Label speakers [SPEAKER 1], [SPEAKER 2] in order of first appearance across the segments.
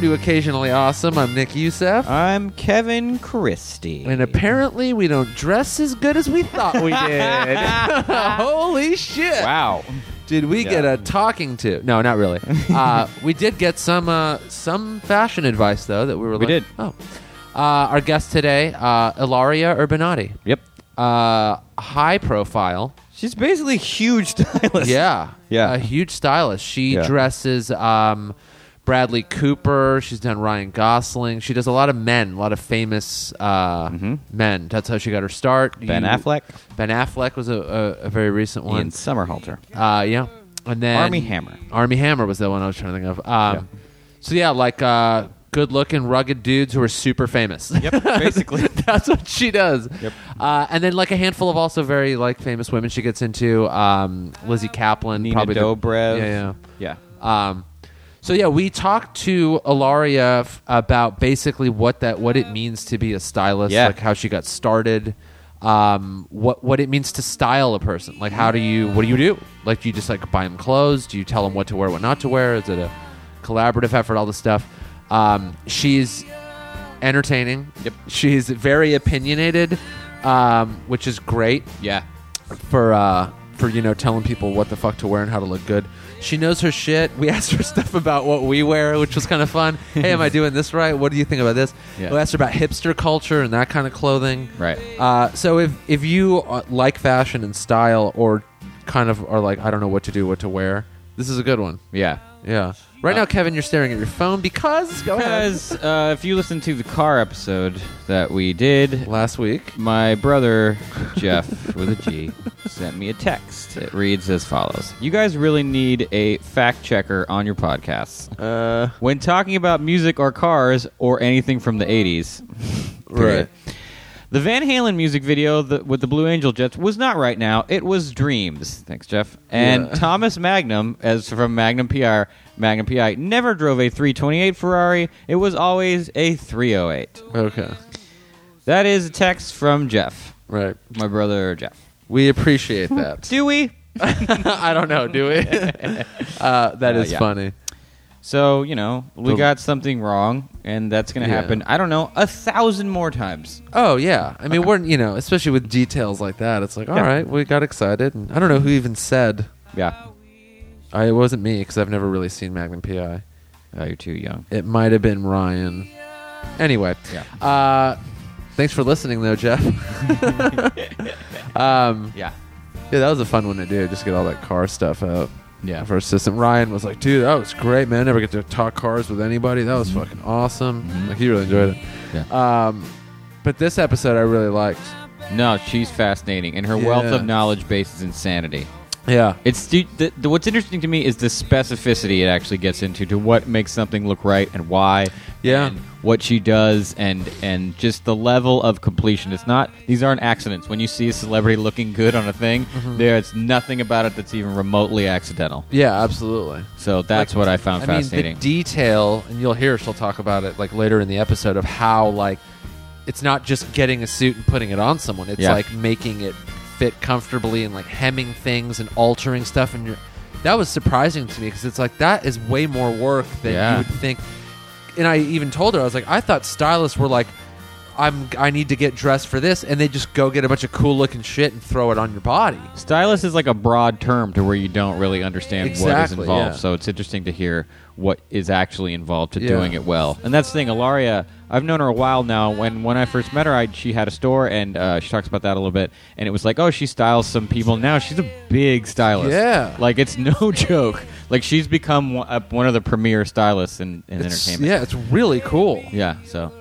[SPEAKER 1] to Occasionally Awesome. I'm Nick Youssef.
[SPEAKER 2] I'm Kevin Christie.
[SPEAKER 1] and apparently, we don't dress as good as we thought we did. Holy shit.
[SPEAKER 2] wow.
[SPEAKER 1] Did we get
[SPEAKER 2] Yeah.
[SPEAKER 1] a talking to? No, not really. Uh, we did get some uh, some fashion advice though that we were.
[SPEAKER 2] We
[SPEAKER 1] like,
[SPEAKER 2] did.
[SPEAKER 1] Oh, uh, our guest today, uh, Ilaria Urbanati,
[SPEAKER 2] Yep.
[SPEAKER 1] uh, high profile.
[SPEAKER 2] She's basically huge stylist.
[SPEAKER 1] Yeah,
[SPEAKER 2] Yeah.
[SPEAKER 1] a huge stylist. She
[SPEAKER 2] Yeah.
[SPEAKER 1] dresses um, Bradley Cooper. She's done Ryan Gosling. She does a lot of men, a lot of famous uh, men. That's how she got her start.
[SPEAKER 2] Mm-hmm. Ben
[SPEAKER 1] You-
[SPEAKER 2] Affleck,
[SPEAKER 1] Ben Affleck was a, a, a very recent one.
[SPEAKER 2] Ian Somerhalder,
[SPEAKER 1] Uh, yeah, and then
[SPEAKER 2] Army Hammer.
[SPEAKER 1] Army Hammer was the one I was trying to think of. Um, So yeah, like uh, good-looking, rugged dudes who are super famous.
[SPEAKER 2] Yep, basically.
[SPEAKER 1] That's what she does.
[SPEAKER 2] Yep.
[SPEAKER 1] Uh, and then like a handful of also very like famous women she gets into. Um, Lizzie Kaplan,
[SPEAKER 2] Nina
[SPEAKER 1] probably the-
[SPEAKER 2] Dobrev.
[SPEAKER 1] yeah,
[SPEAKER 2] Yeah.
[SPEAKER 1] yeah. Um, so yeah, we talked to Alaria f- about basically what that what it means to be a stylist,
[SPEAKER 2] Yeah.
[SPEAKER 1] like how she got started, um, what what it means to style a person. Like how do you what do you do? Like do you just like buy them clothes? Do you tell them what to wear, what not to wear? Is it a collaborative effort? All this stuff. Um, she's entertaining.
[SPEAKER 2] Yep.
[SPEAKER 1] She's very opinionated, um, which is great
[SPEAKER 2] Yeah.
[SPEAKER 1] for uh for you know telling people what the fuck to wear and how to look good. She knows her shit. We asked her stuff about what we wear, which was kind of fun. hey, am I doing this right? What do you think about this?
[SPEAKER 2] Yeah.
[SPEAKER 1] We asked her about hipster culture and that kind of clothing.
[SPEAKER 2] Right.
[SPEAKER 1] Uh, so if if you uh, like fashion and style, or kind of are like I don't know what to do, what to wear, this is a good one.
[SPEAKER 2] Yeah.
[SPEAKER 1] Yeah. Right
[SPEAKER 2] Uh,
[SPEAKER 1] now, Kevin, you're staring at your phone because go ahead.
[SPEAKER 2] Because uh, if you listen to the car episode that we did,
[SPEAKER 1] Last week,
[SPEAKER 2] my brother Jeff with a G sent me a text. It reads as follows: You guys really need a fact checker on your podcasts.
[SPEAKER 1] uh,
[SPEAKER 2] when talking about music or cars or anything from the 80s.
[SPEAKER 1] Right.
[SPEAKER 2] The Van Halen music video th with the Blue Angel Jets was not right now. It was Dreams. Thanks, Jeff. And
[SPEAKER 1] Yeah.
[SPEAKER 2] Thomas Magnum, as from Magnum PR, Magnum PI, never drove a 328 Ferrari. It was always a 308.
[SPEAKER 1] okay,
[SPEAKER 2] That is a text from Jeff,
[SPEAKER 1] right.
[SPEAKER 2] my brother Jeff.
[SPEAKER 1] We appreciate that.
[SPEAKER 2] Do we?
[SPEAKER 1] I don't know, do we? uh, that
[SPEAKER 2] Uh,
[SPEAKER 1] is
[SPEAKER 2] yeah.
[SPEAKER 1] funny.
[SPEAKER 2] So, you know, we
[SPEAKER 1] The-
[SPEAKER 2] got something wrong, and that's going to
[SPEAKER 1] Yeah.
[SPEAKER 2] happen, I don't know, a thousand more times.
[SPEAKER 1] Oh yeah, I mean we're you know especially with details like that, it's like all
[SPEAKER 2] Yeah.
[SPEAKER 1] right, we got excited. And I don't know who even said
[SPEAKER 2] Yeah.
[SPEAKER 1] I it wasn't me because I've never really seen Magnum PI.
[SPEAKER 2] Oh, you're too young.
[SPEAKER 1] It might have been Ryan. Anyway,
[SPEAKER 2] Yeah.
[SPEAKER 1] uh, thanks for listening though, Jeff. um,
[SPEAKER 2] Yeah.
[SPEAKER 1] yeah, that was a fun one to do. Just get all that car stuff out.
[SPEAKER 2] Yeah.
[SPEAKER 1] For assistant Ryan was like, dude, that was great, man. Never get to talk cars with anybody. That was
[SPEAKER 2] Mm-hmm.
[SPEAKER 1] fucking awesome. Like he really enjoyed it.
[SPEAKER 2] Yeah.
[SPEAKER 1] Um, but this episode I really liked.
[SPEAKER 2] No, she's fascinating, and her
[SPEAKER 1] Yeah.
[SPEAKER 2] wealth of knowledge base is insanity.
[SPEAKER 1] Yeah.
[SPEAKER 2] It's the, the, the- what's interesting to me is the specificity it actually gets into to what makes something look right and why.
[SPEAKER 1] Yeah.
[SPEAKER 2] and what she does, and and just the level of completion. It's not these aren't accidents. When you see a celebrity looking good on a thing,
[SPEAKER 1] Mm-hmm.
[SPEAKER 2] there's nothing about it that's even remotely accidental.
[SPEAKER 1] Yeah, absolutely.
[SPEAKER 2] So that's
[SPEAKER 1] Like,
[SPEAKER 2] what I found
[SPEAKER 1] I mean, the
[SPEAKER 2] fascinating.
[SPEAKER 1] detail, and you'll hear she'll talk about it like later in the episode of how like it's not just getting a suit and putting it on someone. It's
[SPEAKER 2] Yeah.
[SPEAKER 1] like making it fit comfortably and like hemming things and altering stuff. And you're, that was surprising to me because it's like that is way more work than
[SPEAKER 2] Yeah.
[SPEAKER 1] you would think. And I even told her I was like, I thought stylists were like. I'm. I need to get dressed for this, and they just go get a bunch of cool looking shit and throw it on your body.
[SPEAKER 2] Stylist is like a broad term to where you don't really understand what is
[SPEAKER 1] Exactly,
[SPEAKER 2] involved.
[SPEAKER 1] yeah.
[SPEAKER 2] So it's interesting to hear what is actually involved to
[SPEAKER 1] Yeah.
[SPEAKER 2] doing it well. And that's the thing, Ilaria. I've known her a while now. When when I first met her, I, she had a store, and uh, she talks about that a little bit. And it was like, oh, she styles some people. Now she's a big stylist.
[SPEAKER 1] Yeah.
[SPEAKER 2] like it's no joke. Like she's become one, uh, one of the premier stylists in, in
[SPEAKER 1] It's-
[SPEAKER 2] entertainment.
[SPEAKER 1] yeah, it's really cool.
[SPEAKER 2] Yeah, so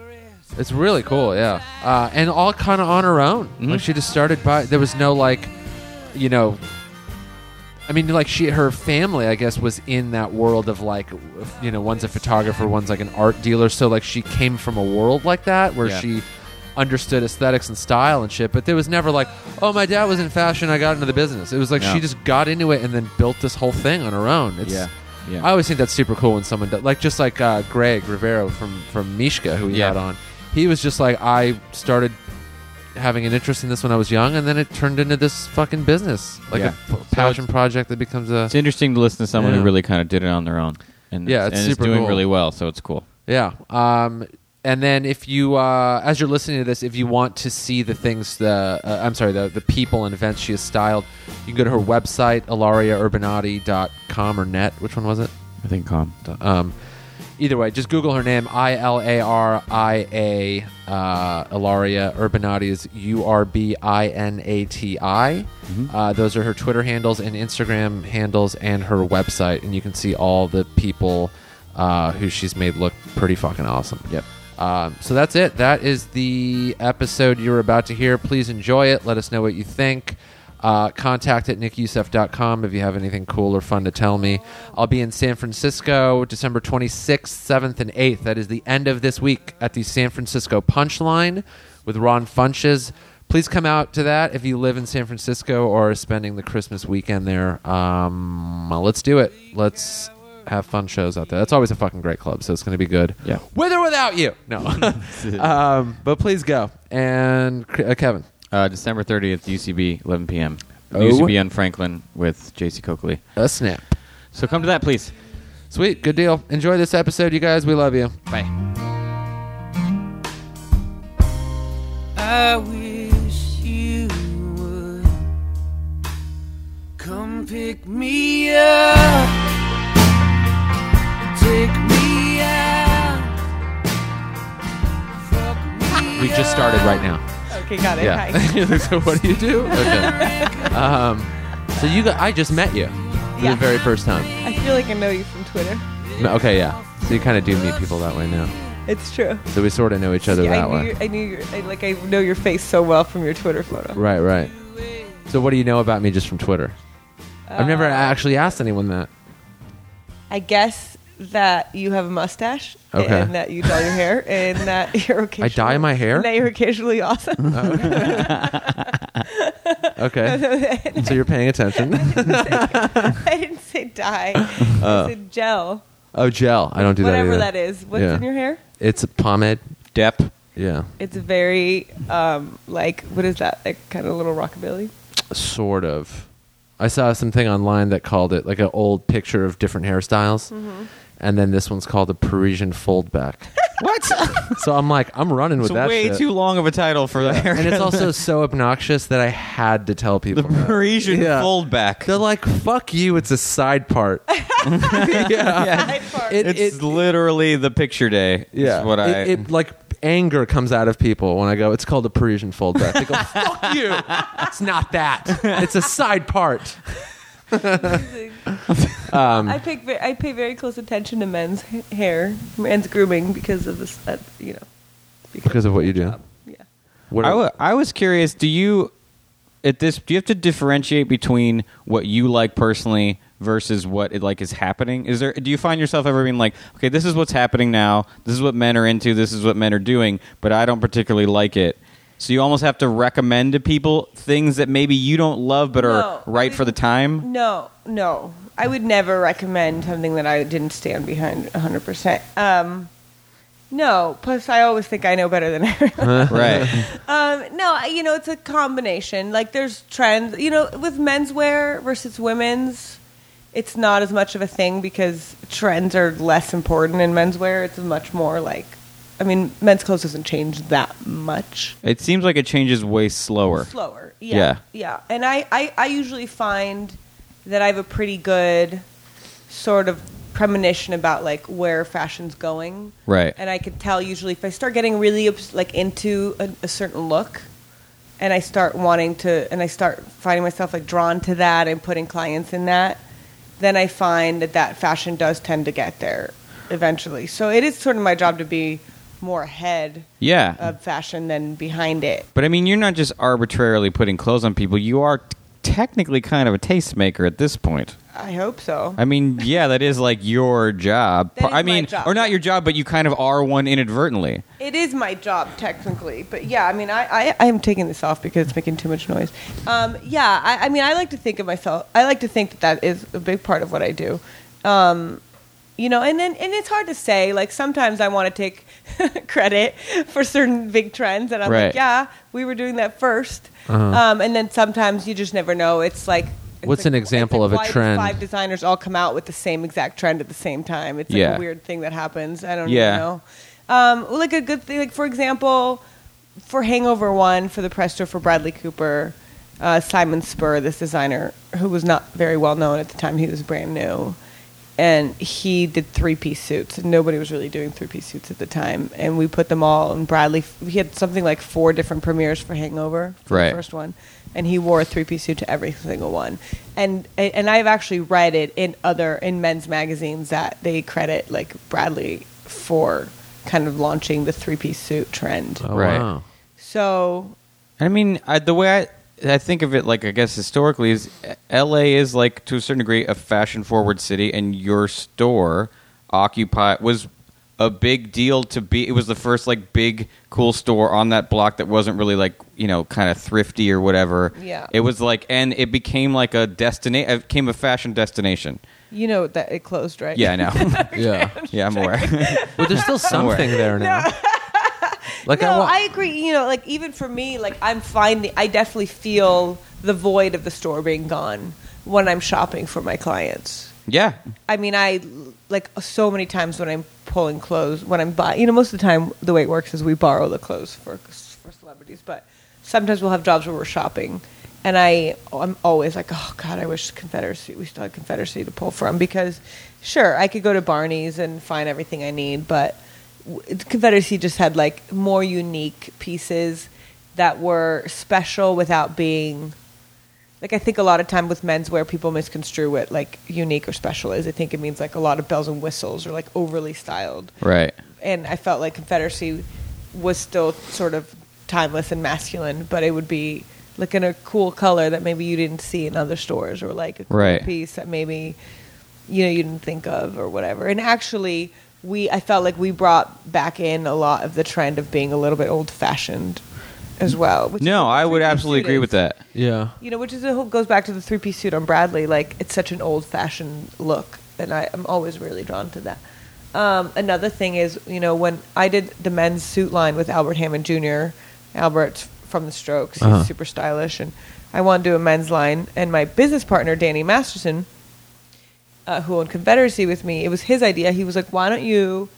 [SPEAKER 1] It's really cool, yeah. Uh, and all kind of on her own.
[SPEAKER 2] Mm-hmm.
[SPEAKER 1] Like she just started by. There was no like, you know. I mean, like she, her family, I guess, was in that world of like, you know, one's a photographer, one's like an art dealer. So like, she came from a world like that where
[SPEAKER 2] Yeah.
[SPEAKER 1] she understood aesthetics and style and shit. But there was never like, oh, my dad was in fashion, I got into the business. It was like
[SPEAKER 2] No.
[SPEAKER 1] she just got into it and then built this whole thing on her own. It's,
[SPEAKER 2] Yeah. Yeah.
[SPEAKER 1] I always think that's super cool when someone does, like just like uh, Greg Rivero from from Mishka, who we
[SPEAKER 2] Yeah.
[SPEAKER 1] had on. He was just like, I started having an interest in this when I was young, and then it turned into this fucking business, like
[SPEAKER 2] Yeah.
[SPEAKER 1] a p- passion project that becomes a.
[SPEAKER 2] it's interesting to listen to someone
[SPEAKER 1] Yeah.
[SPEAKER 2] who really kind of did it on their own. And
[SPEAKER 1] Yeah, it's
[SPEAKER 2] and
[SPEAKER 1] super
[SPEAKER 2] doing
[SPEAKER 1] cool.
[SPEAKER 2] really well. So it's cool.
[SPEAKER 1] Yeah. Um, and then if you, uh, as you're listening to this, if you want to see the things, the uh, I'm sorry, the, the people and events she has styled, you can go to her website, ilariaurbanati.com or net. Which one was it?
[SPEAKER 2] I think calm.
[SPEAKER 1] Um, either way, just Google her name, I L A R I A, uh, Ilaria Urbanati is U R B I N A T I. Uh, Those are her Twitter handles and Instagram handles and her website, and you can see all the people uh, who she's made look pretty fucking awesome.
[SPEAKER 2] Yep.
[SPEAKER 1] Um, so that's it. That is the episode you're about to hear. Please enjoy it. Let us know what you think. Uh, contact at nickyusef.com if you have anything cool or fun to tell me. I'll be in San Francisco December 26th, 7th, and 8th. That is the end of this week at the San Francisco Punchline with Ron Funches. Please come out to that if you live in San Francisco or are spending the Christmas weekend there. Um, well, let's do it. Let's have fun shows out there. That's always a fucking great club, so it's going to be good
[SPEAKER 2] Yeah.
[SPEAKER 1] with or without you. No. um, but please go. And uh, Kevin.
[SPEAKER 2] Uh, December 30th, UCB, 11 p.m.
[SPEAKER 1] Oh.
[SPEAKER 2] UCB on Franklin with JC Coakley.
[SPEAKER 1] A snap.
[SPEAKER 2] So come to that, please.
[SPEAKER 1] Sweet. Good deal. Enjoy this episode, you guys. We love you.
[SPEAKER 2] Bye.
[SPEAKER 3] I wish you would come pick me up, take me out, fuck me
[SPEAKER 1] We just started right now.
[SPEAKER 4] Okay, got it. Hi.
[SPEAKER 1] Yeah. so what do you do? Okay. Um, so you, got, I just met you for
[SPEAKER 4] Yeah.
[SPEAKER 1] the very first time.
[SPEAKER 4] I feel like I know you from Twitter.
[SPEAKER 1] No, Okay, yeah. So you kind of do meet people that way now.
[SPEAKER 4] It's true.
[SPEAKER 1] So we sort of know each other
[SPEAKER 4] Yeah,
[SPEAKER 1] that
[SPEAKER 4] I knew,
[SPEAKER 1] way.
[SPEAKER 4] your, I knew your, I, like I know your face so well from your Twitter photo.
[SPEAKER 1] Right, right. So what do you know about me just from Twitter? I've
[SPEAKER 4] Uh,
[SPEAKER 1] never actually asked anyone that.
[SPEAKER 4] I guess that you have a mustache
[SPEAKER 1] Okay.
[SPEAKER 4] and that you dye your hair and that you're
[SPEAKER 1] I
[SPEAKER 4] occasionally
[SPEAKER 1] dye my hair?
[SPEAKER 4] and that you're occasionally awesome.
[SPEAKER 1] Okay. so you're paying attention.
[SPEAKER 4] I didn't say dye. I said gel.
[SPEAKER 1] Oh, gel. I Uh. don't do
[SPEAKER 4] Whatever
[SPEAKER 1] that.
[SPEAKER 4] that
[SPEAKER 1] either.
[SPEAKER 4] is. What's
[SPEAKER 1] Yeah.
[SPEAKER 4] in your hair?
[SPEAKER 1] It's a pomade.
[SPEAKER 2] Dep.
[SPEAKER 1] Yeah,
[SPEAKER 4] It's very um, like what is that? Like kind of little rockabilly.
[SPEAKER 1] sort of. I saw something online that called it like an old picture of different hairstyles,
[SPEAKER 2] Mm-hmm.
[SPEAKER 1] and then this one's called a Parisian fold back.
[SPEAKER 2] What?
[SPEAKER 1] so I'm like, I'm running with
[SPEAKER 2] it's
[SPEAKER 1] that.
[SPEAKER 2] way
[SPEAKER 1] shit.
[SPEAKER 2] too long of a title for that.
[SPEAKER 1] and it's also so obnoxious that I had to tell people.
[SPEAKER 2] the
[SPEAKER 1] that.
[SPEAKER 2] Parisian
[SPEAKER 1] Yeah.
[SPEAKER 2] foldback.
[SPEAKER 1] They're like, "Fuck you!" It's a side part. yeah, It-
[SPEAKER 2] it's
[SPEAKER 1] it-
[SPEAKER 2] literally the picture day.
[SPEAKER 1] yeah.
[SPEAKER 2] Is what I.
[SPEAKER 1] It, it, like anger comes out of people when I go. It's called a Parisian fold back. They go, "Fuck you!" It's not that. It's a side part.
[SPEAKER 4] I pay ve- I pay very close attention to men's ha- hair, men's grooming because of this. Uh, you know,
[SPEAKER 1] Because of what you do.
[SPEAKER 4] yeah.
[SPEAKER 1] What
[SPEAKER 2] I, wa- I was curious. Do you at this? Do you have to differentiate between what you like personally versus what it like is happening? Is there? Do you find yourself ever being like, okay, this is what's happening now. This is what men are into. This is what men are doing. But I don't particularly like it. So you almost have to recommend to people things that maybe you don't love but are
[SPEAKER 4] No.
[SPEAKER 2] right for the time.
[SPEAKER 4] No, no. I would never recommend something that I didn't stand behind 100%. Um, no. Plus, I always think I know better than everyone.
[SPEAKER 2] right.
[SPEAKER 4] um, no, I- you know, it's a combination. Like, there's trends. You know, with menswear versus women's, it's not as much of a thing because trends are less important in menswear. It's much more like, I mean, men's clothes doesn't change that much.
[SPEAKER 2] It seems like it changes way slower.
[SPEAKER 4] slower.
[SPEAKER 2] Yeah.
[SPEAKER 4] Yeah. Yeah. And I, I, I usually find that I have a pretty good sort of premonition about like where fashion's going.
[SPEAKER 2] Right.
[SPEAKER 4] And I can tell usually if I start getting really obs- like into a, a certain look and I start wanting to and I start finding myself like drawn to that and putting clients in that, then I find that that fashion does tend to get there eventually. So it is sort of my job to be more ahead
[SPEAKER 2] Yeah.
[SPEAKER 4] of fashion than behind it.
[SPEAKER 2] But I mean, you're not just arbitrarily putting clothes on people. You are t- technically kind of a tastemaker at this point.
[SPEAKER 4] I hope so.
[SPEAKER 2] I mean, yeah, that is like your job.
[SPEAKER 4] That is
[SPEAKER 2] I
[SPEAKER 4] my
[SPEAKER 2] mean,
[SPEAKER 4] job,
[SPEAKER 2] or not
[SPEAKER 4] yeah.
[SPEAKER 2] your job, but you kind of are one inadvertently.
[SPEAKER 4] It is my job technically, but yeah, I mean, I, I I'm taking this off because it's making too much noise. Um, yeah, I, I mean, I like to think of myself. I like to think that that is a big part of what I do. Um, you know, and then and it's hard to say. Like sometimes I want to take credit for certain big trends, and I'm
[SPEAKER 2] Right.
[SPEAKER 1] Uh-huh.
[SPEAKER 4] like, yeah, we were doing that 1st Um, and then sometimes you just never know. It's like it's
[SPEAKER 1] What's
[SPEAKER 4] like-
[SPEAKER 1] an
[SPEAKER 4] it's
[SPEAKER 1] example
[SPEAKER 4] like
[SPEAKER 1] of a
[SPEAKER 4] why do
[SPEAKER 1] trend?
[SPEAKER 4] Five designers all come out with the same exact trend at the same time. It's like
[SPEAKER 2] Yeah.
[SPEAKER 4] a weird thing that happens. I don't
[SPEAKER 2] Yeah.
[SPEAKER 4] even know. Um, well, like a good thing, like for example, for Hangover One, for the Presto, for Bradley Cooper, uh, Simon Spur, this designer who was not very well known at the time, he was brand new, and he did three piece suits. And nobody was really doing three piece suits at the time, and we put them all. And Bradley, he had something like four different premieres for Hangover, for
[SPEAKER 2] Right.
[SPEAKER 4] the first one, and he wore a three piece suit to every single one. And and I've actually read it in other in men's magazines that they credit like Bradley for kind of launching the three piece suit trend.
[SPEAKER 1] Oh,
[SPEAKER 2] Right.
[SPEAKER 1] wow.
[SPEAKER 4] So
[SPEAKER 2] I mean, I, the way I, I think of it, like I guess historically, is L.A. is like to a certain degree a fashion-forward city, and your store occupy was a big deal to be. It was the first like big cool store on that block that wasn't really like you know kind of thrifty or whatever.
[SPEAKER 4] Yeah.
[SPEAKER 2] it was like, and it became like a destination. It became a fashion destination.
[SPEAKER 4] you know that it closed, right?
[SPEAKER 2] Yeah, I know.
[SPEAKER 1] Yeah.
[SPEAKER 2] yeah, I'm aware.
[SPEAKER 1] But there's still something there now. Like I,
[SPEAKER 4] no,
[SPEAKER 1] wa-
[SPEAKER 4] I agree. You know, like even for me, like I'm finding, I definitely feel the void of the store being gone when I'm shopping for my clients.
[SPEAKER 2] yeah,
[SPEAKER 4] I mean, I like so many times when I'm pulling clothes, when I'm buying, you know, most of the time the way it works is we borrow the clothes for, for celebrities, but sometimes we'll have jobs where we're shopping. And I, I'm always like, oh God, I wish Confederacy, we still had Confederacy to pull from because sure, I could go to Barney's and find everything I need, but w- Confederacy just had like more unique pieces that were special without being like I think a lot of time with menswear, people misconstrue what like unique or special is. I think it means like a lot of bells and whistles or like overly styled.
[SPEAKER 2] right.
[SPEAKER 4] And I felt like Confederacy was still sort of timeless and masculine, but it would be like in a cool color that maybe you didn't see in other stores or like a cool
[SPEAKER 2] Right.
[SPEAKER 4] piece that maybe you know you didn't think of or whatever. And actually, we I felt like we brought back in a lot of the trend of being a little bit old fashioned as well. which is
[SPEAKER 2] No,
[SPEAKER 4] what
[SPEAKER 2] I would
[SPEAKER 4] Freaky
[SPEAKER 2] absolutely
[SPEAKER 4] Suit
[SPEAKER 2] agree
[SPEAKER 4] is
[SPEAKER 2] with that.
[SPEAKER 1] yeah.
[SPEAKER 4] you know, which is the whole, goes back to the three piece suit on Bradley. Like it's such an old fashioned look, and I, I'm always really drawn to that. Um, another thing is, you know, when I did the men's suit line with Albert Hammond Jr., Albert's from the Strokes, he's
[SPEAKER 1] Uh-huh.
[SPEAKER 4] super stylish, and I wanted to do a men's line, and my business partner Danny Masterson uh, who owned Confederacy with me. It was his idea. He was like, "Why don't you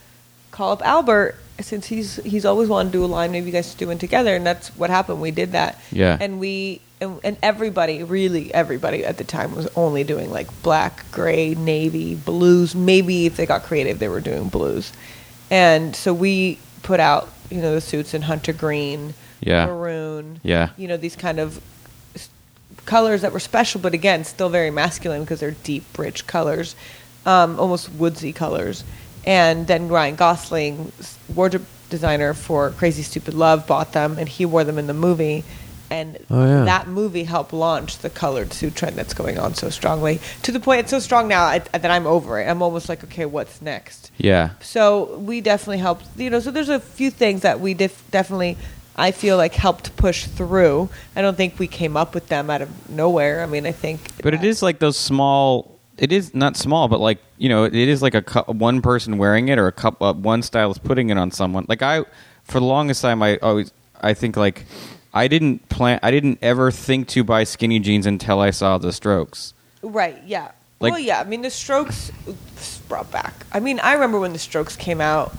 [SPEAKER 4] call up Albert since he's he's always wanted to do a line. Maybe you guys should do one together." And that's what happened. We did that.
[SPEAKER 2] Yeah.
[SPEAKER 4] And we and, and everybody, really everybody at the time was only doing like black, gray, navy, blues. Maybe if they got creative, they were doing blues. And so we put out you know the suits in hunter green,
[SPEAKER 2] Yeah.
[SPEAKER 4] maroon,
[SPEAKER 2] Yeah.
[SPEAKER 4] you know these kind of s- colors that were special, but again, still very masculine because they're deep, rich colors, um, almost woodsy colors. And then Ryan Gosling, s- wardrobe designer for Crazy Stupid Love, bought them, and he wore them in the movie. And
[SPEAKER 1] Oh, yeah.
[SPEAKER 4] that movie helped launch the colored suit trend that's going on so strongly. To the point, it's so strong now I, that I'm over it. I'm almost like, okay, what's next?
[SPEAKER 2] Yeah,
[SPEAKER 4] So we definitely helped, you know. So there's a few things that we def- definitely, I feel like helped push through. I don't think we came up with them out of nowhere. I mean, I think,
[SPEAKER 2] But it is like those small. It is not small, but like you know, it is like a cou- one person wearing it or a couple, uh, one stylist putting it on someone. Like I, for the longest time, I always I think like I didn't plan. I didn't ever think to buy skinny jeans until I saw the Strokes.
[SPEAKER 4] right? Yeah.
[SPEAKER 2] Like-
[SPEAKER 4] well, yeah. I mean, the Strokes brought back. I mean, I remember when the Strokes came out,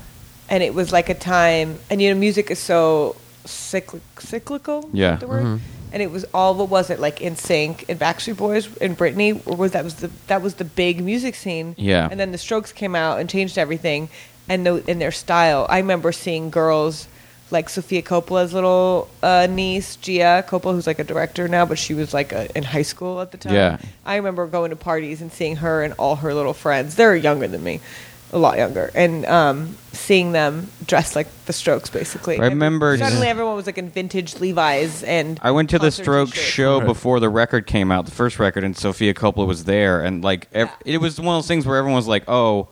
[SPEAKER 4] and it was like a time, and you know, music is so cyclic, cyclical. is that
[SPEAKER 2] Yeah. Mm-hmm.
[SPEAKER 4] The word. And it was all what was it like in sync and Backstreet Boys and Britney or was that was the that was the big music scene.
[SPEAKER 2] Yeah.
[SPEAKER 4] And then the Strokes came out and changed everything, and the, in their style. I remember seeing girls like Sofia Coppola's little uh, niece Gia Coppola, who's like a director now, but she was like a, in high school at the time.
[SPEAKER 2] Yeah.
[SPEAKER 4] I remember going to parties and seeing her and all her little friends. They're younger than me, a lot younger, and um, seeing them dressed like the Strokes, basically.
[SPEAKER 2] I remember-
[SPEAKER 4] suddenly everyone was like in vintage Levi's and
[SPEAKER 2] I went to the
[SPEAKER 4] concert
[SPEAKER 2] Strokes
[SPEAKER 4] t-shirts.
[SPEAKER 2] show before the record came out, the first record, and Sophia Coppola was there, and like ev-
[SPEAKER 4] Yeah.
[SPEAKER 2] it was one of those things where everyone was like, "Oh,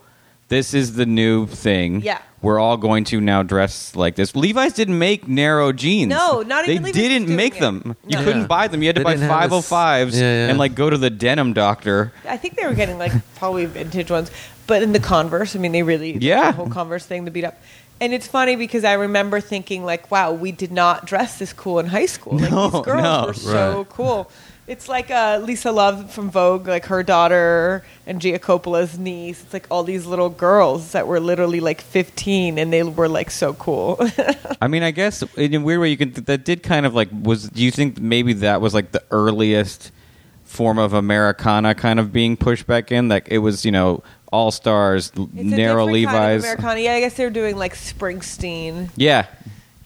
[SPEAKER 2] this is the new thing.
[SPEAKER 4] Yeah.
[SPEAKER 2] we're all going to now dress like this." Levi's didn't make narrow jeans.
[SPEAKER 4] No, not
[SPEAKER 2] they
[SPEAKER 4] even Levi's was
[SPEAKER 2] didn't
[SPEAKER 4] doing
[SPEAKER 2] make
[SPEAKER 4] it.
[SPEAKER 2] them. You
[SPEAKER 1] No.
[SPEAKER 2] couldn't
[SPEAKER 1] Yeah.
[SPEAKER 2] buy them. You had
[SPEAKER 1] They
[SPEAKER 2] to buy
[SPEAKER 1] didn't have
[SPEAKER 2] five
[SPEAKER 1] a
[SPEAKER 2] hundred
[SPEAKER 1] s-
[SPEAKER 2] fives
[SPEAKER 1] Yeah, yeah.
[SPEAKER 2] and like go to the denim doctor.
[SPEAKER 4] I think they were getting like probably vintage ones, but in the Converse, I mean, they really
[SPEAKER 2] Yeah.
[SPEAKER 4] the whole Converse thing, the beat up. And it's funny because I remember thinking like, wow, we did not dress this cool in high school. Like
[SPEAKER 2] No,
[SPEAKER 4] these girls
[SPEAKER 2] no.
[SPEAKER 4] were so cool. It's like uh, Lisa Love from Vogue, like her daughter and Gia Coppola's niece. It's like all these little girls that were literally like 15 and they were like so cool.
[SPEAKER 2] I mean, I guess in a weird way, you can. That did kind of like was. Do you think maybe that was like the earliest form of Americana kind of being pushed back in? Like it was, you know, all stars,
[SPEAKER 4] It's a
[SPEAKER 2] narrow
[SPEAKER 4] different kind of
[SPEAKER 2] Levi's.
[SPEAKER 4] Americana. Yeah, I guess they were doing like Springsteen,
[SPEAKER 2] yeah,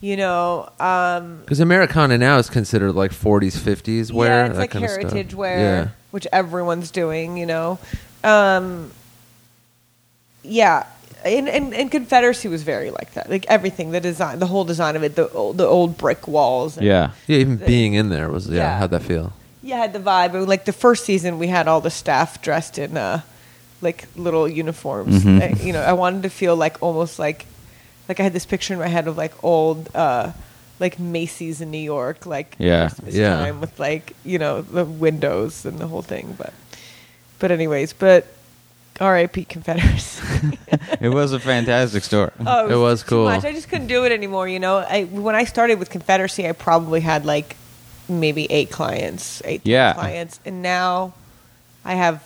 [SPEAKER 4] you know. Um,
[SPEAKER 1] Because Americana now is considered like 40s, 50s wear.
[SPEAKER 4] yeah, it's
[SPEAKER 1] that
[SPEAKER 4] like
[SPEAKER 1] kind of stuff.
[SPEAKER 4] heritage wear,
[SPEAKER 1] Yeah.
[SPEAKER 4] which everyone's doing, you know. Um, yeah, and, and and Confederacy was very like that. Like everything, the design, the whole design of it, the old, the old brick walls. and-
[SPEAKER 2] yeah.
[SPEAKER 1] Yeah, even being in there was, yeah,
[SPEAKER 4] Yeah.
[SPEAKER 1] how'd that feel?
[SPEAKER 4] yeah, I had the vibe. And, Like the first season, we had all the staff dressed in uh, like little uniforms. I- you know, I wanted to feel like almost like like I had this picture in my head of like old uh, like Macy's in New York, like
[SPEAKER 2] Yeah,
[SPEAKER 4] Christmas
[SPEAKER 1] yeah.
[SPEAKER 4] time with like you know the windows and the whole thing. But but anyways, but R.I.P. Confederacy.
[SPEAKER 2] It was a fantastic store.
[SPEAKER 4] Oh,
[SPEAKER 1] It was
[SPEAKER 4] too
[SPEAKER 1] cool.
[SPEAKER 4] much. I just couldn't do it anymore. You know, I, when I started with Confederacy, I probably had like maybe eight clients, eight ten
[SPEAKER 2] Yeah.
[SPEAKER 4] clients, and now I have.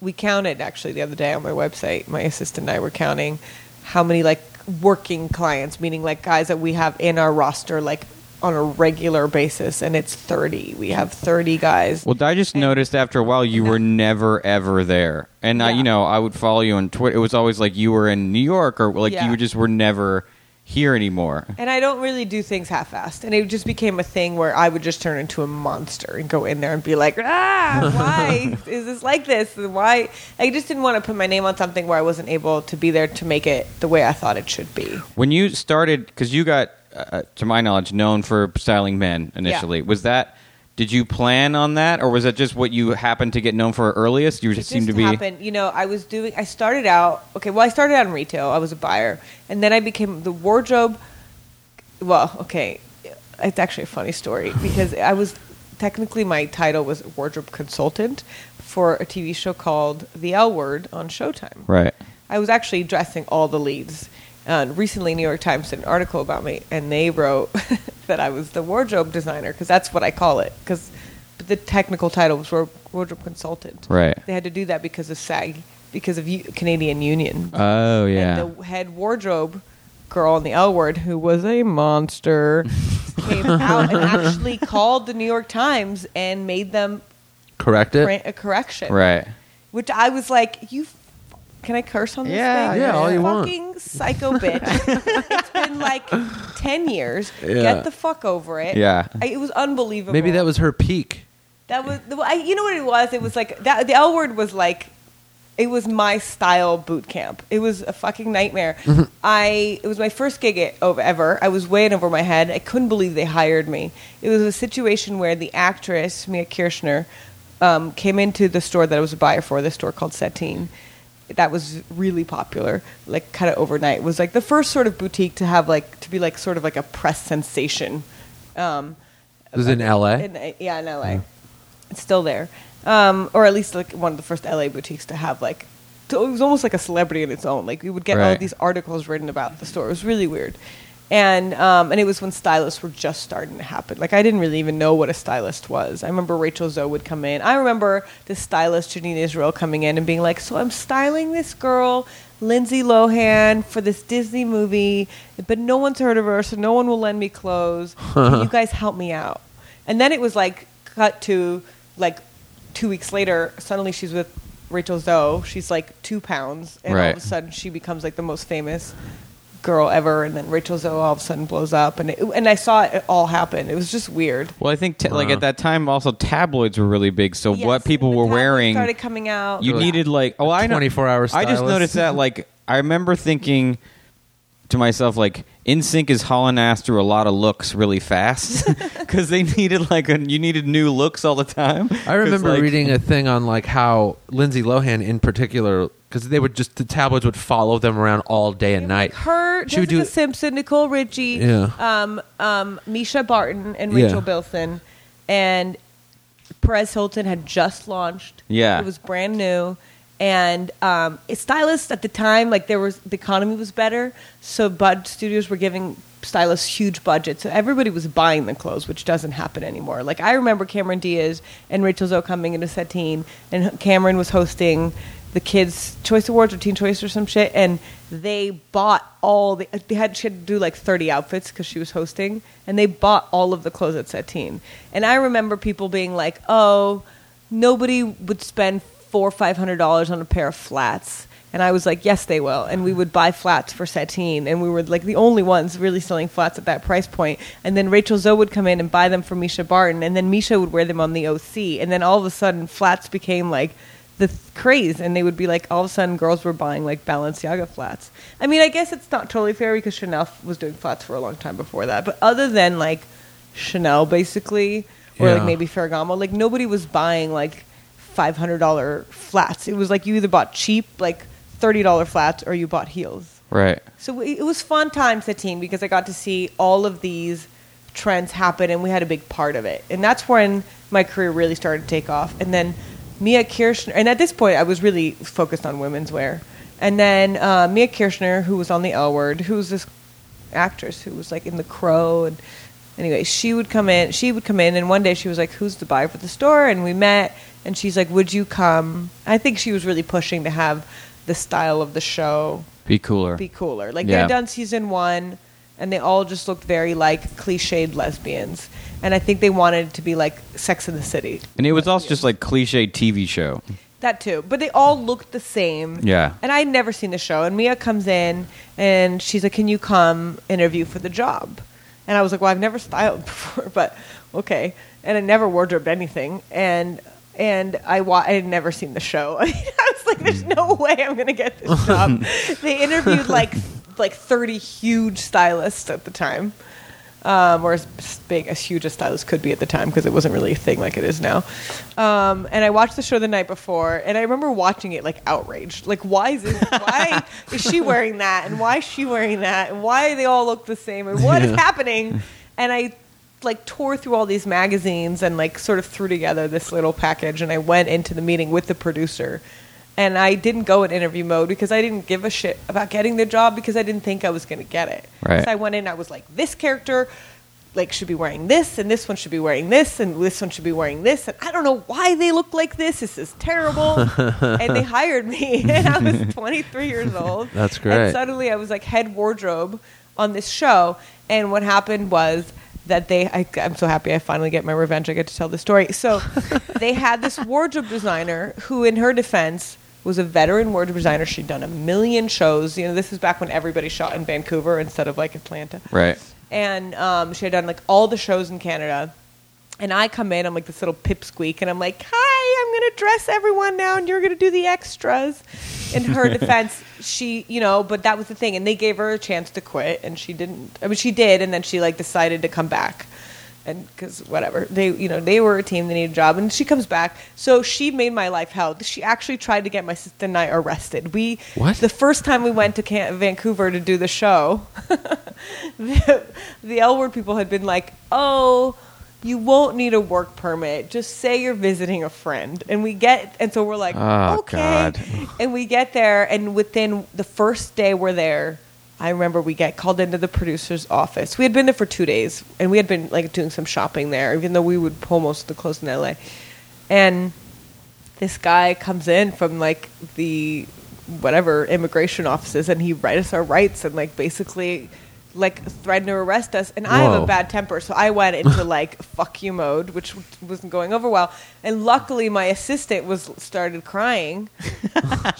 [SPEAKER 4] We counted actually the other day on my website. My assistant and I were counting how many like working clients, meaning like guys that we have in our roster, like on a regular basis, and it's thirty. We have thirty guys.
[SPEAKER 2] Well, I just noticed after a while you were never ever there, and I,
[SPEAKER 4] Yeah.
[SPEAKER 2] you know, I would follow you on Twitter. It was always like you were in New York, or like
[SPEAKER 4] Yeah.
[SPEAKER 2] you just were never here anymore.
[SPEAKER 4] And I don't really do things half-assed. And it just became a thing where I would just turn into a monster and go in there and be like, ah, why is this like this? And Why? I just didn't want to put my name on something where I wasn't able to be there to make it the way I thought it should be.
[SPEAKER 2] When you started, because you got, uh, to my knowledge, known for styling men initially. Was that? Did you plan on that, or was that just what you happened to get known for earliest? You
[SPEAKER 4] It
[SPEAKER 2] just seemed to
[SPEAKER 4] just
[SPEAKER 2] be.
[SPEAKER 4] happened. You know, I was doing. I started out okay. Well, I started out in retail. I was a buyer, and then I became the wardrobe. Well, okay, it's actually a funny story because I was technically my title was wardrobe consultant for a TV show called The L Word on Showtime.
[SPEAKER 2] Right.
[SPEAKER 4] I was actually dressing all the leads. And recently, New York Times did an article about me, and they wrote that I was the wardrobe designer because that's what I call it. Because the technical title was ward- wardrobe consultant.
[SPEAKER 2] Right.
[SPEAKER 4] They had to do that because of SAG, because of U- Canadian Union.
[SPEAKER 2] Oh yeah.
[SPEAKER 4] And the head wardrobe girl in the L word, who was a monster, came out and actually called the New York Times and made them
[SPEAKER 1] Correct it?
[SPEAKER 4] print a correction
[SPEAKER 2] right.
[SPEAKER 4] which I was like, you. f- Can I curse on this
[SPEAKER 2] Yeah,
[SPEAKER 4] thing?
[SPEAKER 1] yeah, all you want.
[SPEAKER 4] fucking psycho bitch. it's been like ten years.
[SPEAKER 1] Yeah.
[SPEAKER 4] Get the fuck over it.
[SPEAKER 2] Yeah.
[SPEAKER 4] I, it was unbelievable.
[SPEAKER 1] Maybe that was her peak.
[SPEAKER 4] that was. the- I, you know what it was? It was like that. The L word was like. It was my style boot camp. It was a fucking nightmare. I it was my first gig e- of ever. I was way in over my head. I couldn't believe they hired me. It was a situation where the actress Mia Kirshner um, came into the store that I was a buyer for. This store called Satine that was really popular, like kind of overnight. It was like the first sort of boutique to have like to be like sort of like a press sensation. Um,
[SPEAKER 1] It was in LA.
[SPEAKER 4] in, uh, yeah, in LA. It's still there, um, or at least like one of the first LA boutiques to have like. To, it was almost like a celebrity in its own. Like we would get all
[SPEAKER 2] Right.
[SPEAKER 4] these articles written about the store. It was really weird, and um, and it was when stylists were just starting to happen. Like I didn't really even know what a stylist was. I remember Rachel Zoe would come in. I remember this stylist Janine Israel coming in and being like, "So I'm styling this girl." Lindsay Lohan for this Disney movie, but no one's heard of her, so no one will lend me clothes. Can you guys help me out? And then it was like cut to like two weeks later. Suddenly she's with Rachel Zoe. She's like two pounds, and all
[SPEAKER 2] Right.
[SPEAKER 4] of a sudden she becomes like the most famous girl ever. And then Rachel Zoe all of a sudden blows up, and it, and I saw it all happen. It was just weird.
[SPEAKER 2] Well, I think ta like at that time also tabloids were really big. So
[SPEAKER 4] Yes,
[SPEAKER 2] what people
[SPEAKER 4] the
[SPEAKER 2] were
[SPEAKER 4] tabloids
[SPEAKER 2] wearing
[SPEAKER 4] started coming out.
[SPEAKER 2] You
[SPEAKER 1] Like
[SPEAKER 2] needed like oh I know
[SPEAKER 1] 24-hour
[SPEAKER 2] I just
[SPEAKER 1] stylist.
[SPEAKER 2] noticed that like I remember thinking to myself like InSync is hauling ass through a lot of looks really fast because they needed like a, you needed new looks all the time.
[SPEAKER 1] I
[SPEAKER 2] 'Cause,
[SPEAKER 1] remember
[SPEAKER 2] like-
[SPEAKER 1] reading a thing on like how Lindsay Lohan in particular, because they would just the tabloids would follow them around all day and night.
[SPEAKER 4] her,
[SPEAKER 1] she would do
[SPEAKER 4] Jessica Simpson, Nicole Richie,
[SPEAKER 1] Yeah.
[SPEAKER 4] um, um, Misha Barton, and
[SPEAKER 1] Yeah.
[SPEAKER 4] Rachel Bilson, and Perez Hilton had just launched.
[SPEAKER 2] Yeah.
[SPEAKER 4] it was brand new, and um, it- stylists at the time, like there was the economy was better, so Bud Studios were giving stylists huge budgets, so everybody was buying the clothes, which doesn't happen anymore. Like I remember Cameron Diaz and Rachel Zoe coming into Satine, and Cameron was hosting the kids' choice awards or teen choice or some shit, and they bought all the they had she had to do like thirty outfits because she was hosting, and they bought all of the clothes at Satine. And I remember people being like, "Oh." nobody would spend four or five hundred dollars on a pair of flats and i was like yes they will and we would buy flats for sateen and we were like the only ones really selling flats at that price point and then rachel zoe would come in and buy them for misha barton and then misha would wear them on the oc and then all of a sudden flats became like the th- craze and they would be like all of a sudden girls were buying like balenciaga flats i mean i guess it's not totally fair because chanel f- was doing flats for a long time before that but other than like chanel basically or like
[SPEAKER 1] Yeah.
[SPEAKER 4] maybe Ferragamo. Like nobody was buying like five hundred dollar flats. It was like you either bought cheap like thirty dollar flats or you bought heels.
[SPEAKER 2] Right.
[SPEAKER 4] So it it was fun times at team because I got to see all of these trends happen and we had a big part of it. And that's when my career really started to take off. And then Mia Kirshner, and at this point I was really focused on women's wear. And then uh, Mia Kirshner, who was on The L Word, who was this actress who was like in The Crow and anyway she would come in she would come in and one day she was like who's the buyer for the store and we met and she's like would you come i think she was really pushing to have the style of the show
[SPEAKER 2] Be cooler.
[SPEAKER 4] be cooler. Like
[SPEAKER 2] Yeah.
[SPEAKER 4] they're done season one, and they all just looked very like cliched lesbians. And I think they wanted it to be like Sex in the City,
[SPEAKER 2] and it was also just like cliche TV show.
[SPEAKER 4] that too. But they all looked the same.
[SPEAKER 2] Yeah.
[SPEAKER 4] And I'd never seen the show. And Mia comes in, and she's like, "Can you come interview for the job?" And I was like, "Well, I've never styled before, but okay." And I never wardrobed anything, and. And I wa- I had never seen the show. I was like, "There's no way I'm gonna get this job." they interviewed like like 30 huge stylists at the time um, or as big as huge as stylist could be at the time because it wasn't really a thing like it is now. Um, and I watched the show the night before, and I remember watching it like outraged, like why is this, why is she wearing that, and why is she wearing that, and why they all look the same, and what is happening? And I like tore through all these magazines and like sort of threw together this little package, and I went into the meeting with the producer. And I didn't go in interview mode because I didn't give a shit about getting the job because I didn't think I was going to get it.
[SPEAKER 2] Right.
[SPEAKER 4] So I went in, I was like, this character like should be wearing this, and this one should be wearing this, and this one should be wearing this, and I don't know why they look like this. This is terrible. and they hired me, and I was 23 years old.
[SPEAKER 1] That's
[SPEAKER 4] And
[SPEAKER 1] great.
[SPEAKER 4] suddenly, I was like head wardrobe on this show, and what happened was. That they, I, I'm so happy I finally get my revenge. I get to tell the story. So, they had this wardrobe designer who, in her defense, was a veteran wardrobe designer. She'd done a million shows. You know, this is back when everybody shot in Vancouver instead of like Atlanta
[SPEAKER 2] Right.
[SPEAKER 4] and um, she had done like all the shows in Canada. And I come in, I'm like this little pipsqueak, and I'm like, "Hi, I'm gonna dress everyone now, and you're gonna do the extras." In her defense, she, you know, but that was the thing, and they gave her a chance to quit, and she didn't. I mean, she did, and then she like decided to come back, and because whatever they, you know, they were a team, they needed a job, and she comes back. So she made my life hell. She actually tried to get my sister and I arrested. We
[SPEAKER 1] What?
[SPEAKER 4] the first time we went to Can- Vancouver to do the show the, the L word people had been like, oh, you won't need a work permit. Just say you're visiting a friend. And we get, and so we're like,
[SPEAKER 2] Oh,
[SPEAKER 4] okay.
[SPEAKER 2] God.
[SPEAKER 4] And we get there, and within the first day we're there, I remember we get called into the producer's office. We had been there for two days, and we had been like doing some shopping there, even though we would pull most of the clothes in LA. And this guy comes in from like the whatever immigration offices and he read us our rights and like basically like threatened to arrest us and i have a
[SPEAKER 1] Whoa.
[SPEAKER 4] bad temper so i went into like fuck you mode which wasn't going over well and luckily my assistant was started crying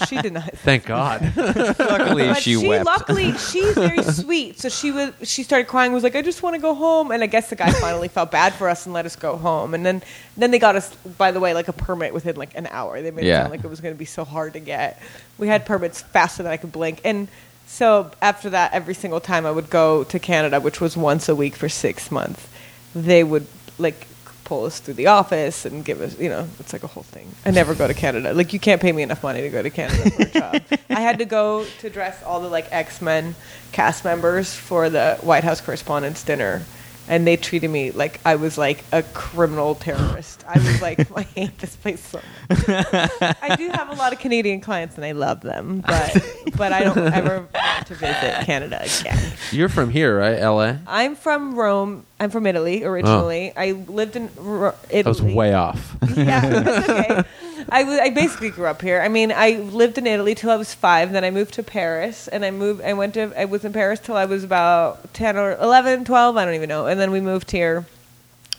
[SPEAKER 4] she did not
[SPEAKER 1] Thank God.
[SPEAKER 2] Luckily, she, wept.
[SPEAKER 4] luckily she's very sweet, so she was she started crying. Was like, I just want to go home. And I guess the guy finally felt bad for us and let us go home. And then then they got us, by the way, like a permit within like an hour. They made it
[SPEAKER 2] Yeah.
[SPEAKER 4] sound like it was going to be so hard to get. We had permits faster than I could blink. And so after that, every single time I would go to Canada, which was once a week for six months, they would like pull us through the office and give us, you know, it's like a whole thing. I never go to Canada. Like, you can't pay me enough money to go to Canada for a job. I had to go to dress all the like X Men cast members for the White House Correspondents' Dinner and they treated me like I was like a criminal terrorist. I was like, "Oh, I hate this place so much. I do have a lot of Canadian clients, and I love them, but but I don't ever want to visit Canada again.
[SPEAKER 1] You're from here, right? L.A.
[SPEAKER 4] I'm from Rome. I'm from Italy originally. I lived in Ro- Italy.
[SPEAKER 1] I Oh. was way off.
[SPEAKER 4] Yeah, it's okay. I, w- I basically grew up here. I mean, I lived in Italy till I was five. Then I moved to Paris, and I moved. I went to. I was in Paris till I was about ten or 11, 12, I don't even know. And then we moved here,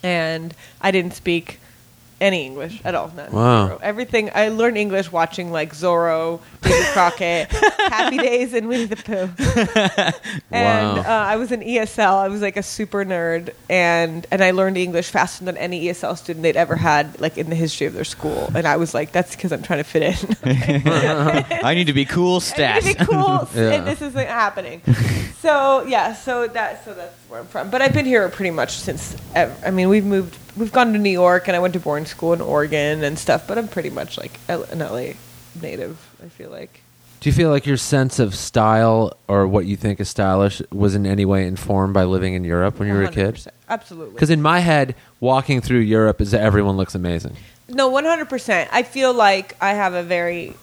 [SPEAKER 4] and I didn't speak any English at all. None.
[SPEAKER 1] Wow.
[SPEAKER 4] Zero. Everything I learned English watching like Zorro, David Crockett, Happy Days, and Winnie the Pooh.
[SPEAKER 1] Wow.
[SPEAKER 4] And uh, I was an ESL. I was like a super nerd, and and I learned English faster than any ESL student they'd ever had, like in the history of their school. And I was like, that's because I'm trying to fit in.
[SPEAKER 2] I need to be cool
[SPEAKER 4] I need to
[SPEAKER 2] stats.
[SPEAKER 4] be cool,
[SPEAKER 1] Yeah.
[SPEAKER 4] and this isn't happening. so yeah, so that so that's where I'm from. But I've been here pretty much since. Ever. I mean, we've moved, we've gone to New York, and I went to boarding school in Oregon and stuff. But I'm pretty much like L- an LA native. I feel like.
[SPEAKER 1] Do you feel like your sense of style or what you think is stylish was in any way informed by living in Europe when you were a kid?
[SPEAKER 4] 100%. Absolutely.
[SPEAKER 1] Because in my head, walking through Europe is that everyone looks amazing.
[SPEAKER 4] No, one hundred percent. I feel like I have a very,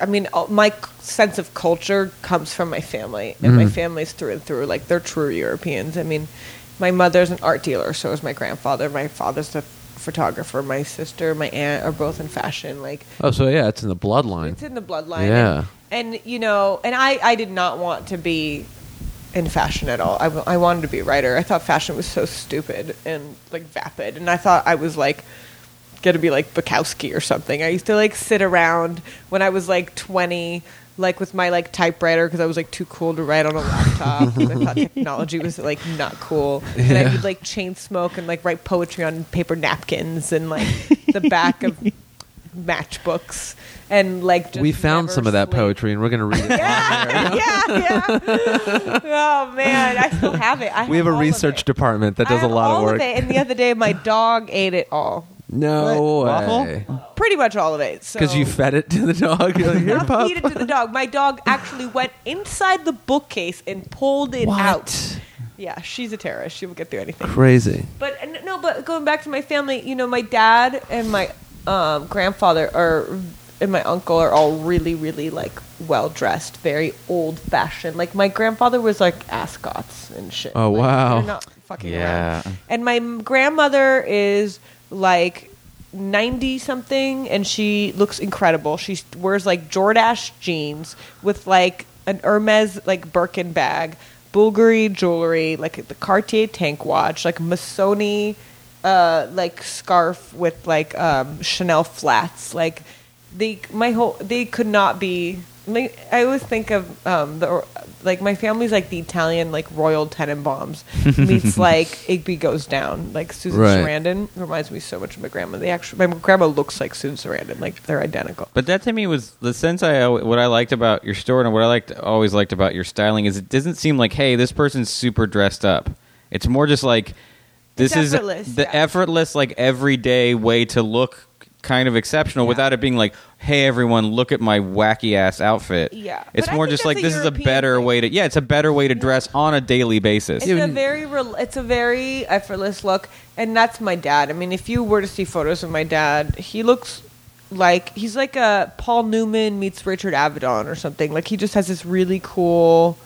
[SPEAKER 4] I mean, all- my c- sense of culture comes from my family, and my family's through and through. Like they're true Europeans. I mean, my mother's an art dealer, so is my grandfather. My father's a photographer. My sister, my aunt are both in fashion. Like
[SPEAKER 1] Oh, so yeah, it's in the bloodline.
[SPEAKER 4] it's in the bloodline.
[SPEAKER 1] Yeah.
[SPEAKER 4] And, and, you know, and I, I did not want to be in fashion at all. I, w- I wanted to be a writer. I thought fashion was so stupid and like vapid. And I thought I was like going to be like Bukowski or something. I used to like sit around when I was like 20 like with my like typewriter because I was like too cool to write on a laptop. and I thought technology was like not cool. And I would like chain smoke and like write poetry on paper napkins and like the back of matchbooks and like just
[SPEAKER 1] we found
[SPEAKER 4] never
[SPEAKER 1] some of that
[SPEAKER 4] sleep.
[SPEAKER 1] poetry and we're going to read it.
[SPEAKER 4] Yeah, yeah, yeah. Oh man, I still have it. I
[SPEAKER 1] We have a
[SPEAKER 4] all of
[SPEAKER 1] research
[SPEAKER 4] it.
[SPEAKER 1] department that
[SPEAKER 4] I
[SPEAKER 1] does a
[SPEAKER 4] have
[SPEAKER 1] lot
[SPEAKER 4] all
[SPEAKER 1] of work.
[SPEAKER 4] it, and the other day, my dog ate it all.
[SPEAKER 1] No
[SPEAKER 2] What?
[SPEAKER 1] way.
[SPEAKER 4] Pretty much all of it.
[SPEAKER 1] Because
[SPEAKER 4] so-
[SPEAKER 1] you fed it to the dog. You're like, "Here,
[SPEAKER 4] I'll
[SPEAKER 1] pup."
[SPEAKER 4] feed it to the dog. My dog actually went inside the bookcase and pulled it
[SPEAKER 1] What?
[SPEAKER 4] out. Yeah, she's a terrorist. She will get through anything.
[SPEAKER 1] Crazy.
[SPEAKER 4] But and no, but going back to my family, you know, my dad and my um, grandfather are and my uncle are all really, really like well dressed, very old fashioned. Like my grandfather was like ascots and shit.
[SPEAKER 1] Oh,
[SPEAKER 4] Like,
[SPEAKER 1] wow.
[SPEAKER 4] they're not fucking
[SPEAKER 2] Yeah.
[SPEAKER 4] around. And my m- grandmother is like. 90 something and she looks incredible. She wears like Jordache jeans with like an Hermes like Birkin bag, Bulgari jewelry, like the Cartier tank watch, like Missoni uh like scarf with like um Chanel flats. Like they my whole they could not be like, I always think of um the like my family's like the Italian like royal Tenenbaums meets like Igby goes down like Susan
[SPEAKER 1] Right.
[SPEAKER 4] Sarandon reminds me so much of my grandma. They actually my grandma looks like Susan Sarandon like they're identical.
[SPEAKER 2] But that to me was the sense I al- what I liked about your store and what I liked always liked about your styling is it doesn't seem like hey this person's super dressed up. It's more just like this
[SPEAKER 4] It's
[SPEAKER 2] is
[SPEAKER 4] effortless,
[SPEAKER 2] the
[SPEAKER 4] yeah.
[SPEAKER 2] effortless like everyday way to look kind of exceptional without it being like hey everyone look at my wacky ass outfit.
[SPEAKER 4] Yeah.
[SPEAKER 2] It's
[SPEAKER 4] But I
[SPEAKER 2] more
[SPEAKER 4] think
[SPEAKER 2] just
[SPEAKER 4] that's
[SPEAKER 2] like
[SPEAKER 4] a
[SPEAKER 2] this is a
[SPEAKER 4] European
[SPEAKER 2] better
[SPEAKER 4] thing.
[SPEAKER 2] way to yeah it's a better way to dress on a daily basis.
[SPEAKER 4] It's a very rel- it's a very effortless look, and that's my dad. I mean, if you were to see photos of my dad, he looks like he's like a Paul Newman meets Richard Avedon or something. Like he just has this really cool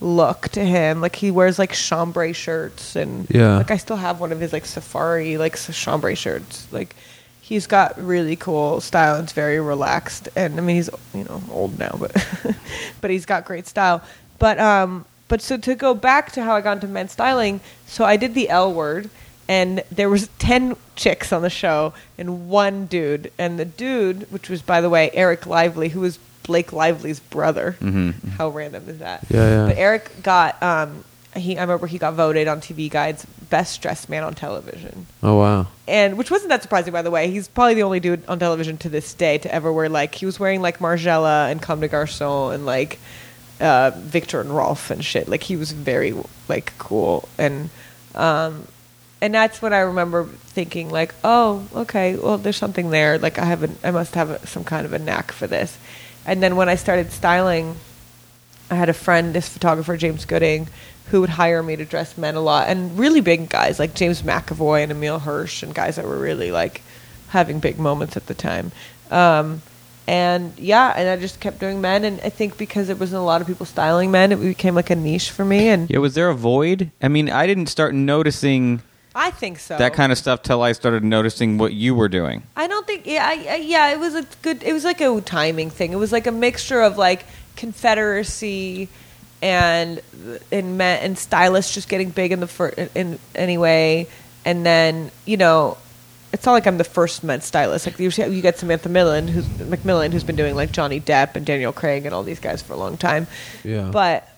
[SPEAKER 4] look to him. Like he wears like chambray shirts and
[SPEAKER 1] Yeah.
[SPEAKER 4] Like I still have one of his like safari like s- chambray shirts. Like he's got really cool style. It's very relaxed, and I mean he's you know old now, but but he's got great style. But um, but so to go back to how I got into men's styling, so I did the L word. And there was ten chicks on the show and one dude, and the dude, which was by the way Eric Lively, who was Blake Lively's brother. How random is that?
[SPEAKER 1] Yeah, yeah.
[SPEAKER 4] But Eric got um, he I remember he got voted on TV Guide's best dressed man on television,
[SPEAKER 1] Oh, wow.
[SPEAKER 4] and which wasn't that surprising by the way. He's probably the only dude on television to this day to ever wear like he was wearing like Margiela and Comme des Garçons and like uh, Victor and Rolf and shit. Like he was very like cool and um, and that's when I remember thinking like, oh, okay, well, there's something there. Like I have, a, I must have a, some kind of a knack for this. And then when I started styling, I had a friend, this photographer James Gooding, who would hire me to dress men a lot and really big guys like James McAvoy and Emil Hirsch and guys that were really like having big moments at the time. Um, and yeah, and I just kept doing men, and I think because it wasn't a lot of people styling men, it became like a niche for me. And
[SPEAKER 2] Yeah, was there a void? I mean, I didn't start noticing
[SPEAKER 4] I think so.
[SPEAKER 2] that kind of stuff till I started noticing what you were doing.
[SPEAKER 4] I don't think. Yeah, I, I, yeah. It was a good. It was like a timing thing. It was like a mixture of like Confederacy and and men, and stylists just getting big in the fir- in anyway, and then you know. It's not like I'm the first men's stylist. Like you, you get Samantha Millen, who's McMillan, who's been doing like Johnny Depp and Daniel Craig and all these guys for a long time.
[SPEAKER 1] Yeah.
[SPEAKER 4] But,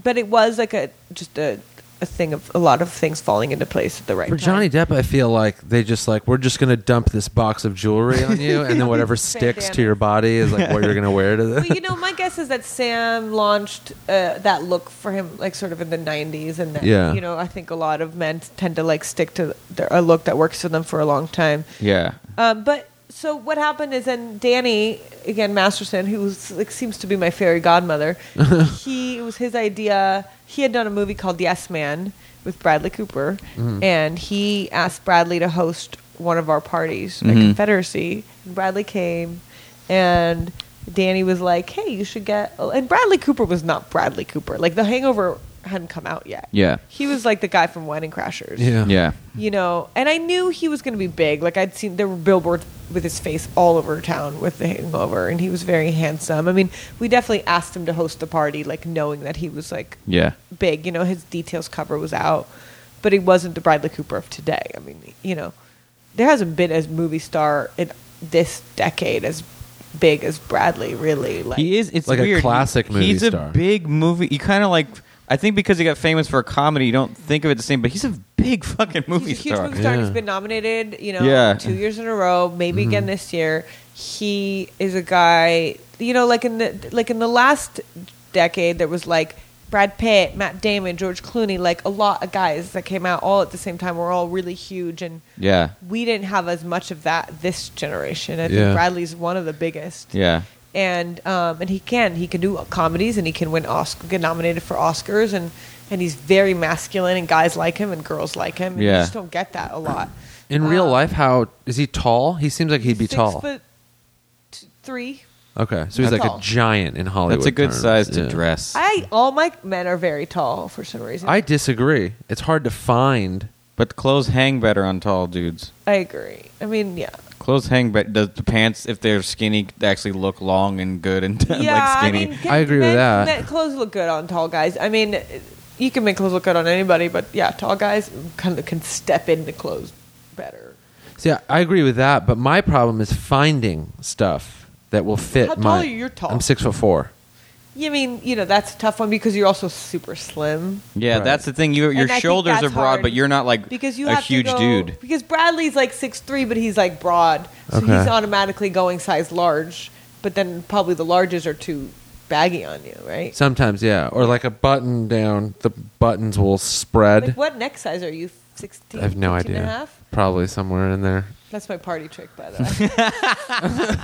[SPEAKER 4] but it was like a just a, a thing of a lot of things falling into place at the right
[SPEAKER 1] For
[SPEAKER 4] time.
[SPEAKER 1] Johnny Depp, I feel like they just like we're just gonna dump this box of jewelry on you, and then whatever sticks to
[SPEAKER 4] Bandana.
[SPEAKER 1] your body is like what you're gonna wear to
[SPEAKER 4] well,
[SPEAKER 1] the.
[SPEAKER 4] you know, my guess is that Sam launched uh, that look for him, like sort of in the '90s, and that,
[SPEAKER 1] Yeah.
[SPEAKER 4] you know, I think a lot of men tend to like stick to their, a look that works for them for a long time.
[SPEAKER 2] Yeah.
[SPEAKER 4] Um, but so what happened is then Danny again Masterson, who was, like seems to be my fairy godmother. he it was his idea. He had done a movie called Yes Man with Bradley Cooper, and he asked Bradley to host one of our parties, the Confederacy. And Bradley came, and Danny was like, "Hey, you should get." And Bradley Cooper was not Bradley Cooper. Like The Hangover hadn't come out yet.
[SPEAKER 2] Yeah.
[SPEAKER 4] he was like the guy from Wedding Crashers
[SPEAKER 1] Yeah.
[SPEAKER 2] Yeah.
[SPEAKER 4] you know, and I knew he was going to be big. Like I'd seen there were billboards with his face all over town with the hangover, and he was very handsome. I mean, we definitely asked him to host the party, like knowing that he was like
[SPEAKER 2] Yeah.
[SPEAKER 4] big. You know, his details cover was out, but he wasn't the Bradley Cooper of today. I mean, you know, there hasn't been as movie star in this decade as big as Bradley. Really, like
[SPEAKER 2] He is. It's
[SPEAKER 1] Like a
[SPEAKER 2] weird.
[SPEAKER 1] classic movie
[SPEAKER 2] He's
[SPEAKER 1] star.
[SPEAKER 2] a big movie. You kind of like. I think because he got famous for comedy, you don't think of it the same. But he's a big fucking movie
[SPEAKER 4] he's a huge
[SPEAKER 2] star.
[SPEAKER 4] movie star. and
[SPEAKER 1] Yeah. Mm-hmm.
[SPEAKER 4] He's been nominated, you know,
[SPEAKER 2] Yeah.
[SPEAKER 4] two years in a row, maybe again this year. He is a guy, you know, like in the like in the last decade, there was like Brad Pitt, Matt Damon, George Clooney, like a lot of guys that came out all at the same time. Were all really huge, and
[SPEAKER 2] Yeah.
[SPEAKER 4] we didn't have as much of that this generation. I
[SPEAKER 1] Yeah.
[SPEAKER 4] think Bradley's one of the biggest
[SPEAKER 2] Yeah.
[SPEAKER 4] and um, and he can he can do comedies and he can win Oscar get nominated for Oscars and and he's very masculine and guys like him and girls like him and you
[SPEAKER 2] Yeah.
[SPEAKER 4] just don't get that a lot.
[SPEAKER 1] In real life, how is he tall? He seems like he'd be
[SPEAKER 4] Um, Six
[SPEAKER 1] tall.
[SPEAKER 4] foot t- three.
[SPEAKER 1] okay, so he's like
[SPEAKER 4] tall.
[SPEAKER 1] a giant in Hollywood.
[SPEAKER 2] That's a good
[SPEAKER 1] terms.
[SPEAKER 2] size to
[SPEAKER 1] Yeah.
[SPEAKER 2] dress.
[SPEAKER 4] I all my men are very tall for some reason.
[SPEAKER 1] I disagree. It's hard to find.
[SPEAKER 2] but clothes hang better on tall dudes.
[SPEAKER 4] I agree. I mean, yeah,
[SPEAKER 2] Clothes hang better. The, the pants, if they're skinny, they actually look long and good and like skinny.
[SPEAKER 4] I mean,
[SPEAKER 1] I agree with
[SPEAKER 4] men-
[SPEAKER 1] that.
[SPEAKER 4] men- clothes look good on tall guys. I mean, you can make clothes look good on anybody, but yeah, tall guys kind of can step into clothes better.
[SPEAKER 1] See, I, I agree with that, but my problem is finding stuff that will fit
[SPEAKER 4] How tall
[SPEAKER 1] my.
[SPEAKER 4] are you? You're tall.
[SPEAKER 1] I'm six foot four.
[SPEAKER 4] You mean, you know, that's a tough one because you're also super slim.
[SPEAKER 2] yeah,
[SPEAKER 1] Right.
[SPEAKER 2] that's the thing. You, your
[SPEAKER 4] And I think
[SPEAKER 2] shoulders
[SPEAKER 4] that's
[SPEAKER 2] are broad,
[SPEAKER 4] hard
[SPEAKER 2] but you're not like
[SPEAKER 4] because you
[SPEAKER 2] a
[SPEAKER 4] have
[SPEAKER 2] huge
[SPEAKER 4] to go,
[SPEAKER 2] dude.
[SPEAKER 4] Because Bradley's like six three, but he's like broad, so
[SPEAKER 1] Okay.
[SPEAKER 4] he's automatically going size large. But then probably the larges are too baggy on you, right?
[SPEAKER 1] Sometimes, yeah, or like a button down. The buttons will spread.
[SPEAKER 4] Like what neck size are you? Sixteen.
[SPEAKER 1] I have no
[SPEAKER 4] 15
[SPEAKER 1] idea.
[SPEAKER 4] And a half?
[SPEAKER 1] Probably somewhere in there.
[SPEAKER 4] That's my party trick, by the way.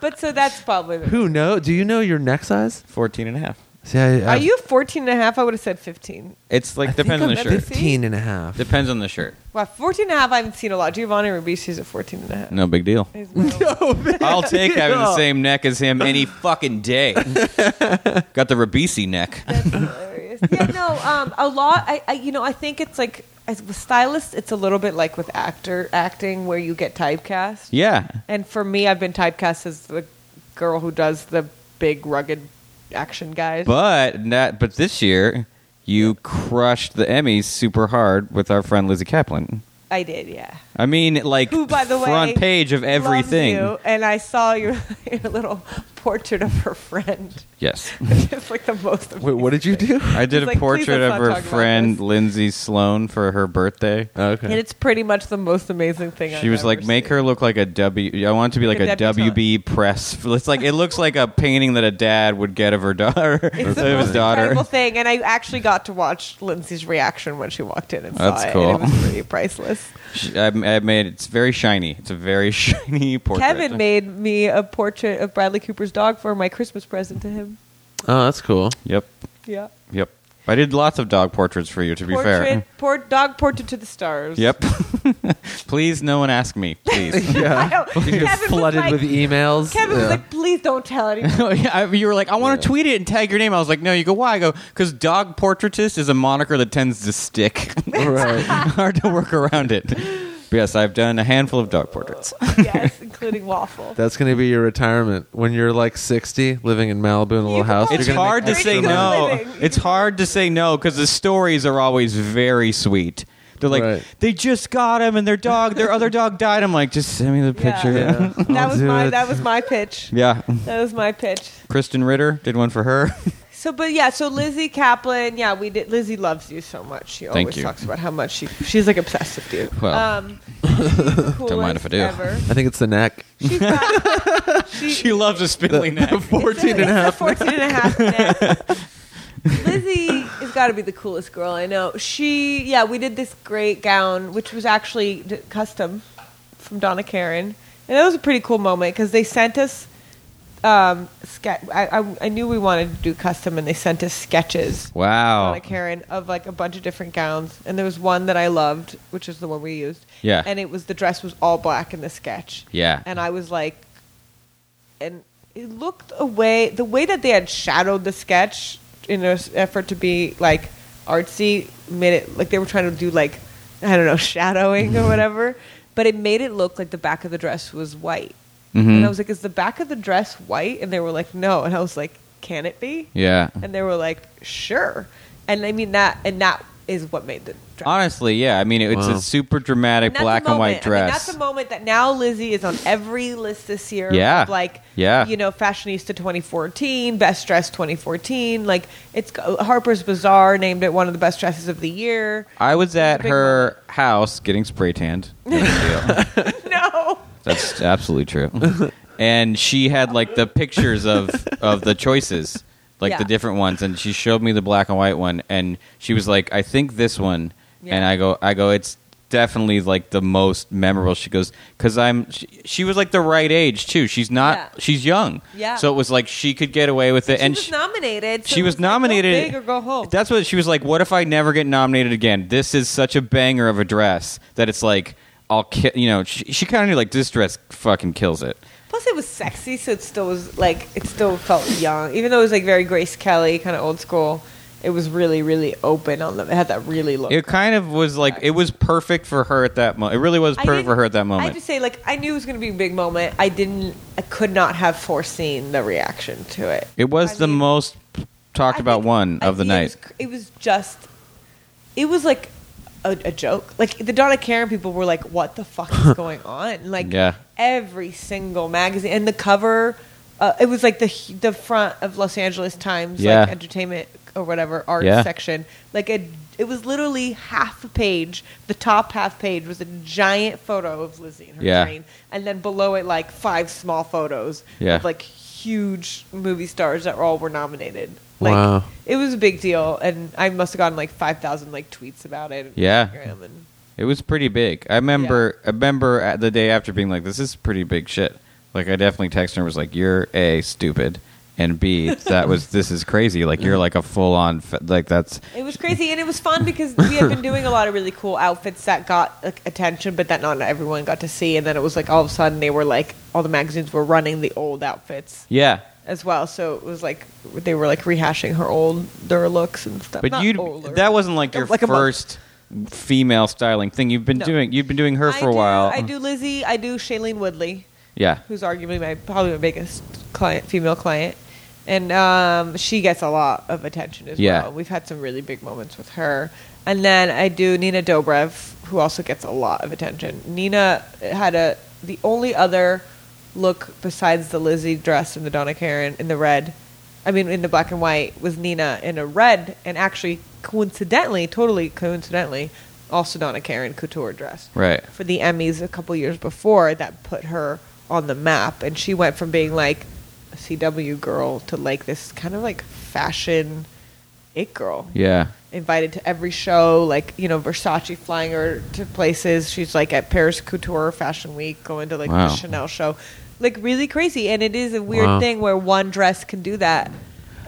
[SPEAKER 4] but so that's probably. The,
[SPEAKER 1] Who know? Do you know your neck size?
[SPEAKER 2] 14 and a half.
[SPEAKER 1] See, I,
[SPEAKER 4] are you 14 and a half? I would have said 15.
[SPEAKER 2] It's like depends on the
[SPEAKER 4] I'm
[SPEAKER 2] shirt.
[SPEAKER 4] fifty.
[SPEAKER 1] 15 and a half.
[SPEAKER 2] Depends on the shirt.
[SPEAKER 4] Wow, 14 and a half, I haven't seen a lot. Giovanni Ribisi's at 14 and a half.
[SPEAKER 2] No big deal.
[SPEAKER 4] He's my old-
[SPEAKER 1] Oh,
[SPEAKER 2] I'll take having the same neck as him any fucking day. Got the Rabisi neck.
[SPEAKER 4] That's hilarious. Yeah, no, um, a lot. I, I, you know, I think it's like as with stylists, it's a little bit like with actor acting, where you get typecast.
[SPEAKER 2] Yeah.
[SPEAKER 4] And for me, I've been typecast as the girl who does the big rugged action guys.
[SPEAKER 2] But not, but this year you crushed the Emmys super hard with our friend Lizzie Kaplan.
[SPEAKER 4] I did, yeah.
[SPEAKER 2] I mean, like
[SPEAKER 4] Who, by the way,
[SPEAKER 2] front page of
[SPEAKER 4] loves
[SPEAKER 2] everything.
[SPEAKER 4] you, and I saw your, your little portrait of her friend.
[SPEAKER 2] Yes.
[SPEAKER 4] It's like the most.
[SPEAKER 1] Wait, what did you
[SPEAKER 4] amazing
[SPEAKER 1] do?
[SPEAKER 4] thing.
[SPEAKER 2] I did
[SPEAKER 4] It's
[SPEAKER 2] a
[SPEAKER 4] like, please
[SPEAKER 2] portrait
[SPEAKER 4] let's
[SPEAKER 2] of
[SPEAKER 4] not
[SPEAKER 2] her
[SPEAKER 4] talk about
[SPEAKER 2] friend
[SPEAKER 4] this.
[SPEAKER 2] Lindsay Sloan for her birthday.
[SPEAKER 1] Okay.
[SPEAKER 4] And it's pretty much the most amazing thing.
[SPEAKER 2] She
[SPEAKER 4] Oh I've
[SPEAKER 2] was like,
[SPEAKER 4] ever
[SPEAKER 2] make
[SPEAKER 4] seen.
[SPEAKER 2] her look like a W. I want it to be like
[SPEAKER 4] Like a
[SPEAKER 2] a
[SPEAKER 4] debutante.
[SPEAKER 2] WB press. It's like it looks like a painting that a dad would get of her daughter,
[SPEAKER 4] It's
[SPEAKER 2] of
[SPEAKER 4] the
[SPEAKER 2] his
[SPEAKER 4] most
[SPEAKER 2] daughter.
[SPEAKER 4] incredible thing, and I actually got to watch Lindsay's reaction when she walked in and
[SPEAKER 2] That's
[SPEAKER 4] saw it.
[SPEAKER 2] cool.
[SPEAKER 4] and It was pretty priceless.
[SPEAKER 2] She- I, I made it's very shiny. It's a very shiny portrait.
[SPEAKER 4] Kevin made me a portrait of Bradley Cooper's dog for my Christmas present to him.
[SPEAKER 1] Oh, that's cool.
[SPEAKER 2] Yep.
[SPEAKER 4] Yeah.
[SPEAKER 2] Yep. I did lots of dog portraits for you. To be
[SPEAKER 4] portrait,
[SPEAKER 2] fair.
[SPEAKER 4] Port, dog portrait to the stars.
[SPEAKER 2] Yep. please, no one ask me. Please.
[SPEAKER 4] I
[SPEAKER 1] Yeah.
[SPEAKER 4] know. Kevin was
[SPEAKER 1] flooded
[SPEAKER 4] like-
[SPEAKER 1] with emails.
[SPEAKER 4] Kevin
[SPEAKER 1] Yeah.
[SPEAKER 4] was like, please don't tell anyone.
[SPEAKER 2] No, yeah, I- you were like, I want to tweet it and tag your name. I was like, no. You go, why? I go, because dog portraitist is a moniker that tends to stick.
[SPEAKER 1] right.
[SPEAKER 2] Hard to work around it. But yes, I've done a handful of dog portraits.
[SPEAKER 4] yes, including waffle.
[SPEAKER 1] That's going to be your retirement when you're like 60, living in Malibu in a little
[SPEAKER 4] can
[SPEAKER 1] house.
[SPEAKER 4] probably
[SPEAKER 2] It's
[SPEAKER 1] you're gonna
[SPEAKER 2] hard to
[SPEAKER 1] make
[SPEAKER 4] pretty
[SPEAKER 2] say
[SPEAKER 1] extra
[SPEAKER 4] good
[SPEAKER 1] money.
[SPEAKER 2] no.
[SPEAKER 4] living.
[SPEAKER 2] It's hard to say no because the stories are always very sweet. They're like,
[SPEAKER 1] Right.
[SPEAKER 2] they just got him and their dog, their other dog died. I'm like, just send me the
[SPEAKER 4] Yeah.
[SPEAKER 2] picture.
[SPEAKER 1] Yeah.
[SPEAKER 4] that
[SPEAKER 1] I'll
[SPEAKER 4] was
[SPEAKER 1] do
[SPEAKER 4] my
[SPEAKER 1] it.
[SPEAKER 4] that was my pitch.
[SPEAKER 2] Yeah.
[SPEAKER 4] That was my pitch.
[SPEAKER 2] Kristen Ritter did one for her.
[SPEAKER 4] So, but yeah, so Lizzie Kaplan, yeah, we did. Lizzie loves you so much. She
[SPEAKER 2] Thank
[SPEAKER 4] always
[SPEAKER 2] you.
[SPEAKER 4] talks about how much she she's like obsessed with you.
[SPEAKER 2] Well,
[SPEAKER 4] um, she's the
[SPEAKER 2] don't mind if I
[SPEAKER 4] coolest
[SPEAKER 2] do.
[SPEAKER 4] Ever.
[SPEAKER 1] I think it's the neck.
[SPEAKER 4] She's got, she,
[SPEAKER 2] she loves a spindly neck.
[SPEAKER 1] 14 and a half.
[SPEAKER 4] It's 14 and a half net. Lizzie has got to be the coolest girl I know. She, yeah, we did this great gown, which was actually d- custom from Donna Karen. And that was a pretty cool moment because they sent us, um, ske- I, I, I knew we wanted to do custom, and they sent us sketches.
[SPEAKER 2] Wow.
[SPEAKER 4] Donna Karen of like a bunch of different gowns, and there was one that I loved, which is the one we used.
[SPEAKER 2] Yeah.
[SPEAKER 4] and it was the dress was all black in the sketch.
[SPEAKER 2] Yeah.
[SPEAKER 4] and I was like, and it looked away the way that they had shadowed the sketch in an effort to be like artsy made it like they were trying to do like I don't know shadowing
[SPEAKER 2] Mm-hmm.
[SPEAKER 4] or whatever, but it made it look like the back of the dress was white.
[SPEAKER 2] Mm-hmm.
[SPEAKER 4] And I was like, is the back of the dress white? And they were like, no. And I was like, can it be?
[SPEAKER 2] Yeah.
[SPEAKER 4] and they were like, "Sure." And I mean that, and that is what made the dress.
[SPEAKER 2] Honestly, yeah. I mean, it- it's
[SPEAKER 1] Wow.
[SPEAKER 2] a super
[SPEAKER 4] And
[SPEAKER 2] dramatic
[SPEAKER 4] that's a
[SPEAKER 2] black and white
[SPEAKER 4] moment. I mean, that's
[SPEAKER 2] dress.
[SPEAKER 4] a moment that now Lizzie is on every list this year.
[SPEAKER 2] Yeah.
[SPEAKER 4] of like
[SPEAKER 2] Yeah.
[SPEAKER 4] you know, fashionista 2014, best dress 2014. Like it's Harper's Bazaar named it one of the best dresses of the year.
[SPEAKER 2] I was at
[SPEAKER 4] big
[SPEAKER 2] her house getting spray tanned.
[SPEAKER 4] no,
[SPEAKER 2] That's absolutely true. and she had like the pictures of of the choices, like
[SPEAKER 4] Yeah.
[SPEAKER 2] the different ones, and she showed me the black and white one, and she was like, "I think this one," and
[SPEAKER 4] Yeah.
[SPEAKER 2] I go, "I go, it's." Definitely like the most memorable. She goes because I'm. She, she was like the right age too. She's not.
[SPEAKER 4] Yeah.
[SPEAKER 2] She's young.
[SPEAKER 4] Yeah.
[SPEAKER 2] So it was like she could get away with it.
[SPEAKER 4] she
[SPEAKER 2] and
[SPEAKER 4] was
[SPEAKER 2] she,
[SPEAKER 4] nominated. so
[SPEAKER 2] she
[SPEAKER 4] it
[SPEAKER 2] was
[SPEAKER 4] like, go
[SPEAKER 2] nominated.
[SPEAKER 4] big or go home.
[SPEAKER 2] That's what she was like. What if I never get nominated again? This is such a banger of a dress that it's like I'll kill. You know, she, she kind of knew like this dress fucking kills it.
[SPEAKER 4] Plus, it was sexy, so it still was like it still felt young, even though it was like very Grace Kelly kind of old school. It was really, really open on them. It had that really look.
[SPEAKER 2] It kind of was like it was perfect for her at that moment. It really was
[SPEAKER 4] I
[SPEAKER 2] perfect for
[SPEAKER 4] didn't-
[SPEAKER 2] her at that
[SPEAKER 4] I
[SPEAKER 2] moment.
[SPEAKER 4] just say like I knew it was going to be a big moment. I didn't. I could not have foreseen the reaction to it.
[SPEAKER 2] it was
[SPEAKER 4] I
[SPEAKER 2] the
[SPEAKER 4] mean,
[SPEAKER 2] most talked
[SPEAKER 4] I
[SPEAKER 2] about
[SPEAKER 4] think-
[SPEAKER 2] one
[SPEAKER 4] I
[SPEAKER 2] of the
[SPEAKER 4] think it
[SPEAKER 2] night.
[SPEAKER 4] was cr- It was, just. It was like a, a joke. Like the Donna Karen people were like, "What the fuck is going on?" Like
[SPEAKER 2] Yeah.
[SPEAKER 4] every single magazine and the cover. Uh, it was like the hu- the front of Los Angeles Times,
[SPEAKER 2] Yeah.
[SPEAKER 4] like entertainment or whatever art
[SPEAKER 2] Yeah.
[SPEAKER 4] section. Like a, it was literally half a page. The top half page was a giant photo of Lizzie and her
[SPEAKER 2] Yeah.
[SPEAKER 4] train, and then below it, like five small photos
[SPEAKER 2] Yeah.
[SPEAKER 4] of like huge movie stars that all were nominated. Like
[SPEAKER 1] Wow.
[SPEAKER 4] it was a big deal, and I must have gotten like five thousand like tweets about it. And
[SPEAKER 2] Yeah.
[SPEAKER 4] Instagram and
[SPEAKER 2] It was pretty big. I remember. I remember at the day after being like, "This is pretty big shit." Like I definitely texted her and was like, "You're a stupid." And B, that was this is crazy. Like
[SPEAKER 4] Mm-hmm.
[SPEAKER 2] you're like a full on like that's
[SPEAKER 4] it was crazy, and it was fun because we had been doing a lot of really cool outfits that got like, attention, but that not everyone got to see. And then it was like all of a sudden they were like all the magazines were running the old outfits
[SPEAKER 2] yeah.
[SPEAKER 4] as well, so it was like they were like rehashing her old their looks and stuff.
[SPEAKER 2] But
[SPEAKER 4] Uh, Not
[SPEAKER 2] you
[SPEAKER 4] older.
[SPEAKER 2] that wasn't like your
[SPEAKER 4] Like a month.
[SPEAKER 2] first female styling thing. You've been
[SPEAKER 4] No.
[SPEAKER 2] doing you've been doing her
[SPEAKER 4] I
[SPEAKER 2] for a
[SPEAKER 4] do-
[SPEAKER 2] while.
[SPEAKER 4] I do Lizzie. I do Shailene Woodley.
[SPEAKER 2] Yeah.
[SPEAKER 4] who's arguably my probably my biggest client, female client, and um, she gets a lot of attention as
[SPEAKER 2] Yeah.
[SPEAKER 4] well. We've had some really big moments with her, and then I do Nina Dobrev, who also gets a lot of attention. Nina had a the only other look besides the Lizzie dress and the Donna Karen in the red. I mean, in the black and white was Nina in a red, and actually, coincidentally, totally coincidentally, also Donna Karen couture dress
[SPEAKER 2] Right.
[SPEAKER 4] for the Emmys a couple years before that put her on the map, and she went from being like a CW girl to like this kind of like fashion it girl.
[SPEAKER 2] Yeah.
[SPEAKER 4] Invited to every show, like you know Versace flying her to places. She's like at Paris Couture Fashion Week, going to like
[SPEAKER 2] Wow.
[SPEAKER 4] the Chanel show. like really crazy. And it is a weird
[SPEAKER 1] Wow.
[SPEAKER 4] thing where one dress can do that.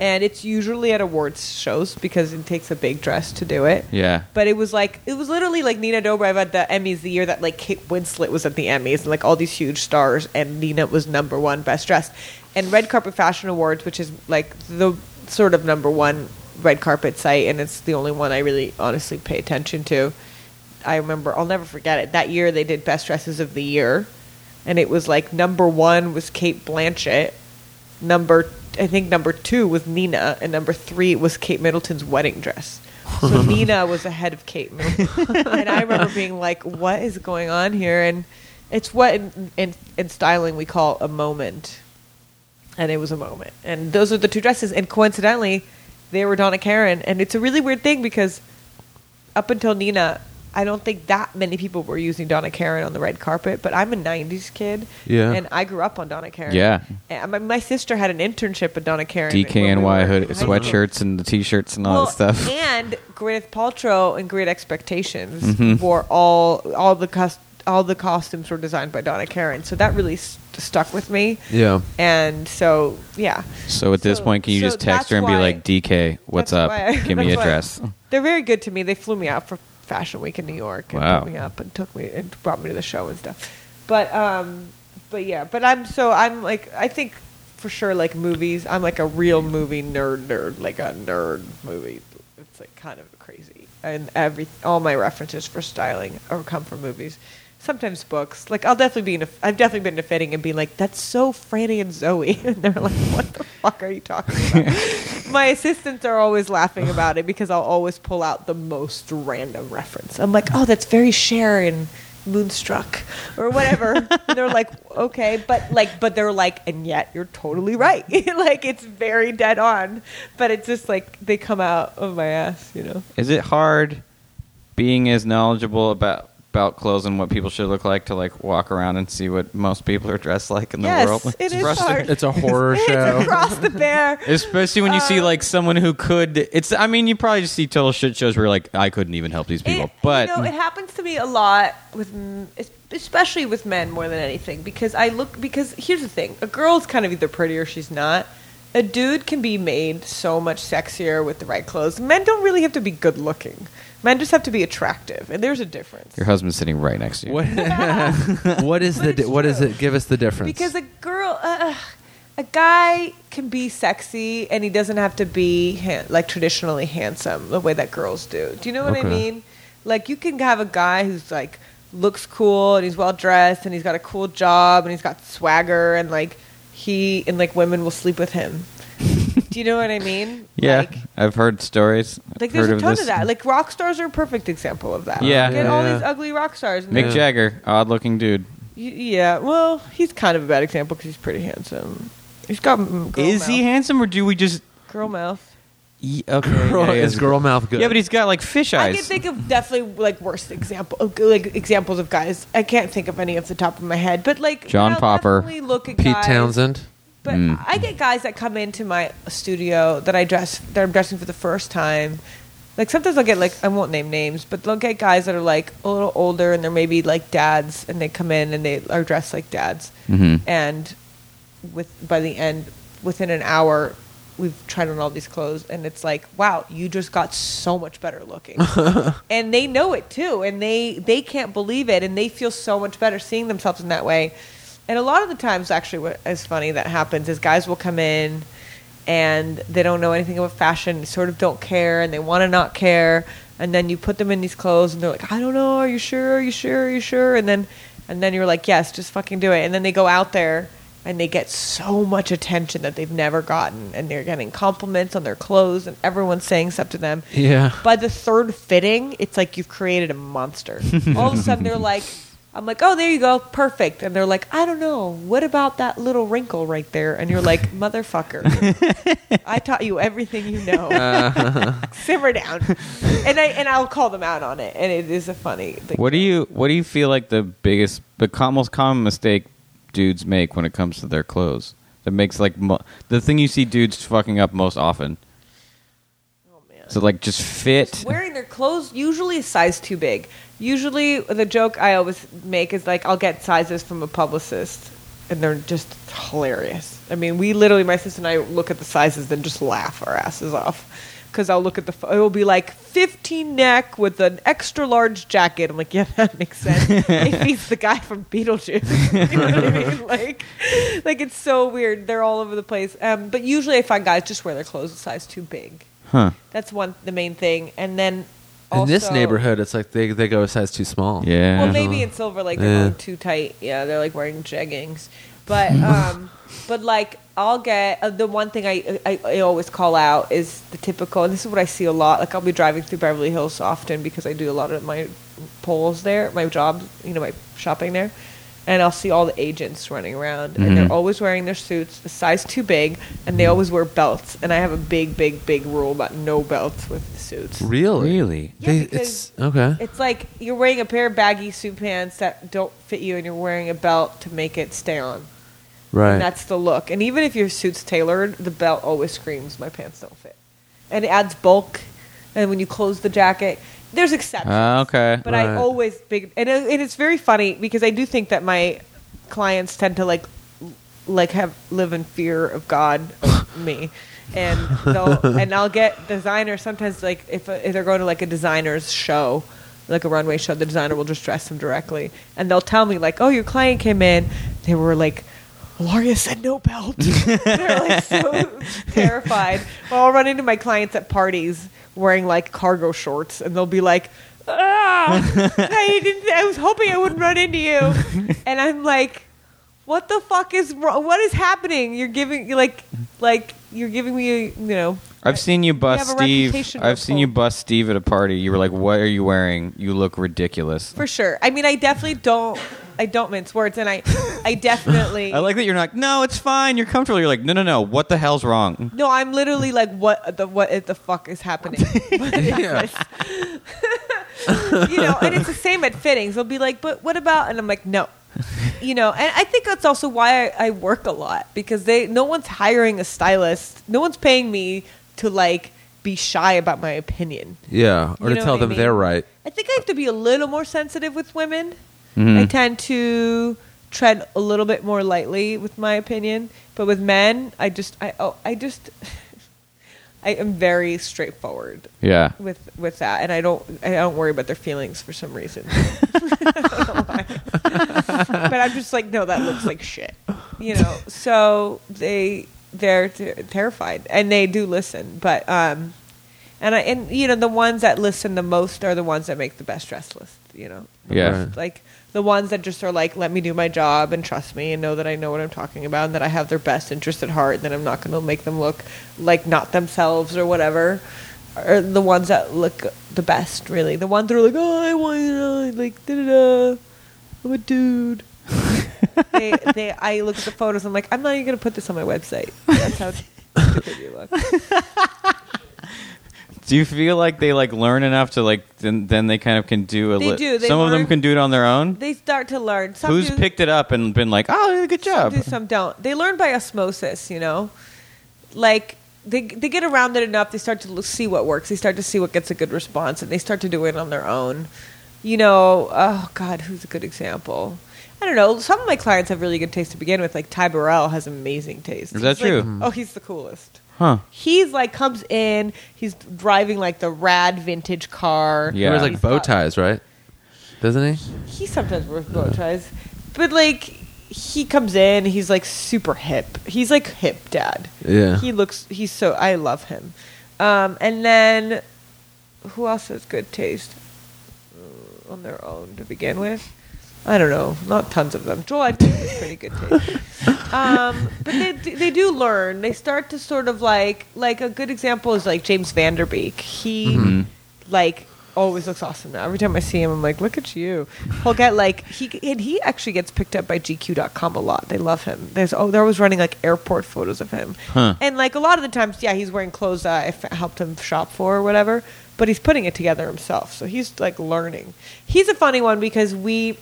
[SPEAKER 4] And it's usually at awards shows because it takes a big dress to do it.
[SPEAKER 2] Yeah.
[SPEAKER 4] But it was like it was literally like Nina Dobrev at the Emmys the year that like Kate Winslet was at the Emmys and like all these huge stars and Nina was number one best dressed. And Red Carpet Fashion Awards, which is like the sort of number one red carpet site and it's the only one I really honestly pay attention to. I remember I'll never forget it. That year they did best dresses of the year and it was like number one was Kate Blanchett, number I think number two was Nina, and number three was Kate Middleton's wedding dress. So Nina was ahead of Kate Middleton, and I remember being like, "What is going on here?" And it's what in, in, in styling we call a moment, and it was a moment. And those are the two dresses, and coincidentally, they were Donna Karen, and it's a really weird thing because up until Nina, I don't think that many people were using Donna Karen on the red carpet, but I'm a 90s kid.
[SPEAKER 1] Yeah.
[SPEAKER 4] And I grew up on Donna Karen.
[SPEAKER 2] Yeah.
[SPEAKER 4] And my, my sister had an internship at Donna Karen. when we were
[SPEAKER 2] DKNY
[SPEAKER 4] in
[SPEAKER 2] hood
[SPEAKER 4] high school.
[SPEAKER 2] sweatshirts and the t-shirts and all that
[SPEAKER 4] Well,
[SPEAKER 2] stuff.
[SPEAKER 4] And Gwyneth Paltrow and Great Expectations
[SPEAKER 2] Mm-hmm.
[SPEAKER 4] wore all all the cos- all the costumes were designed by Donna Karen, so that really st- stuck with me.
[SPEAKER 1] Yeah.
[SPEAKER 4] And so, yeah.
[SPEAKER 2] So at this
[SPEAKER 4] So-
[SPEAKER 2] point, can you
[SPEAKER 4] so
[SPEAKER 2] just text her and
[SPEAKER 4] that's
[SPEAKER 2] be
[SPEAKER 4] why-
[SPEAKER 2] like, "DK, what's up?
[SPEAKER 4] That's why-
[SPEAKER 2] Give me
[SPEAKER 4] that's
[SPEAKER 2] a
[SPEAKER 4] why-
[SPEAKER 2] dress."
[SPEAKER 4] They're very good to me. They flew me out for Fashion Week in New York and
[SPEAKER 2] Wow.
[SPEAKER 4] picked me up and took me and brought me to the show and stuff. But um, but yeah, but I'm so I'm like I think for sure like movies. I'm like a real movie nerd nerd, like a nerd movie. It's like kind of crazy, and every all my references for styling or come from movies. Sometimes books. Like I'll definitely be in a. I've definitely been in a fitting and being like, "That's so Franny and Zoe," and they're like, "What the fuck are you talking about?" my assistants are always laughing about it because I'll always pull out the most random reference. I'm like, "Oh, that's very Cher in Moonstruck or whatever." and they're like, "Okay," but like, but they're like, "And yet you're totally right." like it's very dead on, but it's just like they come out of my ass, you know.
[SPEAKER 2] Is it hard being as knowledgeable about about clothes and what people should look like to like walk around and see what most people are dressed like in the
[SPEAKER 4] Yes,
[SPEAKER 2] world?
[SPEAKER 4] it is
[SPEAKER 2] frustrating.
[SPEAKER 4] hard.
[SPEAKER 1] It's a horror
[SPEAKER 4] It's
[SPEAKER 1] show.
[SPEAKER 4] across the bear.
[SPEAKER 2] Especially when you
[SPEAKER 4] Uh,
[SPEAKER 2] see like someone who could. It's. I mean, you probably just see total shit shows where you're like, I couldn't even help these people.
[SPEAKER 4] It-
[SPEAKER 2] but
[SPEAKER 4] you know, it happens to me a lot with, m- es- especially with men more than anything, because I look because here's the thing: a girl's kind of either pretty or she's not. A dude can be made so much sexier with the right clothes. Men don't really have to be good looking. Men just have to be attractive, and there's a difference.
[SPEAKER 2] your husband's sitting right next to you.
[SPEAKER 1] What, what is the
[SPEAKER 4] But
[SPEAKER 1] di-
[SPEAKER 4] it's
[SPEAKER 1] what is
[SPEAKER 4] true.
[SPEAKER 1] it? Give us the difference.
[SPEAKER 4] Because a girl, uh, a guy can be sexy and he doesn't have to be ha- like traditionally handsome the way that girls do. Do you know what
[SPEAKER 1] Okay.
[SPEAKER 4] I mean? Like you can have a guy who's like looks cool and he's well dressed and he's got a cool job and he's got swagger and like he and like women will sleep with him. do you know what I mean?
[SPEAKER 2] Yeah,
[SPEAKER 4] Like,
[SPEAKER 2] I've heard stories. I've
[SPEAKER 4] like
[SPEAKER 2] heard
[SPEAKER 4] there's a
[SPEAKER 2] of
[SPEAKER 4] ton
[SPEAKER 2] this.
[SPEAKER 4] of that. Like rock stars are a perfect example of that.
[SPEAKER 2] Yeah.
[SPEAKER 4] Get all
[SPEAKER 1] Yeah.
[SPEAKER 4] these ugly rock stars. and
[SPEAKER 2] Mick
[SPEAKER 1] Yeah.
[SPEAKER 2] Jagger, odd looking dude.
[SPEAKER 4] Y- Yeah, well, he's kind of a bad example because he's pretty handsome. He's got mm, girl
[SPEAKER 2] is
[SPEAKER 4] mouth.
[SPEAKER 2] he handsome or do we just?
[SPEAKER 4] girl mouth?
[SPEAKER 2] Ye- okay,
[SPEAKER 1] girl,
[SPEAKER 2] yeah, yeah,
[SPEAKER 1] is girl mouth good?
[SPEAKER 2] Yeah, but he's got like fish
[SPEAKER 4] I
[SPEAKER 2] eyes.
[SPEAKER 4] can think of definitely like worst example, of, like examples of guys. I can't think of any off the top of my head, but like
[SPEAKER 2] John
[SPEAKER 4] I'll
[SPEAKER 2] Popper,
[SPEAKER 4] definitely look at
[SPEAKER 1] Pete
[SPEAKER 4] guys,
[SPEAKER 1] Townsend.
[SPEAKER 4] But
[SPEAKER 2] Mm.
[SPEAKER 4] I get guys that come into my studio that I dress that I'm dressing for the first time. Like sometimes I'll get like I won't name names, but they'll get guys that are like a little older and they're maybe like dads, and they come in and they are dressed like dads.
[SPEAKER 2] Mhm.
[SPEAKER 4] And with by the end, within an hour, we've tried on all these clothes, and it's like, wow, you just got so much better looking. and they know it too, and they they can't believe it, and they feel so much better seeing themselves in that way. And a lot of the times, actually, what is funny that happens is guys will come in and they don't know anything about fashion, sort of don't care, and they want to not care. And then you put them in these clothes, and they're like, I don't know, are you sure? Are you sure? Are you sure? And then, and then you're like, yes, just fucking do it. And then they go out there and they get so much attention that they've never gotten, and they're getting compliments on their clothes, and everyone's saying stuff to them.
[SPEAKER 1] Yeah.
[SPEAKER 4] By the third fitting, it's like you've created a monster. All of a sudden, they're like, I'm like, oh, there you go, perfect. And they're like, I don't know, what about that little wrinkle right there? And you're like, motherfucker, I taught you everything you know. Simmer down. And I and I'll call them out on it, and it is a funny. Thing.
[SPEAKER 2] what do you What do you feel like the biggest, the com- most common mistake dudes make when it comes to their clothes? That makes like mo- the thing you see dudes fucking up most often.
[SPEAKER 4] Oh, man.
[SPEAKER 2] So like just fit.
[SPEAKER 4] wearing their clothes usually a size too big. Usually, the joke I always make is like, I'll get sizes from a publicist and they're just hilarious. I mean, we literally, my sister and I look at the sizes and just laugh our asses off. Because I'll look at the, pho- it will be like 15 neck with an extra large jacket. I'm like, yeah, that makes sense. if he's the guy from Beetlejuice, you know what I mean? Like, like it's so weird. They're all over the place. Um, but usually, I find guys just wear their clothes a size too big.
[SPEAKER 2] Huh.
[SPEAKER 4] That's one, the main thing. And then,
[SPEAKER 1] In this
[SPEAKER 4] also-
[SPEAKER 1] neighborhood, it's like they, they go a size too small.
[SPEAKER 2] Yeah.
[SPEAKER 4] well, maybe in Silver Lake they're
[SPEAKER 1] Yeah.
[SPEAKER 4] going too tight. Yeah, they're like wearing jeggings. But um, but like I'll get uh, the one thing I, I I always call out is the typical, and this is what I see a lot. Like I'll be driving through Beverly Hills often because I do a lot of my polls there, my job, you know, my shopping there. And I'll see all the agents running around, and
[SPEAKER 1] Mm-hmm.
[SPEAKER 4] they're always wearing their suits a size too big, and they always wear belts. And I have a big, big, big rule about no belts with suits.
[SPEAKER 1] Really?
[SPEAKER 2] Really?
[SPEAKER 4] Yeah,
[SPEAKER 1] They,
[SPEAKER 4] because-
[SPEAKER 1] it's okay.
[SPEAKER 4] It's like you're wearing a pair of baggy suit pants that don't fit you, and you're wearing a belt to make it stay on.
[SPEAKER 1] right.
[SPEAKER 4] And that's the look. And even if your suit's tailored, the belt always screams, "My pants don't fit," and it adds bulk. And when you close the jacket, there's exceptions.
[SPEAKER 2] Ah, okay.
[SPEAKER 4] But I
[SPEAKER 1] Right.
[SPEAKER 4] always big, and, it- and it's very funny because I do think that my clients tend to like, l- like have live in fear of God, of me, and they'll and I'll get designers sometimes like if, if they're going to like a designer's show, like a runway show, the designer will just dress them directly, and they'll tell me like, oh, your client came in, they were like. Laria said no belt. They're like so terrified. Well, I'll run into my clients at parties wearing like cargo shorts, and they'll be like, "Ah, I didn't. I was hoping I wouldn't run into you," and I'm like, "What the fuck is wrong? What is happening? You're giving you like, like you're giving me, you know."
[SPEAKER 2] I've seen you bust
[SPEAKER 4] have a
[SPEAKER 2] Steve.
[SPEAKER 4] reputation
[SPEAKER 2] I've
[SPEAKER 4] for
[SPEAKER 2] seen you
[SPEAKER 4] cold.
[SPEAKER 2] bust Steve at a party. You were like, "What are you wearing? You look ridiculous."
[SPEAKER 4] For sure. I mean, I definitely don't. I don't mince words, and I, I definitely.
[SPEAKER 2] I like that you're not. No, it's fine. You're comfortable. You're like, no, no, no. What the hell's wrong?
[SPEAKER 4] No, I'm literally like, what the what the fuck is happening?
[SPEAKER 1] yeah.
[SPEAKER 4] you know, and it's the same at fittings. They'll be like, but what about? And I'm like, no. You know, and I think that's also why I, I work a lot because they no one's hiring a stylist. No one's paying me to like be shy about my opinion.
[SPEAKER 1] Yeah. Or
[SPEAKER 4] You
[SPEAKER 1] to
[SPEAKER 4] know
[SPEAKER 1] tell
[SPEAKER 4] what I
[SPEAKER 1] them
[SPEAKER 4] mean?
[SPEAKER 1] they're right.
[SPEAKER 4] I think I have to be a little more sensitive with women. I tend to tread a little bit more lightly with my opinion, but with men, I just I oh, I just I am very straightforward
[SPEAKER 2] Yeah.
[SPEAKER 4] with with that, and I don't I don't worry about their feelings for some reason. but I'm just like, no, that looks like shit, you know. So they they're t- terrified, and they do listen, but um, and I and you know the ones that listen the most are the ones that make the best dress list, you know.
[SPEAKER 2] Yeah.
[SPEAKER 1] Right.
[SPEAKER 4] Like the ones that just are like, let me do my job and trust me and know that I know what I'm talking about and that I have their best interest at heart and that I'm not going to make them look like not themselves or whatever. Are the ones that look the best, really. The ones that are like, oh, I want, you know, like, da da da, I'm a dude. they, they, I look at the photos. I'm like, I'm not even going to put this on my website. That's how stupid you look.
[SPEAKER 2] Do you feel like they like learn enough to like then then they kind of can do a
[SPEAKER 4] They
[SPEAKER 2] li-
[SPEAKER 4] do. They
[SPEAKER 2] some of them
[SPEAKER 4] learn-
[SPEAKER 2] can do it on their own.
[SPEAKER 4] They start to learn. Some
[SPEAKER 2] Who's
[SPEAKER 4] do-
[SPEAKER 2] picked it up and been like, "Oh, good job."
[SPEAKER 4] Some do, some don't. They learn by osmosis, you know. Like they they get around it enough, they start to l- see what works. They start to see what gets a good response, and they start to do it on their own. You know, oh God, who's a good example? I don't know. Some of my clients have really good taste to begin with. Like Ty Burrell has amazing taste.
[SPEAKER 2] Is that
[SPEAKER 4] He's like-
[SPEAKER 2] true?
[SPEAKER 4] oh, he's the coolest.
[SPEAKER 2] Huh.
[SPEAKER 4] He's like comes in. He's driving like the rad vintage car.
[SPEAKER 1] He
[SPEAKER 2] Yeah.
[SPEAKER 1] wears
[SPEAKER 4] He's
[SPEAKER 1] like bow
[SPEAKER 4] got-
[SPEAKER 1] ties, right? Doesn't he?
[SPEAKER 4] he sometimes wears bow ties, but like he comes in, he's like super hip. He's like hip dad.
[SPEAKER 1] Yeah.
[SPEAKER 4] He looks. He's so. I love him. Um, and then who else has good taste uh, on their own to begin with? I don't know. Not tons of them. Joel, I think, has pretty good taste. Um, but they d- they do learn. They start to sort of like like a good example is like James Vanderbeek. He like always looks awesome now. Every time I see him, I'm like, look at you. He'll get like he and he actually gets picked up by GQ.com a lot. They love him. There's oh they're always running like airport photos of him.
[SPEAKER 2] Huh.
[SPEAKER 4] And like a lot of the times, yeah, he's wearing clothes that I f- helped him shop for or whatever. But he's putting it together himself, so he's like learning. He's a funny one because we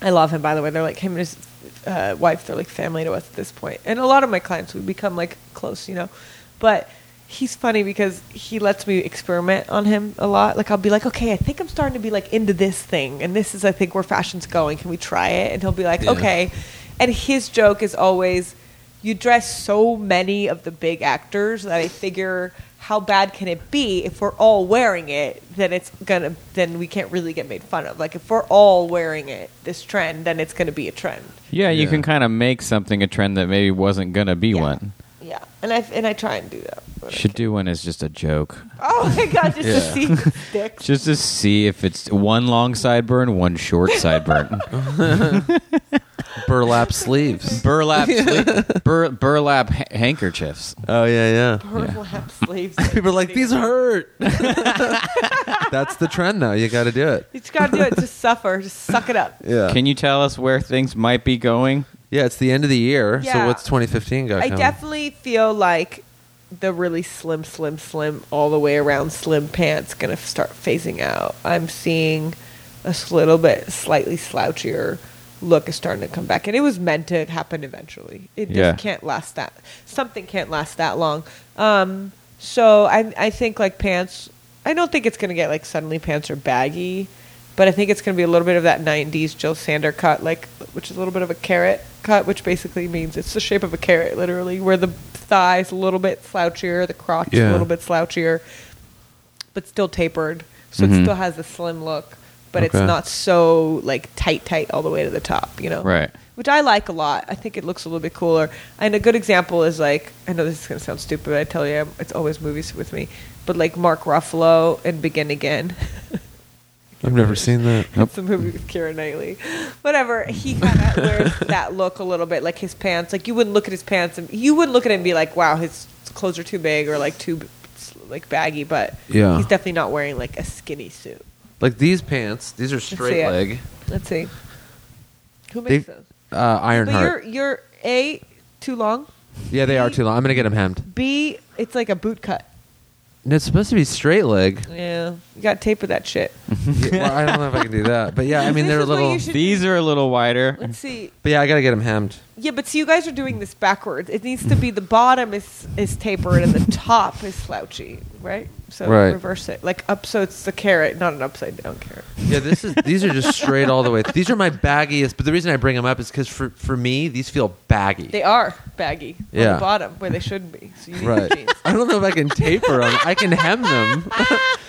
[SPEAKER 4] I love him, by the way. They're like him and his uh, wife. They're like family to us at this point. And a lot of my clients, we become like close, you know. But he's funny because he lets me experiment on him a lot. Like I'll be like, okay, I think I'm starting to be like into this thing, and this is, I think, where fashion's going. Can we try it? And he'll be like,
[SPEAKER 1] Yeah.
[SPEAKER 4] okay. And his joke is always, you dress so many of the big actors that I figure, how bad can it be if we're all wearing it? Then it's gonna, then we can't really get made fun of. Like if we're all wearing it, this trend, then it's gonna be a trend.
[SPEAKER 2] Yeah, you
[SPEAKER 1] Yeah.
[SPEAKER 2] can kind of make something a trend that maybe wasn't gonna be
[SPEAKER 4] Yeah.
[SPEAKER 2] one.
[SPEAKER 4] Yeah, and I and I try and do that. but I
[SPEAKER 2] Should
[SPEAKER 4] can't.
[SPEAKER 2] do one as just a joke,
[SPEAKER 4] Oh my god, just
[SPEAKER 2] Yeah.
[SPEAKER 4] to see if it sticks.
[SPEAKER 2] just to see if it's one long sideburn, one short sideburn,
[SPEAKER 1] burlap sleeves.
[SPEAKER 2] burlap, sli- bur- burlap ha- handkerchiefs.
[SPEAKER 1] Oh yeah, yeah.
[SPEAKER 4] Purple lap sleeves.
[SPEAKER 1] People are like, these hurt. That's the trend now. You got to do it.
[SPEAKER 4] You just gotta do it. Just suffer. Just suck it up.
[SPEAKER 1] Yeah,
[SPEAKER 2] Can you tell us where things might be going?
[SPEAKER 1] yeah. It's the end of the year, so
[SPEAKER 4] Yeah.
[SPEAKER 1] what's 2015 got
[SPEAKER 4] I
[SPEAKER 1] coming?
[SPEAKER 4] definitely feel like the really slim, slim, slim, all the way around slim pants gonna f- start phasing out. I'm seeing a s- little bit slightly slouchier look is starting to come back, and it was meant to happen eventually. It
[SPEAKER 2] Yeah.
[SPEAKER 4] just can't last that. Something can't last that long. Um, so I, I think like pants. I don't think it's gonna get like suddenly pants are baggy. But I think it's going to be a little bit of that '90s Jill Sander cut, like which is a little bit of a carrot cut, which basically means it's the shape of a carrot, literally, where the thighs a little bit slouchier, the crotch
[SPEAKER 1] Yeah.
[SPEAKER 4] a little bit slouchier, but still tapered, so it still has the slim look, but it's
[SPEAKER 1] Mm-hmm. Okay.
[SPEAKER 4] not so like tight, tight all the way to the top, you know?
[SPEAKER 2] Right.
[SPEAKER 4] Which I like a lot. I think it looks a little bit cooler. And a good example is like I know this is going to sound stupid. I tell you, it's always movies with me, but like Mark Ruffalo and Begin Again.
[SPEAKER 1] I've never seen that.
[SPEAKER 4] It's a movie with Kira Knightley. Whatever. He kind of wears that look a little bit, like his pants. Like you wouldn't look at his pants, and you wouldn't look at him and be like, "Wow, his clothes are too big" or like too like baggy. But
[SPEAKER 1] Yeah.
[SPEAKER 4] he's definitely not wearing like a skinny suit.
[SPEAKER 1] Like these pants. These are
[SPEAKER 4] see
[SPEAKER 1] straight
[SPEAKER 4] it.
[SPEAKER 1] leg.
[SPEAKER 4] Let's see. Who
[SPEAKER 1] They,
[SPEAKER 4] makes those?
[SPEAKER 1] uh, Ironheart.
[SPEAKER 4] But you're you're a too long.
[SPEAKER 1] Yeah, they are too long. I'm gonna get them hemmed.
[SPEAKER 4] B it's like a boot cut.
[SPEAKER 1] No, it's supposed to be straight leg.
[SPEAKER 4] Yeah, you got to taper that shit.
[SPEAKER 1] Yeah, well, I don't know if I can do that, but yeah, I mean
[SPEAKER 4] This
[SPEAKER 1] they're a
[SPEAKER 4] is what
[SPEAKER 1] little.
[SPEAKER 4] you should-
[SPEAKER 2] These are a little wider.
[SPEAKER 4] Let's see.
[SPEAKER 1] But yeah, I gotta get them hemmed.
[SPEAKER 4] Yeah, but see, you guys are doing this backwards. It needs to be the bottom is is tapered and the top is slouchy, right? So
[SPEAKER 1] Right.
[SPEAKER 4] reverse it, like up. So it's the carrot, not an upside down carrot.
[SPEAKER 1] Yeah, this is these are just straight all the way. These are my baggiest. But the reason I bring them up is because for for me these feel baggy.
[SPEAKER 4] They are baggy on
[SPEAKER 1] Yeah.
[SPEAKER 4] the bottom where they should be. So you need
[SPEAKER 1] right.
[SPEAKER 4] jeans.
[SPEAKER 1] I don't know if I can taper them. I can hem them.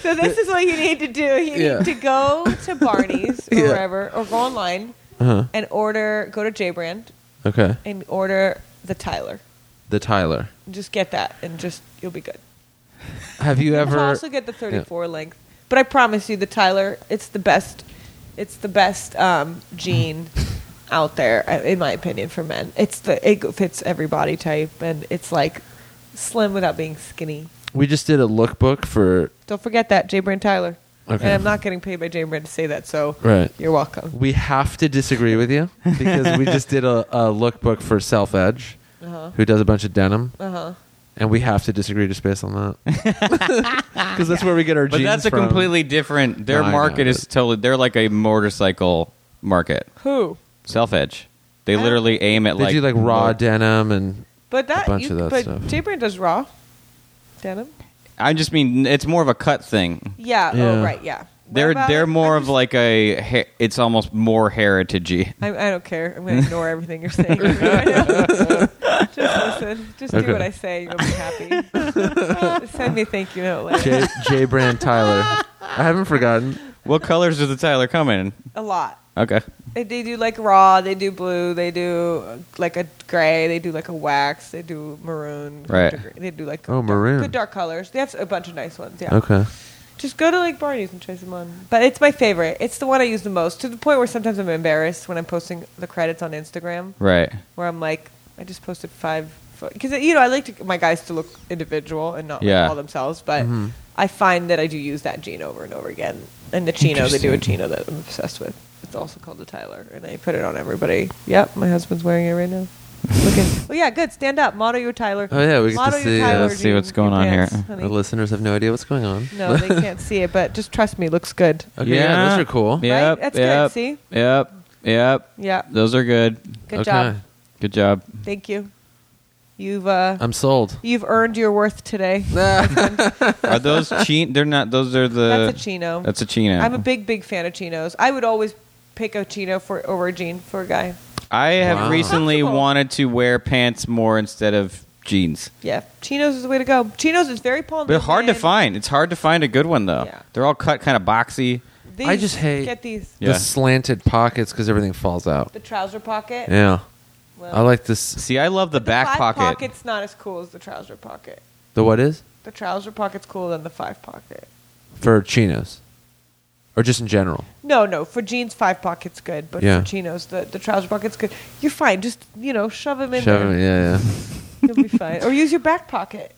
[SPEAKER 4] So this is what you need to do. You
[SPEAKER 1] Yeah.
[SPEAKER 4] need to go to Barney's or
[SPEAKER 1] Yeah.
[SPEAKER 4] wherever, or go online
[SPEAKER 1] Uh-huh.
[SPEAKER 4] and order. Go to J Brand
[SPEAKER 1] Okay.
[SPEAKER 4] and order the Tyler.
[SPEAKER 1] The Tyler.
[SPEAKER 4] Just get that, and just you'll be good.
[SPEAKER 1] Have you
[SPEAKER 4] You
[SPEAKER 1] ever?
[SPEAKER 4] can also get the 34 length. But I promise you, the Tyler, it's the best. It's the best um, jean out there, I- in my opinion, for men. It's the it fits every body type, and it's like slim without being skinny.
[SPEAKER 1] we just did a lookbook for.
[SPEAKER 4] Don't forget that J Brand Tyler.
[SPEAKER 1] Okay.
[SPEAKER 4] And I'm not getting paid by J Brand to say that, so
[SPEAKER 1] Right.
[SPEAKER 4] you're welcome.
[SPEAKER 1] We have to disagree with you because we just did a, a lookbook for Self Edge,
[SPEAKER 4] Uh huh.
[SPEAKER 1] who does a bunch of denim,
[SPEAKER 4] Uh huh.
[SPEAKER 1] and we have to disagree just based on that because that's where we get our.
[SPEAKER 2] But
[SPEAKER 1] jeans
[SPEAKER 2] that's a
[SPEAKER 1] from.
[SPEAKER 2] completely different. Their
[SPEAKER 1] No, I know,
[SPEAKER 2] market is
[SPEAKER 1] but-
[SPEAKER 2] totally. They're like a motorcycle market.
[SPEAKER 4] Who?
[SPEAKER 2] Self edge. They
[SPEAKER 4] I-
[SPEAKER 2] literally aim at
[SPEAKER 1] They
[SPEAKER 2] like
[SPEAKER 1] do like raw
[SPEAKER 2] mo-
[SPEAKER 1] denim and
[SPEAKER 4] But that.
[SPEAKER 1] bunch
[SPEAKER 4] you,
[SPEAKER 1] of that
[SPEAKER 4] but
[SPEAKER 1] stuff.
[SPEAKER 4] J Brand does raw denim.
[SPEAKER 2] I just mean it's more of a cut thing.
[SPEAKER 4] Yeah.
[SPEAKER 1] Yeah.
[SPEAKER 4] Oh right. Yeah. What
[SPEAKER 2] They're
[SPEAKER 4] about-
[SPEAKER 2] they're more
[SPEAKER 4] I'm
[SPEAKER 2] of like a. he- It's almost more heritagey.
[SPEAKER 4] I, I don't care. I'm going to ignore everything you're saying. Just listen. Just
[SPEAKER 1] Okay.
[SPEAKER 4] do what I say. You'll be happy. Send me a thank you note later.
[SPEAKER 1] J, J Brand Tyler. I haven't forgotten.
[SPEAKER 2] What colors does the Tyler come in?
[SPEAKER 4] A lot.
[SPEAKER 2] Okay.
[SPEAKER 4] They, they do like raw. They do blue. They do uh, like a gray. They do like a wax. They do maroon.
[SPEAKER 2] Right.
[SPEAKER 4] They do like
[SPEAKER 1] Oh,
[SPEAKER 4] dark-
[SPEAKER 1] maroon.
[SPEAKER 4] good dark colors. They have a bunch of nice ones. Yeah.
[SPEAKER 1] Okay.
[SPEAKER 4] Just go to like Barney's and choose them on. But it's my favorite. It's the one I use the most to the point where sometimes I'm embarrassed when I'm posting the credits on Instagram.
[SPEAKER 2] Right.
[SPEAKER 4] where I'm like, I just posted five because you know I like to, my guys to look individual and not like,
[SPEAKER 2] Yeah.
[SPEAKER 4] all themselves, but I find that I do use that jean over and over again. And the chino, they do a chino that I'm obsessed with. It's also called the Tyler, and I put it on everybody. Yep, my husband's wearing it right now. Looking. Oh yeah, good. Stand up, model your Tyler.
[SPEAKER 1] Oh, yeah, we get to
[SPEAKER 4] model
[SPEAKER 1] see, uh,
[SPEAKER 4] Your Tyler
[SPEAKER 2] Let's see what's
[SPEAKER 4] jean-
[SPEAKER 2] going
[SPEAKER 4] your
[SPEAKER 2] on
[SPEAKER 4] pants,
[SPEAKER 2] here.
[SPEAKER 4] honey.
[SPEAKER 1] The listeners have no idea what's going on.
[SPEAKER 4] No, they can't see it, but just trust me, looks good.
[SPEAKER 1] Okay, yeah, those are cool.
[SPEAKER 4] Yeah.
[SPEAKER 2] Yep.
[SPEAKER 4] That's good,
[SPEAKER 2] yep,
[SPEAKER 4] see?
[SPEAKER 2] Yep. Yep.
[SPEAKER 4] Yeah,
[SPEAKER 2] Those are good.
[SPEAKER 4] good
[SPEAKER 1] okay.
[SPEAKER 4] job.
[SPEAKER 2] Good job.
[SPEAKER 4] Thank you. You've uh,
[SPEAKER 1] I'm sold.
[SPEAKER 4] you've earned your worth today.
[SPEAKER 2] Are those chin? They're not. Those are the.
[SPEAKER 4] That's a chino.
[SPEAKER 2] Uh, That's a chino.
[SPEAKER 4] I'm a big, big fan of chinos. I would always pick a chino for over a jean for a guy.
[SPEAKER 2] I have
[SPEAKER 1] Wow.
[SPEAKER 2] recently
[SPEAKER 4] Comfortable.
[SPEAKER 2] wanted to wear pants more instead of jeans.
[SPEAKER 4] Yeah, chinos is the way to go. Chinos is very Paul.
[SPEAKER 2] But hard to
[SPEAKER 4] Newman.
[SPEAKER 2] find. It's hard to find a good one though.
[SPEAKER 4] Yeah.
[SPEAKER 2] They're all cut kind of boxy.
[SPEAKER 4] These,
[SPEAKER 1] I just hate-
[SPEAKER 4] get these
[SPEAKER 2] Yeah.
[SPEAKER 1] The slanted pockets because everything falls out.
[SPEAKER 4] the trouser pocket.
[SPEAKER 1] Yeah.
[SPEAKER 4] Well,
[SPEAKER 1] I like this.
[SPEAKER 2] See, I love the,
[SPEAKER 4] the
[SPEAKER 2] back
[SPEAKER 4] five
[SPEAKER 2] pocket.
[SPEAKER 4] pocket's not as cool as the trouser pocket.
[SPEAKER 1] The what is?
[SPEAKER 4] The trouser pocket's cooler than the five pocket.
[SPEAKER 1] For chinos. Or just in general.
[SPEAKER 4] No, no. For jeans, five pockets good, but
[SPEAKER 1] Yeah.
[SPEAKER 4] for chinos, the, the trouser pocket's good. You're fine. Just you know, shove them in
[SPEAKER 1] Shove
[SPEAKER 4] there.
[SPEAKER 1] it- yeah, yeah.
[SPEAKER 4] You'll be fine. Or use your back pocket.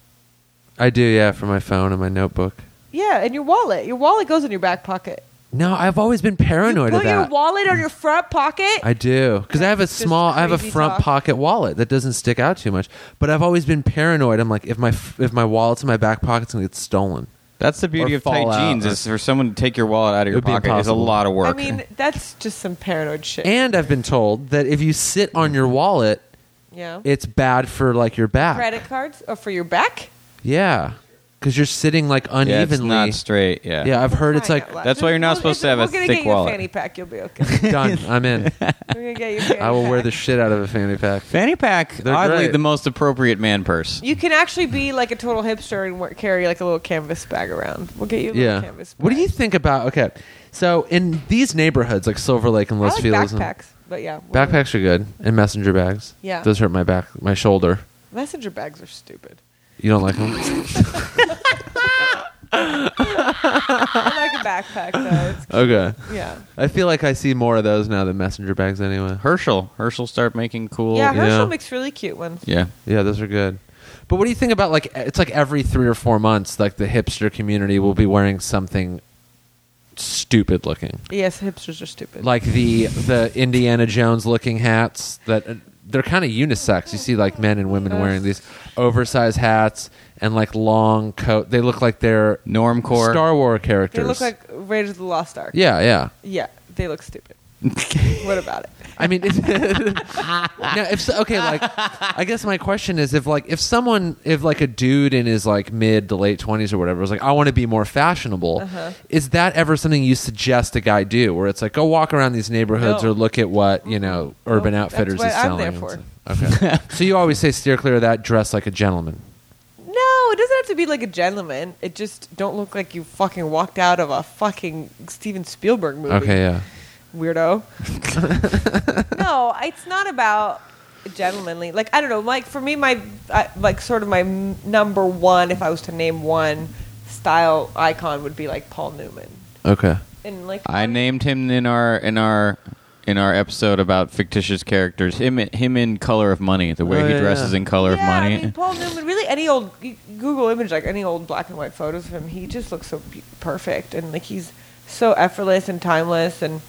[SPEAKER 1] I do, yeah, for my phone and my notebook.
[SPEAKER 4] Yeah, and your wallet. Your wallet goes in your back pocket.
[SPEAKER 1] No, I've always been paranoid
[SPEAKER 4] you
[SPEAKER 1] of
[SPEAKER 4] put your
[SPEAKER 1] that.
[SPEAKER 4] wallet on your front pocket.
[SPEAKER 1] I do because I have a
[SPEAKER 4] That's just
[SPEAKER 1] small, I have a
[SPEAKER 4] crazy
[SPEAKER 1] front
[SPEAKER 4] talk.
[SPEAKER 1] pocket wallet that doesn't stick out too much. But I've always been paranoid. I'm like, if my f- if my wallet's in my back pocket, it's gonna get stolen.
[SPEAKER 2] That's the beauty
[SPEAKER 1] Or
[SPEAKER 2] of tight
[SPEAKER 1] fall out,
[SPEAKER 2] jeans
[SPEAKER 1] or-
[SPEAKER 2] is for someone to take your wallet out of your
[SPEAKER 1] would be
[SPEAKER 2] pocket is a
[SPEAKER 1] impossible.
[SPEAKER 2] lot of work.
[SPEAKER 4] I mean, that's just some paranoid shit.
[SPEAKER 1] And I've been told that if you sit on your wallet,
[SPEAKER 4] yeah.
[SPEAKER 1] it's bad for like your back.
[SPEAKER 4] Credit cards or for your back?
[SPEAKER 1] Yeah, because you're sitting like
[SPEAKER 2] yeah, it's
[SPEAKER 1] unevenly.
[SPEAKER 2] not straight. Yeah.
[SPEAKER 1] yeah, I've heard it's
[SPEAKER 4] Fine,
[SPEAKER 1] like
[SPEAKER 4] I'll laugh.
[SPEAKER 2] That's why you're not
[SPEAKER 4] We'll-
[SPEAKER 2] supposed to have a
[SPEAKER 4] we're gonna
[SPEAKER 2] thick
[SPEAKER 4] get you
[SPEAKER 2] wallet.
[SPEAKER 4] fanny pack. You'll be okay.
[SPEAKER 1] done. I'm in.
[SPEAKER 4] We're gonna get you a fanny
[SPEAKER 1] I will wear
[SPEAKER 4] pack.
[SPEAKER 1] the shit out of a fanny pack.
[SPEAKER 2] Fanny pack,
[SPEAKER 1] They're
[SPEAKER 2] oddly
[SPEAKER 1] great.
[SPEAKER 2] the most appropriate man purse.
[SPEAKER 4] You can actually be like a total hipster and wear, carry like a little canvas bag around. We'll get you a little
[SPEAKER 1] Yeah.
[SPEAKER 4] canvas. Bag.
[SPEAKER 1] What do you think about? Okay, so in these neighborhoods like Silver Lake and
[SPEAKER 4] I
[SPEAKER 1] Los
[SPEAKER 4] like
[SPEAKER 1] Feliz, and-
[SPEAKER 4] backpacks, but yeah, we're-
[SPEAKER 1] Backpacks are good and messenger bags.
[SPEAKER 4] Yeah.
[SPEAKER 1] Those hurt my back, my shoulder.
[SPEAKER 4] messenger bags are stupid.
[SPEAKER 1] You don't like them?
[SPEAKER 4] I like a backpack though. It's,
[SPEAKER 1] okay.
[SPEAKER 4] yeah.
[SPEAKER 1] I feel like I see more of those now than messenger bags anyway.
[SPEAKER 2] Herschel, Herschel start making cool.
[SPEAKER 4] Yeah, Herschel
[SPEAKER 1] yeah.
[SPEAKER 4] makes really cute ones.
[SPEAKER 2] Yeah.
[SPEAKER 1] Yeah, those are good. But what do you think about like it's like every 3 or 4 months like the hipster community will be wearing something stupid looking.
[SPEAKER 4] Yes, hipsters are stupid.
[SPEAKER 1] Like the the Indiana Jones looking hats that uh, they're kind of unisex. You see like men and women wearing these oversized hats and like long coat. They look like they're
[SPEAKER 2] Normcore.
[SPEAKER 1] Star Wars characters.
[SPEAKER 4] they look like Raiders of the Lost Ark.
[SPEAKER 1] Yeah, yeah.
[SPEAKER 4] Yeah, they look stupid. what about it?
[SPEAKER 1] I mean, if, now if so, okay, like I guess my question is if like if someone if like a dude in his like mid to late twenties or whatever was like I want to be more fashionable,
[SPEAKER 4] Uh-huh.
[SPEAKER 1] is that ever something you suggest a guy do? Where it's like go walk around these neighborhoods
[SPEAKER 4] No.
[SPEAKER 1] or look at what you know Urban
[SPEAKER 4] Nope, that's
[SPEAKER 1] Outfitters
[SPEAKER 4] what
[SPEAKER 1] is
[SPEAKER 4] I'm
[SPEAKER 1] selling.
[SPEAKER 4] there
[SPEAKER 1] and
[SPEAKER 4] for.
[SPEAKER 1] stuff. Okay, so you always say steer clear of that. Dress like a gentleman.
[SPEAKER 4] No, it doesn't have to be like a gentleman. It just don't look like you fucking walked out of a fucking Steven Spielberg movie.
[SPEAKER 1] Okay, yeah.
[SPEAKER 4] weirdo. no, it's not about gentlemanly. Like I don't know. Like for me, my I, like sort of my m- number one, if I was to name one style icon, would be like Paul Newman.
[SPEAKER 1] Okay.
[SPEAKER 4] And like
[SPEAKER 2] I named him in our in our in our episode about fictitious characters. Him him in Color of Money, the way
[SPEAKER 1] Oh,
[SPEAKER 2] he
[SPEAKER 1] yeah,
[SPEAKER 2] dresses
[SPEAKER 1] yeah.
[SPEAKER 2] in Color
[SPEAKER 4] yeah,
[SPEAKER 2] of Money.
[SPEAKER 4] I mean Paul Newman. Really, any old you Google image, like any old black and white photos of him, he just looks so be- perfect, and like he's so effortless and timeless, and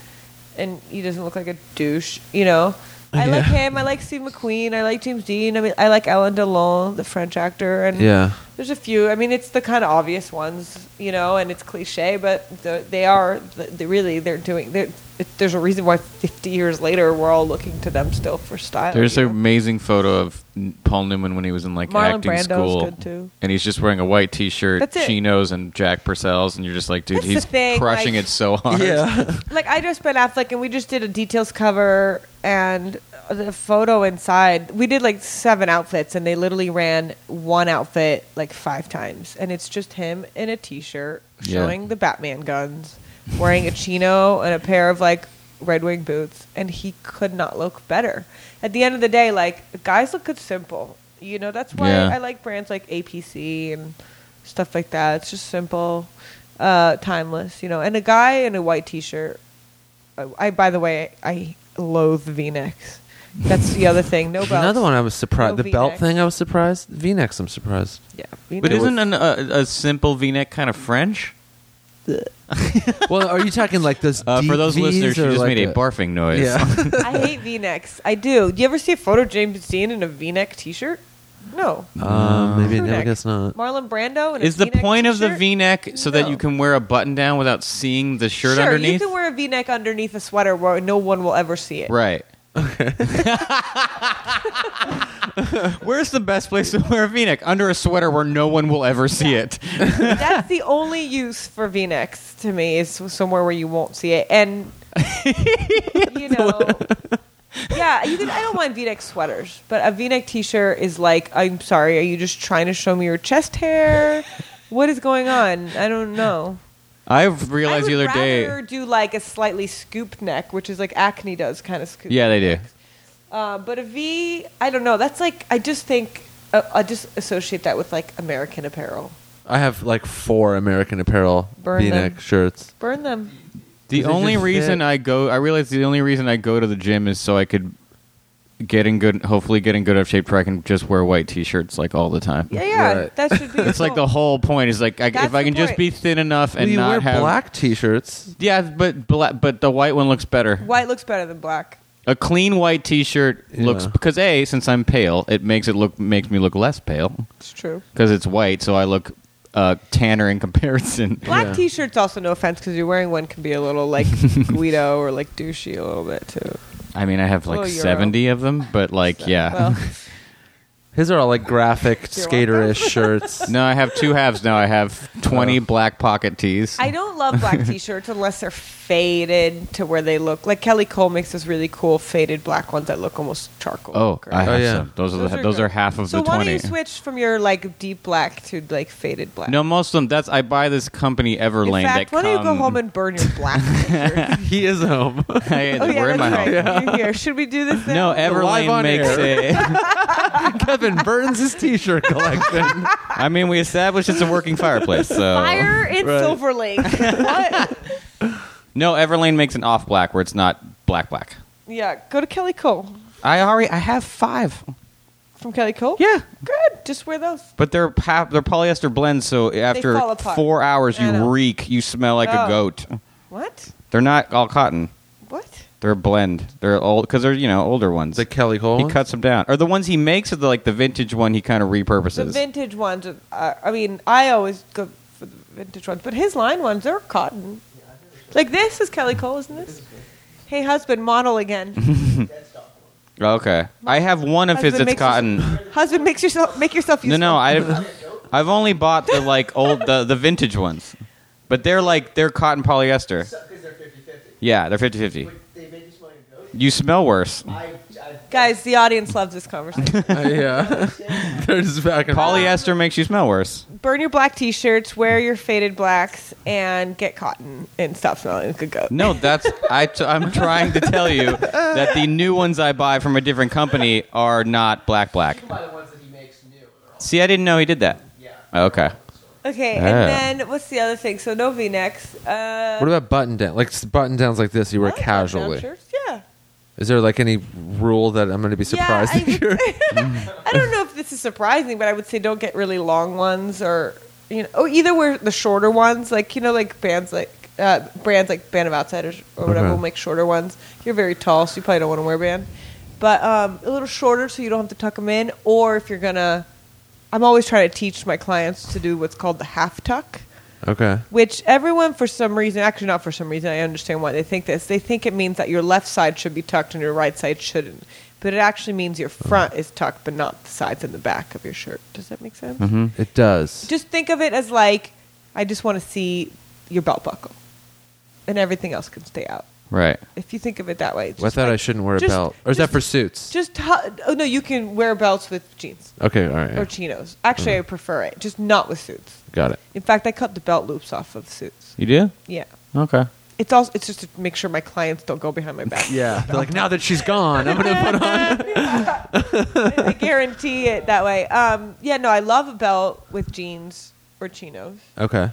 [SPEAKER 4] and he doesn't look like a douche, you know. I like
[SPEAKER 1] Yeah.
[SPEAKER 4] him. I like Steve McQueen. I like James Dean. I mean, I like Alan Delon, the French actor, and
[SPEAKER 1] Yeah.
[SPEAKER 4] there's a few. I mean, it's the kind of obvious ones, you know, and it's cliche, but the, they are the, the really they're doing. They're, it, there's a reason why 50 years later we're all looking to them still for style.
[SPEAKER 2] There's
[SPEAKER 4] you
[SPEAKER 2] an
[SPEAKER 4] know?
[SPEAKER 2] amazing photo of N- Paul Newman when he was in like
[SPEAKER 4] Marlon
[SPEAKER 2] acting
[SPEAKER 4] Brando's
[SPEAKER 2] school,
[SPEAKER 4] good, too.
[SPEAKER 2] and he's just wearing a white T-shirt,
[SPEAKER 4] That's it.
[SPEAKER 2] chinos, and Jack Purcells, and you're just like, dude,
[SPEAKER 4] That's the
[SPEAKER 2] he's
[SPEAKER 4] thing,
[SPEAKER 2] crushing
[SPEAKER 4] like-
[SPEAKER 2] it so hard.
[SPEAKER 4] like I just Ben Affleck, and we just did a details cover and the photo inside. We did like seven outfits, and they literally ran one outfit like five times, and it's just him in a t-shirt
[SPEAKER 2] Yeah.
[SPEAKER 4] showing the Batman guns, wearing a chino and a pair of like Red Wing boots, and he could not look better. At the end of the day, like guys look good simple. You know that's why
[SPEAKER 2] Yeah.
[SPEAKER 4] I like brands like APC and stuff like that. It's just simple, uh, timeless, you know. And a guy in a white t-shirt. I, I by the way, I loathe V-necks. That's the other thing. No belts.
[SPEAKER 1] Another one I was surprised.
[SPEAKER 4] No
[SPEAKER 1] the belt
[SPEAKER 4] V-necks.
[SPEAKER 1] thing I was surprised. V-necks I'm surprised.
[SPEAKER 4] Yeah,
[SPEAKER 2] But
[SPEAKER 4] V-necks.
[SPEAKER 2] isn't an, a, a simple V-neck kind of French?
[SPEAKER 1] well, are you talking like those?
[SPEAKER 2] Uh, for
[SPEAKER 1] deep
[SPEAKER 2] those
[SPEAKER 1] Vs
[SPEAKER 2] listeners, she
[SPEAKER 1] or
[SPEAKER 2] just
[SPEAKER 1] like
[SPEAKER 2] made a, barfing noise.
[SPEAKER 1] Yeah.
[SPEAKER 4] I hate V-necks. I do. Do you ever see a photo of James Dean in a V-neck t-shirt? No.
[SPEAKER 1] Um, maybe
[SPEAKER 4] Crew
[SPEAKER 1] no, I
[SPEAKER 4] neck.
[SPEAKER 1] guess not.
[SPEAKER 4] Marlon Brando in a
[SPEAKER 2] Is the
[SPEAKER 4] V-neck
[SPEAKER 2] point of the
[SPEAKER 4] t-shirt?
[SPEAKER 2] V-neck so that
[SPEAKER 4] No.
[SPEAKER 2] you can wear a button down without seeing the shirt
[SPEAKER 4] sure,
[SPEAKER 2] underneath?
[SPEAKER 4] you can wear a V-neck underneath a sweater where no one will ever see it.
[SPEAKER 2] right. Where's the best place to wear a V-neck? Under a sweater where no one will ever see it.
[SPEAKER 4] That's the only use for V-necks to me is somewhere where you won't see it, and you know, yeah, yeah, you can. I don't mind V-neck sweaters, but a V-neck T-shirt is like, I'm sorry, are you just trying to show me your chest hair? What is going on? I don't know.
[SPEAKER 2] I realized
[SPEAKER 4] I
[SPEAKER 2] the
[SPEAKER 4] would
[SPEAKER 2] other
[SPEAKER 4] rather
[SPEAKER 2] day.
[SPEAKER 4] do like a slightly scooped neck, which is like acne does kind of scoop.
[SPEAKER 2] Yeah, they do.
[SPEAKER 4] Uh, but a V, I don't know. That's like I just think uh, I just associate that with like American Apparel.
[SPEAKER 1] I have like four American Apparel
[SPEAKER 4] Burn them.
[SPEAKER 1] V-neck shirts.
[SPEAKER 4] Burn them.
[SPEAKER 2] The
[SPEAKER 1] Does it
[SPEAKER 2] only
[SPEAKER 1] just
[SPEAKER 2] reason
[SPEAKER 1] fit?
[SPEAKER 2] I go, I realized the only reason I go to the gym is so I could get in good, hopefully get in good enough shape where I can just wear white t-shirts like all the time.
[SPEAKER 4] Yeah, yeah.
[SPEAKER 1] Right.
[SPEAKER 4] That should be.
[SPEAKER 2] It's like the whole point is like I, if
[SPEAKER 4] That's
[SPEAKER 2] I
[SPEAKER 4] the
[SPEAKER 2] can just
[SPEAKER 4] point.
[SPEAKER 2] be thin enough and
[SPEAKER 1] we
[SPEAKER 2] not
[SPEAKER 1] wear
[SPEAKER 2] have
[SPEAKER 1] black T-shirts.
[SPEAKER 2] Yeah, but black, but the white one looks better.
[SPEAKER 4] white looks better than black.
[SPEAKER 2] A clean white T-shirt looks
[SPEAKER 1] Yeah.
[SPEAKER 2] because a since I'm pale, it makes it look makes me look less pale
[SPEAKER 4] It's true.
[SPEAKER 2] because it's white, so I look uh, tanner in comparison.
[SPEAKER 4] Black
[SPEAKER 1] Yeah.
[SPEAKER 4] t-shirts also no offense because you're wearing one can be a little like Guido or like douchey a little bit too.
[SPEAKER 2] I mean, I have like
[SPEAKER 4] Oh, Euro.
[SPEAKER 2] seventy of them, but like
[SPEAKER 4] So,
[SPEAKER 2] yeah,
[SPEAKER 4] Well,
[SPEAKER 1] His are all like graphic
[SPEAKER 4] You're
[SPEAKER 1] skaterish shirts.
[SPEAKER 2] no, I have two halves now. I have twenty
[SPEAKER 1] Oh.
[SPEAKER 2] black pocket tees.
[SPEAKER 4] I don't love black t-shirts unless they're faded to where they look like Kelly Cole makes those really cool faded black ones that look almost charcoal.
[SPEAKER 2] oh,
[SPEAKER 4] gray.
[SPEAKER 2] I have
[SPEAKER 1] Oh, yeah.
[SPEAKER 2] some. Those are
[SPEAKER 4] Those
[SPEAKER 2] the,
[SPEAKER 4] are
[SPEAKER 2] those
[SPEAKER 4] good.
[SPEAKER 2] are half of
[SPEAKER 4] so
[SPEAKER 2] the
[SPEAKER 4] why
[SPEAKER 2] twenty.
[SPEAKER 4] don't you switch from your like deep black to like faded black?
[SPEAKER 2] no, most of them. That's I buy this company
[SPEAKER 4] In
[SPEAKER 2] Everlane.
[SPEAKER 4] fact,
[SPEAKER 2] that
[SPEAKER 4] why don't you go
[SPEAKER 2] come-
[SPEAKER 4] home and burn your black? t-shirt?
[SPEAKER 1] he is home.
[SPEAKER 2] Hey,
[SPEAKER 4] oh yeah,
[SPEAKER 2] we're in
[SPEAKER 4] that's
[SPEAKER 2] my
[SPEAKER 4] right.
[SPEAKER 2] home.
[SPEAKER 4] You're here. Should we do this?
[SPEAKER 2] No,
[SPEAKER 4] now?
[SPEAKER 1] live
[SPEAKER 2] Everlane
[SPEAKER 1] on
[SPEAKER 2] makes
[SPEAKER 1] air.
[SPEAKER 2] it.
[SPEAKER 1] Kevin burns his T-shirt collection.
[SPEAKER 2] I mean, we established it's a working fireplace. So
[SPEAKER 4] fire in
[SPEAKER 1] Right.
[SPEAKER 4] Silver Lake. what?
[SPEAKER 2] no, Everlane makes an off black where it's not black black.
[SPEAKER 4] Yeah, go to Kelly Cole
[SPEAKER 2] I already I have five.
[SPEAKER 4] from Kelly Cole.
[SPEAKER 2] Yeah,
[SPEAKER 4] good. Just wear those.
[SPEAKER 2] but they're pa- they're polyester blends. So after
[SPEAKER 4] fall apart.
[SPEAKER 2] four hours,
[SPEAKER 4] I
[SPEAKER 2] you
[SPEAKER 4] know.
[SPEAKER 2] reek. You smell like a
[SPEAKER 4] Oh.
[SPEAKER 2] goat.
[SPEAKER 4] What?
[SPEAKER 2] They're not all cotton.
[SPEAKER 4] What?
[SPEAKER 2] They're a blend. They're old because they're you know older ones.
[SPEAKER 1] the Kelly Cole.
[SPEAKER 2] he
[SPEAKER 1] ones?
[SPEAKER 2] cuts them down. Or the ones he makes are the, like the vintage one. He kind of
[SPEAKER 4] The
[SPEAKER 2] repurposes.
[SPEAKER 4] vintage ones. Uh, I mean, I always go for the vintage ones, but his line ones they're cotton. Like this is Kelly Cole, isn't this? Hey, husband, model again.
[SPEAKER 2] okay, I have one of his
[SPEAKER 4] Husband
[SPEAKER 2] that's
[SPEAKER 4] makes yourself-
[SPEAKER 2] cotton.
[SPEAKER 4] husband, makes yourself make yourself
[SPEAKER 2] No,
[SPEAKER 4] useful.
[SPEAKER 2] no, I've I've only bought the like old the, the vintage ones, but they're like they're cotton polyester. Yeah, they're 50-50. You smell worse.
[SPEAKER 4] Guys, the audience loves this conversation.
[SPEAKER 1] Uh, yeah, they're just back and
[SPEAKER 2] Polyester makes you smell worse.
[SPEAKER 4] Burn your black t-shirts, wear your faded blacks, and get cotton and stop smelling like a goat.
[SPEAKER 2] No, that's I. T- I'm trying to tell you that the new ones I buy from a different company are not black black. See, I didn't know he did that. Okay.
[SPEAKER 4] Okay,
[SPEAKER 2] Yeah.
[SPEAKER 4] and then what's the other thing? So no V-necks. Uh,
[SPEAKER 1] What about button down? Like s- button downs like this, you
[SPEAKER 4] I
[SPEAKER 1] wear
[SPEAKER 4] like button-down
[SPEAKER 1] casually.
[SPEAKER 4] shirts, Yeah.
[SPEAKER 1] Is there like any rule that I'm going to be surprised
[SPEAKER 4] Yeah, I,
[SPEAKER 1] if you're?
[SPEAKER 4] would- I don't know if this is surprising, but I would say don't get really long ones or you know, oh, either wear the shorter ones, like you know, like bands like uh, brands like Band of Outsiders or whatever
[SPEAKER 1] Okay.
[SPEAKER 4] will make shorter ones. You're very tall, so you probably don't want to wear band, but um, a little shorter so you don't have to tuck them in. Or if you're gonna, I'm always trying to teach my clients to do what's called the half tuck
[SPEAKER 1] Okay.
[SPEAKER 4] which everyone for some reason actually not for some reason i understand why they think this they think it means that your left side should be tucked and your right side shouldn't but it actually means your front is tucked but not the sides and the back of your shirt does that make sense
[SPEAKER 1] It does.
[SPEAKER 4] just think of it as like i just want to see your belt buckle and everything else can stay out
[SPEAKER 2] Right.
[SPEAKER 4] if you think of it that way it's
[SPEAKER 1] Well, I
[SPEAKER 4] just
[SPEAKER 1] thought
[SPEAKER 4] like-
[SPEAKER 1] I shouldn't wear a
[SPEAKER 4] just-
[SPEAKER 1] belt. Or is that
[SPEAKER 4] just-
[SPEAKER 1] for suits?
[SPEAKER 4] just hu- oh no you can wear belts with jeans
[SPEAKER 1] okay. All right.
[SPEAKER 4] or chinos
[SPEAKER 1] Mm-hmm.
[SPEAKER 4] actually i prefer it just not with suits
[SPEAKER 1] Got it.
[SPEAKER 4] in fact i cut the belt loops off of suits
[SPEAKER 2] You do?
[SPEAKER 4] yeah
[SPEAKER 2] Okay.
[SPEAKER 4] it's also it's just to make sure my clients don't go behind my back.
[SPEAKER 1] Yeah. They're like now that she's gone, I'm going to put on.
[SPEAKER 4] I guarantee it that way. Um, yeah, no, I love a belt with jeans or chinos,
[SPEAKER 1] Okay.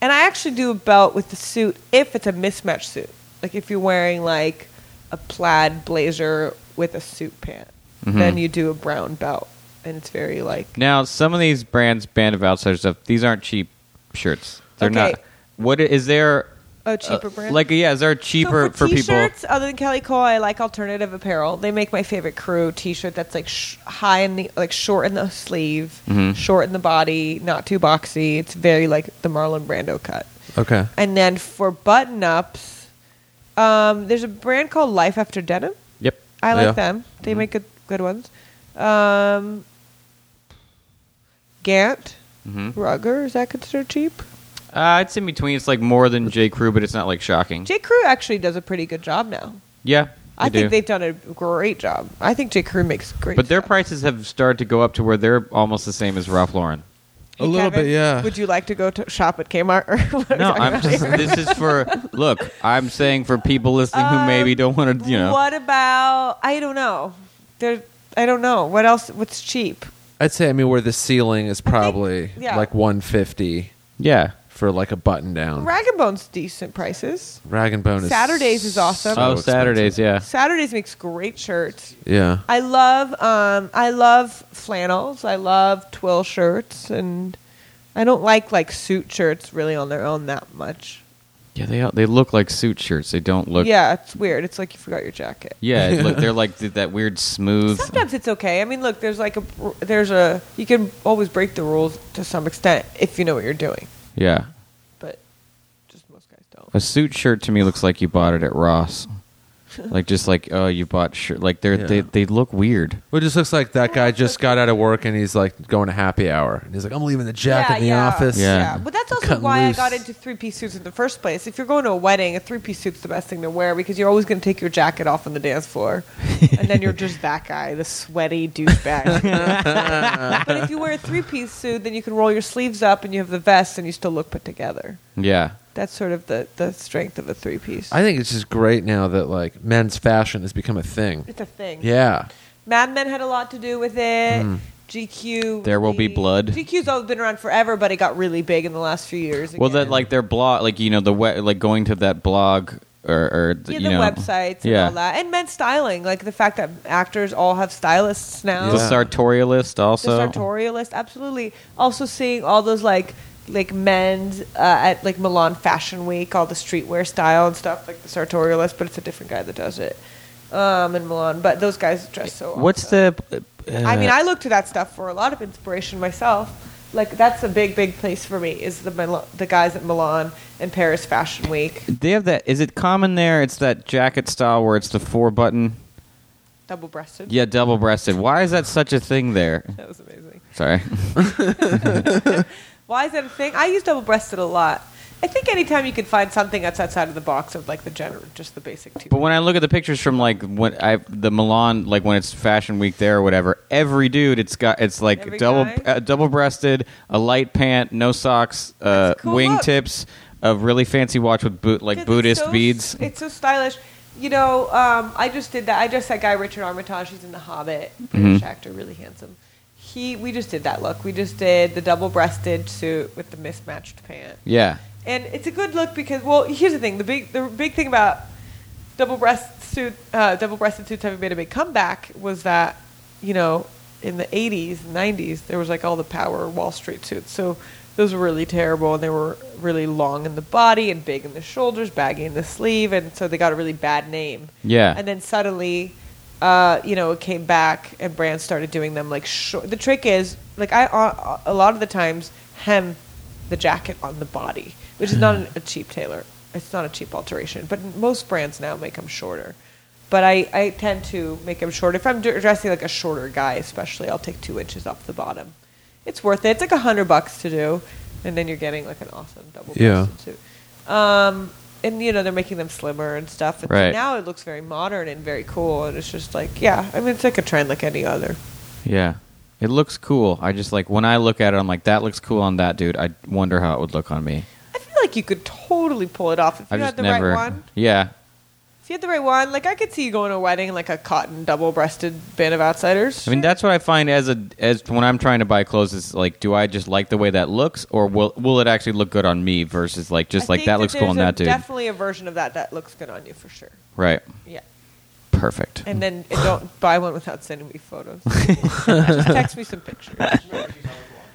[SPEAKER 4] and I actually do a belt with the suit if it's a mismatched suit. Like if you're wearing like a plaid blazer with a suit pant, then you do a brown belt, and it's very like
[SPEAKER 2] Now, some of these brands, Band of Outsiders stuff, these aren't cheap shirts. They're
[SPEAKER 4] Okay.
[SPEAKER 2] not. What i- is there?
[SPEAKER 4] a cheaper brand.
[SPEAKER 2] Uh, Like, yeah, is there a cheaper
[SPEAKER 4] so for,
[SPEAKER 2] people?
[SPEAKER 4] t-shirts, Other than Kelly Cole, I like alternative apparel. They make my favorite crew t-shirt that's like sh- high in the like short in the sleeve, short in the body, not too boxy. It's very like the Marlon Brando cut.
[SPEAKER 1] Okay.
[SPEAKER 4] And then for button ups, um, there's a brand called Life After Denim.
[SPEAKER 2] Yep.
[SPEAKER 4] I like
[SPEAKER 1] Yeah.
[SPEAKER 4] them. They make good good ones. Um, Gant,
[SPEAKER 2] Mm-hmm.
[SPEAKER 4] Rugger is that considered cheap?
[SPEAKER 2] Uh, it's in between. It's like more than J Crew, but it's not like shocking.
[SPEAKER 4] J Crew actually does a pretty good job now.
[SPEAKER 2] yeah.
[SPEAKER 4] I
[SPEAKER 2] They
[SPEAKER 4] think
[SPEAKER 2] do.
[SPEAKER 4] they've done a great job. I think J. Crew makes great.
[SPEAKER 2] But their
[SPEAKER 4] stuff.
[SPEAKER 2] prices have started to go up to where they're almost the same as Ralph Lauren.
[SPEAKER 4] Hey,
[SPEAKER 5] a little
[SPEAKER 4] Kevin,
[SPEAKER 5] bit, yeah.
[SPEAKER 4] Would you like to go to shop at Kmart? Or what are we
[SPEAKER 2] No,
[SPEAKER 4] talking
[SPEAKER 2] I'm
[SPEAKER 4] about
[SPEAKER 2] just.
[SPEAKER 4] here?
[SPEAKER 2] This is for look. I'm saying for people listening who maybe don't want to, you know.
[SPEAKER 4] Uh, What about? I don't know. There, I don't know. What else? What's cheap?
[SPEAKER 1] I'd say I mean where the ceiling is probably
[SPEAKER 4] yeah.
[SPEAKER 1] like 150
[SPEAKER 2] Yeah.
[SPEAKER 1] for like a button
[SPEAKER 2] Mm.
[SPEAKER 1] down.
[SPEAKER 4] Rag and Bone's decent prices.
[SPEAKER 1] Rag and Bone is
[SPEAKER 4] Saturdays is awesome.
[SPEAKER 1] so
[SPEAKER 2] oh, Saturdays. Yeah.
[SPEAKER 4] Saturdays makes great shirts.
[SPEAKER 1] expensive. Yeah.
[SPEAKER 4] I love um, I love flannels. I love twill shirts, and I don't like like suit shirts really on their own that much.
[SPEAKER 2] Yeah. They they look like suit shirts. They don't look.
[SPEAKER 4] yeah, it's weird. It's like you forgot your jacket.
[SPEAKER 2] Yeah. it look, they're like th- that weird smooth.
[SPEAKER 4] Sometimes it's okay. I mean, look, there's like a there's a you can always break the rules to some extent if you know what you're doing,
[SPEAKER 2] Yeah.
[SPEAKER 4] but just most guys don't.
[SPEAKER 2] A suit shirt to me looks like you bought it at Ross. Like just like oh you bought shirt like they're
[SPEAKER 1] Yeah.
[SPEAKER 2] they they look weird.
[SPEAKER 1] Well, it just looks like that guy just got out of work and he's like going to happy hour. And he's like, I'm leaving the jacket in the office.
[SPEAKER 2] Yeah.
[SPEAKER 4] But that's also
[SPEAKER 1] Cutting
[SPEAKER 4] why
[SPEAKER 1] loose.
[SPEAKER 4] I got into three piece suits in the first place. If you're going to a wedding, a three piece suit's the best thing to wear because you're always going to take your jacket off on the dance floor, and then you're just that guy, the sweaty douchebag. but if you wear a three piece suit, then you can roll your sleeves up and you have the vest, and you still look put together.
[SPEAKER 2] Yeah.
[SPEAKER 4] That's sort of the the strength of a three piece.
[SPEAKER 1] I think it's just great now that like men's fashion has become a thing.
[SPEAKER 4] It's a thing.
[SPEAKER 1] Yeah.
[SPEAKER 4] Mad Men had a lot to do with it. GQ.
[SPEAKER 2] Hmm. There Will Be
[SPEAKER 4] the-
[SPEAKER 2] Blood.
[SPEAKER 4] GQ's always been around forever, but it got really big in the last few years.
[SPEAKER 2] Well,
[SPEAKER 4] again.
[SPEAKER 2] that like their blog, like you know the we- like going to that blog or, or
[SPEAKER 4] yeah,
[SPEAKER 2] you
[SPEAKER 4] the
[SPEAKER 2] know
[SPEAKER 4] websites and
[SPEAKER 2] yeah.
[SPEAKER 4] all that, and men's styling, like the fact that actors all have stylists now.
[SPEAKER 2] The
[SPEAKER 1] Yeah.
[SPEAKER 2] sartorialist
[SPEAKER 4] The
[SPEAKER 2] also.
[SPEAKER 4] sartorialist, absolutely. Also seeing all those like like men's uh, at like Milan Fashion Week, all the streetwear style and stuff, like the sartorialist, but it's a different guy that does it um, in Milan. But those guys dress so.
[SPEAKER 2] What's
[SPEAKER 4] awesome.
[SPEAKER 2] the? Uh,
[SPEAKER 4] I mean, I look to that stuff for a lot of inspiration myself. Like that's a big, big place for me is the Mil- the guys at Milan and Paris Fashion Week,
[SPEAKER 2] they have that. Is it common there? It's that jacket style where it's the four button.
[SPEAKER 4] double breasted.
[SPEAKER 2] Yeah, double breasted. Why is that such a thing there?
[SPEAKER 4] that was amazing.
[SPEAKER 2] Sorry.
[SPEAKER 4] Why is that a thing? I use double breasted a lot. I think anytime you can find something that's outside of the box of like the general, just the basic two.
[SPEAKER 2] But when I look at the pictures from like when I the Milan like when it's fashion week there or whatever, every dude it's got it's like
[SPEAKER 4] Every
[SPEAKER 2] double
[SPEAKER 4] guy?
[SPEAKER 2] uh, double breasted, a light pant, no socks, uh,
[SPEAKER 4] That's a cool
[SPEAKER 2] wing
[SPEAKER 4] look.
[SPEAKER 2] tips, a really fancy watch with boot like
[SPEAKER 4] Because
[SPEAKER 2] Buddhist
[SPEAKER 4] it's so,
[SPEAKER 2] beads.
[SPEAKER 4] It's so stylish. You know, um, I just did that. I dressed that guy Richard Armitage. He's in The Hobbit,
[SPEAKER 2] Mm-hmm.
[SPEAKER 4] British actor, really handsome. He, we just did that look. We just did the double breasted suit with the mismatched pant.
[SPEAKER 2] yeah,
[SPEAKER 4] and it's a good look because well here's the thing the big the big thing about double breast suit uh, double breasted suits having made a big comeback was that you know in the 80s 90s there was like all the power wall street suits so those were really terrible and they were really long in the body and big in the shoulders baggy in the sleeve and so they got a really bad name
[SPEAKER 2] Yeah.
[SPEAKER 4] and then suddenly uh, you know, it came back and brands started doing them like short. The trick is like I uh, a lot of the times hem the jacket on the body, which is not an, a cheap tailor. It's not a cheap alteration, but most brands now make them shorter. But I, I tend to make them shorter. If I'm d- dressing like a shorter guy, especially, I'll take two inches off the bottom. It's worth it. It's like a hundred bucks to do, and then you're getting like an awesome double
[SPEAKER 1] Yeah.
[SPEAKER 4] breasted suit. Um, and you know they're making them slimmer and stuff. And so
[SPEAKER 2] Right.
[SPEAKER 4] now now it looks very modern and very cool and it's just like yeah i mean it's like a trend like any other
[SPEAKER 2] yeah, it looks cool. I just like when I look at it, I'm like that looks cool on that dude. I wonder how it would look on me.
[SPEAKER 4] i feel like you could totally pull it off if you
[SPEAKER 2] I've
[SPEAKER 4] had
[SPEAKER 2] just
[SPEAKER 4] the
[SPEAKER 2] never.
[SPEAKER 4] right one
[SPEAKER 2] Yeah,
[SPEAKER 4] if you had the right one like i could see you going to a wedding in, like a cotton double-breasted band of outsiders
[SPEAKER 2] I mean that's what I find as a as when I'm trying to buy clothes is like do I just like the way that looks or will will it actually look good on me versus like just
[SPEAKER 4] I
[SPEAKER 2] like
[SPEAKER 4] think
[SPEAKER 2] that looks cool
[SPEAKER 4] there's
[SPEAKER 2] on
[SPEAKER 4] a-
[SPEAKER 2] that dude.
[SPEAKER 4] definitely a version of that that looks good on you for sure
[SPEAKER 2] right.
[SPEAKER 4] yeah
[SPEAKER 2] Perfect.
[SPEAKER 4] and then and don't buy one without sending me photos Just text me some pictures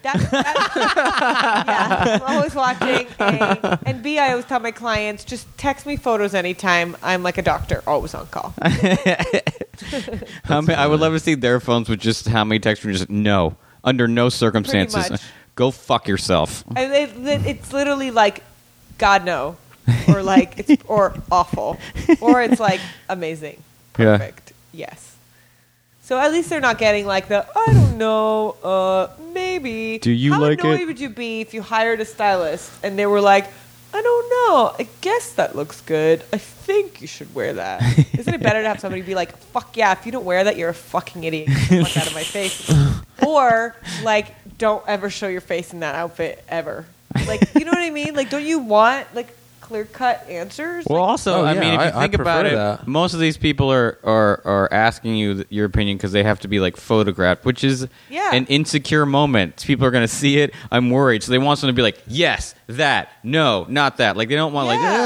[SPEAKER 4] That- that- yeah, I'm always watching. A, and B, I always tell my clients just text me photos anytime. I'm like a doctor, always on call.
[SPEAKER 2] How many- I would love to see their phones with just how many texts were just no under no circumstances.
[SPEAKER 4] much.
[SPEAKER 2] Go fuck yourself.
[SPEAKER 4] I mean, it, it, it's literally like, God no, or like it's or awful, or it's like amazing,
[SPEAKER 2] Yeah.
[SPEAKER 4] perfect, yes. So at least they're not getting like the I don't know, uh, maybe.
[SPEAKER 2] Do you
[SPEAKER 4] How
[SPEAKER 2] like
[SPEAKER 4] annoyed
[SPEAKER 2] it?
[SPEAKER 4] would you be if you hired a stylist and they were like, I don't know. I guess that looks good. I think you should wear that. Isn't it better to have somebody be like, fuck yeah, if you don't wear that, you're a fucking idiot. Get the fuck out of my face. Or, like, don't ever show your face in that outfit ever. Like, you know what I mean? Like, don't you want, like, clear cut answers?
[SPEAKER 2] Well, also,
[SPEAKER 1] Oh,
[SPEAKER 2] I
[SPEAKER 1] yeah,
[SPEAKER 2] mean, if you
[SPEAKER 1] I- I
[SPEAKER 2] think about
[SPEAKER 1] prefer
[SPEAKER 2] it,
[SPEAKER 1] that.
[SPEAKER 2] most of these people are are, are asking you th- your opinion because they have to be like photographed, which is
[SPEAKER 4] Yeah.
[SPEAKER 2] an insecure moment. People are going to see it. I'm worried, so they want someone to be like, "Yes, that, no, not that." Like they don't want
[SPEAKER 4] Yeah.
[SPEAKER 2] like.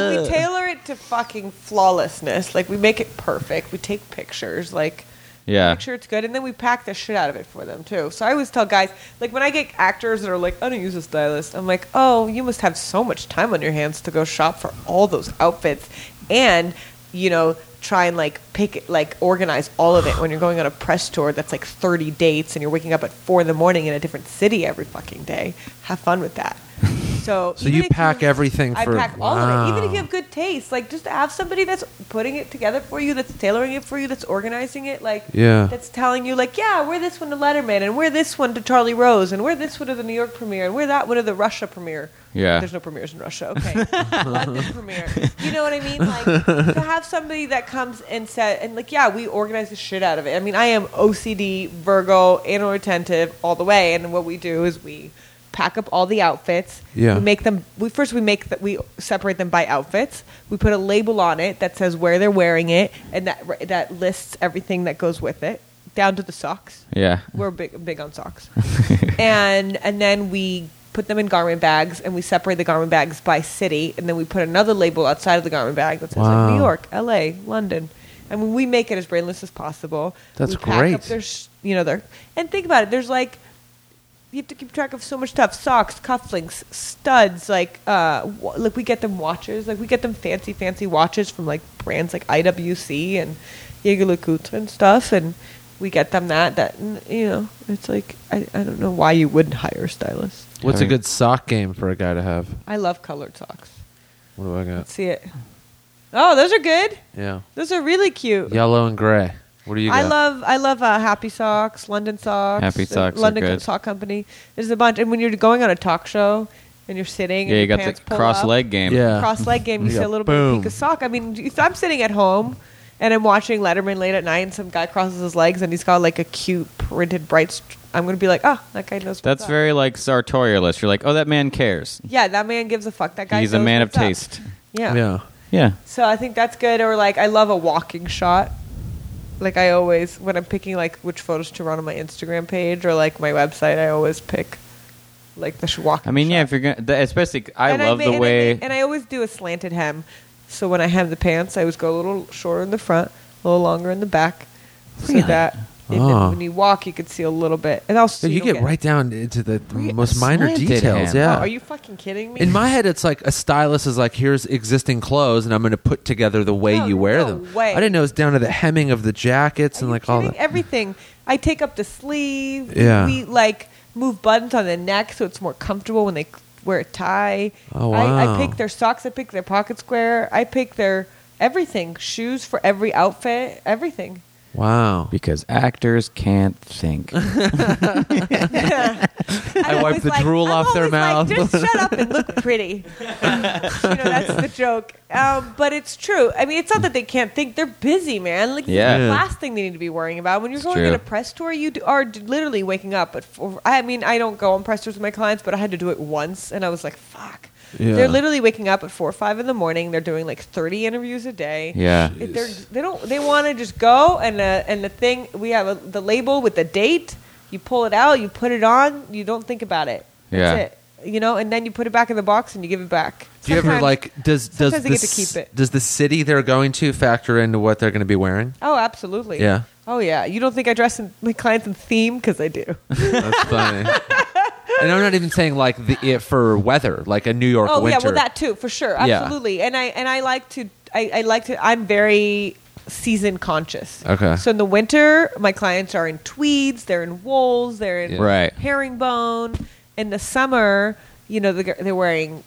[SPEAKER 4] And we tailor it to fucking flawlessness. Like we make it perfect. We take pictures. Like
[SPEAKER 2] Yeah.
[SPEAKER 4] make sure it's good, and then we pack the shit out of it for them too. So I always tell guys, like when I get actors that are like, I don't use a stylist. I'm like, oh, you must have so much time on your hands to go shop for all those outfits, and you know. Try and like pick, like organize all of it when you're going on a press tour that's like 30 dates and you're waking up at four in the morning in a different city every fucking day. Have fun with that. So,
[SPEAKER 1] So
[SPEAKER 4] even
[SPEAKER 1] you
[SPEAKER 4] if
[SPEAKER 1] pack everything
[SPEAKER 4] I
[SPEAKER 1] for-
[SPEAKER 4] pack all of it. Even if
[SPEAKER 1] Wow.
[SPEAKER 4] you have good taste, like just have somebody that's putting it together for you, that's tailoring it for you, that's organizing it, like
[SPEAKER 1] Yeah.
[SPEAKER 4] that's telling you like, yeah, wear this one to Letterman, and wear this one to Charlie Rose, and wear this one to the New York premiere, and wear that one to the Russia premiere.
[SPEAKER 2] Yeah.
[SPEAKER 4] there's no premieres in Russia. Okay, London premiere. You know what I mean? Like to have somebody that comes and said and like, yeah, we organize the shit out of it. I mean, I am OCD, Virgo, anal retentive all the way, and what we do is we pack up all the outfits.
[SPEAKER 1] Yeah.
[SPEAKER 4] We make make them we first we make that we separate them by outfits we put a label on it that says where they're wearing it and that that lists everything that goes with it down to the socks
[SPEAKER 2] Yeah.
[SPEAKER 4] we're big big on socks and and then we put them in garment bags and we separate the garment bags by city and then we put another label outside of the garment bag that says like
[SPEAKER 1] Wow.
[SPEAKER 4] new york la london and we make it as brainless as possible
[SPEAKER 1] That's
[SPEAKER 4] we pack up
[SPEAKER 1] great.
[SPEAKER 4] their sh- you know their and think about it there's like you have to keep track of so much stuff socks cufflinks studs like uh w- like we get them watches like we get them fancy fancy watches from like brands like iwc and jaeger-lecoultre and stuff and we get them that that and, you know it's like I, I don't know why you wouldn't hire a stylist
[SPEAKER 1] What's
[SPEAKER 2] I
[SPEAKER 1] a
[SPEAKER 2] mean-
[SPEAKER 1] good sock game for a guy to have?
[SPEAKER 4] i love colored socks
[SPEAKER 1] What do I got?
[SPEAKER 4] let's see it oh those are good
[SPEAKER 1] Yeah,
[SPEAKER 4] those are really cute
[SPEAKER 1] yellow and gray. What do you got?
[SPEAKER 4] I love I love uh, Happy Socks, London Socks,
[SPEAKER 2] Happy
[SPEAKER 4] uh,
[SPEAKER 2] Socks are
[SPEAKER 4] London Co-
[SPEAKER 2] good.
[SPEAKER 4] Sock Company. There's a bunch, and when you're going on a talk show and you're sitting,
[SPEAKER 2] Yeah,
[SPEAKER 4] and
[SPEAKER 2] you got
[SPEAKER 4] your
[SPEAKER 2] the
[SPEAKER 4] pants pull
[SPEAKER 2] cross
[SPEAKER 4] up,
[SPEAKER 2] leg game.
[SPEAKER 1] Yeah.
[SPEAKER 4] cross leg game. You
[SPEAKER 1] You
[SPEAKER 4] see a
[SPEAKER 1] go
[SPEAKER 4] little bit of
[SPEAKER 1] boom.
[SPEAKER 4] peek of sock. I mean, if I'm sitting at home and I'm watching Letterman late at night, and some guy crosses his legs and he's got like a cute printed bright, str- I'm gonna be like, oh, that guy knows. what's
[SPEAKER 2] That's
[SPEAKER 4] up."
[SPEAKER 2] very like sartorialist. You're like, oh, that man cares.
[SPEAKER 4] Yeah, that man gives a fuck. That guy.
[SPEAKER 2] He's a
[SPEAKER 4] knows
[SPEAKER 2] man of
[SPEAKER 4] what's up.
[SPEAKER 2] taste.
[SPEAKER 4] Yeah.
[SPEAKER 1] Yeah.
[SPEAKER 2] Yeah.
[SPEAKER 4] So I think that's good. Or like I love a walking shot. Like I always when I'm picking like which photos to run on my Instagram page or like my website, I always pick like the sh- walking.
[SPEAKER 2] I mean, yeah.
[SPEAKER 4] shot.
[SPEAKER 2] If you're gonna, that- especially, I
[SPEAKER 4] And
[SPEAKER 2] love
[SPEAKER 4] ma-
[SPEAKER 2] the
[SPEAKER 4] and I
[SPEAKER 2] way.
[SPEAKER 4] ma- and I always do a slanted hem. So when I hem the pants, I always go a little shorter in the front, a little longer in the back, so that in the-
[SPEAKER 1] Oh.
[SPEAKER 4] when you walk, you could see a little bit. And also,
[SPEAKER 1] you
[SPEAKER 4] don't
[SPEAKER 1] get right down into the most minor
[SPEAKER 2] slanted
[SPEAKER 1] details.
[SPEAKER 2] hand.
[SPEAKER 1] Yeah.
[SPEAKER 4] Oh, are you fucking kidding me?
[SPEAKER 1] In my head, it's like a stylist is like, here's existing clothes, and I'm going to put together the way
[SPEAKER 4] No,
[SPEAKER 1] you wear
[SPEAKER 4] no
[SPEAKER 1] them.
[SPEAKER 4] way.
[SPEAKER 1] I didn't know it's down to the hemming of the jackets
[SPEAKER 4] Are
[SPEAKER 1] and
[SPEAKER 4] you
[SPEAKER 1] like all
[SPEAKER 4] kidding?
[SPEAKER 1] that.
[SPEAKER 4] Everything. I take up the sleeve.
[SPEAKER 1] Yeah.
[SPEAKER 4] We like move buttons on the neck so it's more comfortable when they wear a tie.
[SPEAKER 1] Oh,
[SPEAKER 4] I, I
[SPEAKER 1] wow.
[SPEAKER 4] pick their socks. I pick their pocket square. I pick their everything. Shoes for every outfit. Everything.
[SPEAKER 1] Wow.
[SPEAKER 2] because actors can't think.
[SPEAKER 4] I
[SPEAKER 1] wipe the drool
[SPEAKER 4] I'm
[SPEAKER 1] off their
[SPEAKER 4] always like,
[SPEAKER 1] mouth.
[SPEAKER 4] Just shut up and look pretty. you know, that's the joke. Um, but it's true. I mean, it's not that they can't think. They're busy, man. Like,
[SPEAKER 2] Yeah.
[SPEAKER 4] this is
[SPEAKER 2] Yeah.
[SPEAKER 4] the last thing they need to be worrying about. When you're
[SPEAKER 2] It's
[SPEAKER 4] going
[SPEAKER 2] true.
[SPEAKER 4] on a press tour, you d- are d- literally waking up. But for, I mean, I don't go on press tours with my clients, but I had to do it once, and I was like, fuck.
[SPEAKER 1] Yeah.
[SPEAKER 4] They're literally waking up at four or five in the morning. They're doing like thirty interviews a day.
[SPEAKER 2] yeah.
[SPEAKER 4] If they're, they don't. They want to just go and uh, and the thing we have a, the label with the date. You pull it out. You put it on. You don't think about it. That's it. You know, and then you put it back in the box and you give it back.
[SPEAKER 1] Do you ever
[SPEAKER 4] Sometimes-
[SPEAKER 1] like does does
[SPEAKER 4] sometimes
[SPEAKER 1] the
[SPEAKER 4] they get to
[SPEAKER 1] c-
[SPEAKER 4] keep it.
[SPEAKER 1] does the city they're going to factor into what they're going to be wearing?
[SPEAKER 4] Oh, absolutely.
[SPEAKER 1] Yeah.
[SPEAKER 4] Oh, yeah. You don't think I dress in, my clients in theme because I do.
[SPEAKER 1] That's funny. and I'm not even saying like the it for weather, like a New York
[SPEAKER 4] oh,
[SPEAKER 1] winter.
[SPEAKER 4] yeah. Well, that too, for sure.
[SPEAKER 1] Yeah.
[SPEAKER 4] Absolutely. And I and I like to. I, I like to. I'm very season conscious.
[SPEAKER 1] Okay.
[SPEAKER 4] So in the winter, my clients are in tweeds. They're in wools. They're in
[SPEAKER 1] Yeah.
[SPEAKER 2] Right.
[SPEAKER 4] herringbone. In the summer, you know, they're, they're wearing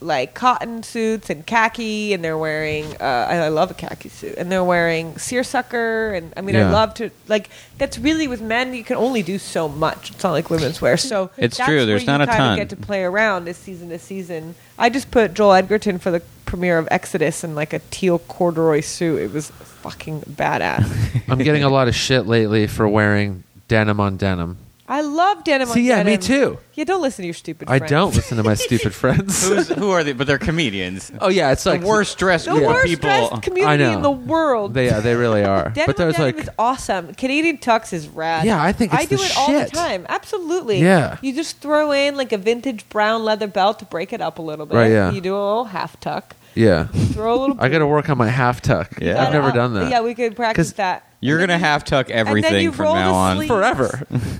[SPEAKER 4] like cotton suits and khaki, and they're wearing. Uh, I, I love a khaki suit, and they're wearing seersucker, and I mean,
[SPEAKER 2] Yeah.
[SPEAKER 4] I love to like. That's really with men, you can only do so much. It's not like women's wear, so
[SPEAKER 2] It's
[SPEAKER 4] that's
[SPEAKER 2] true,
[SPEAKER 4] where
[SPEAKER 2] there's
[SPEAKER 4] you
[SPEAKER 2] not a
[SPEAKER 4] kinda
[SPEAKER 2] ton.
[SPEAKER 4] Get to play around this season to season. I just put Joel Edgerton for the premiere of Exodus in like a teal corduroy suit. It was fucking badass.
[SPEAKER 1] I'm getting a lot of shit lately for wearing denim on denim.
[SPEAKER 4] I love denim. on
[SPEAKER 1] See, yeah, me
[SPEAKER 4] denim.
[SPEAKER 1] too.
[SPEAKER 4] Yeah, don't listen to your stupid.
[SPEAKER 1] I
[SPEAKER 4] friends.
[SPEAKER 1] don't listen to my stupid friends.
[SPEAKER 2] Who's, who are they? But they're comedians.
[SPEAKER 1] oh yeah, it's like
[SPEAKER 2] the worst dressed
[SPEAKER 4] The
[SPEAKER 2] group of
[SPEAKER 4] worst
[SPEAKER 2] people.
[SPEAKER 4] dressed community
[SPEAKER 1] I know.
[SPEAKER 4] in the world.
[SPEAKER 1] They yeah, they really are.
[SPEAKER 4] Denim
[SPEAKER 1] but there's
[SPEAKER 4] on
[SPEAKER 1] like
[SPEAKER 4] denim is awesome. Canadian tux is rad.
[SPEAKER 1] Yeah, I think it's
[SPEAKER 4] I do
[SPEAKER 1] the
[SPEAKER 4] it all the
[SPEAKER 1] shit.
[SPEAKER 4] time. Absolutely.
[SPEAKER 1] Yeah.
[SPEAKER 4] You just throw in like a vintage brown leather belt to break it up a little bit.
[SPEAKER 1] Right, yeah.
[SPEAKER 4] You do a little half tuck.
[SPEAKER 1] yeah.
[SPEAKER 4] Throw a little.
[SPEAKER 1] I got to work on my half tuck.
[SPEAKER 2] Yeah.
[SPEAKER 1] I've never done that.
[SPEAKER 4] Yeah, we could practice
[SPEAKER 1] 'Cause
[SPEAKER 4] that.
[SPEAKER 2] You're gonna half tuck everything
[SPEAKER 4] you
[SPEAKER 2] from
[SPEAKER 4] roll the
[SPEAKER 2] now on.
[SPEAKER 4] sleeve.
[SPEAKER 1] forever.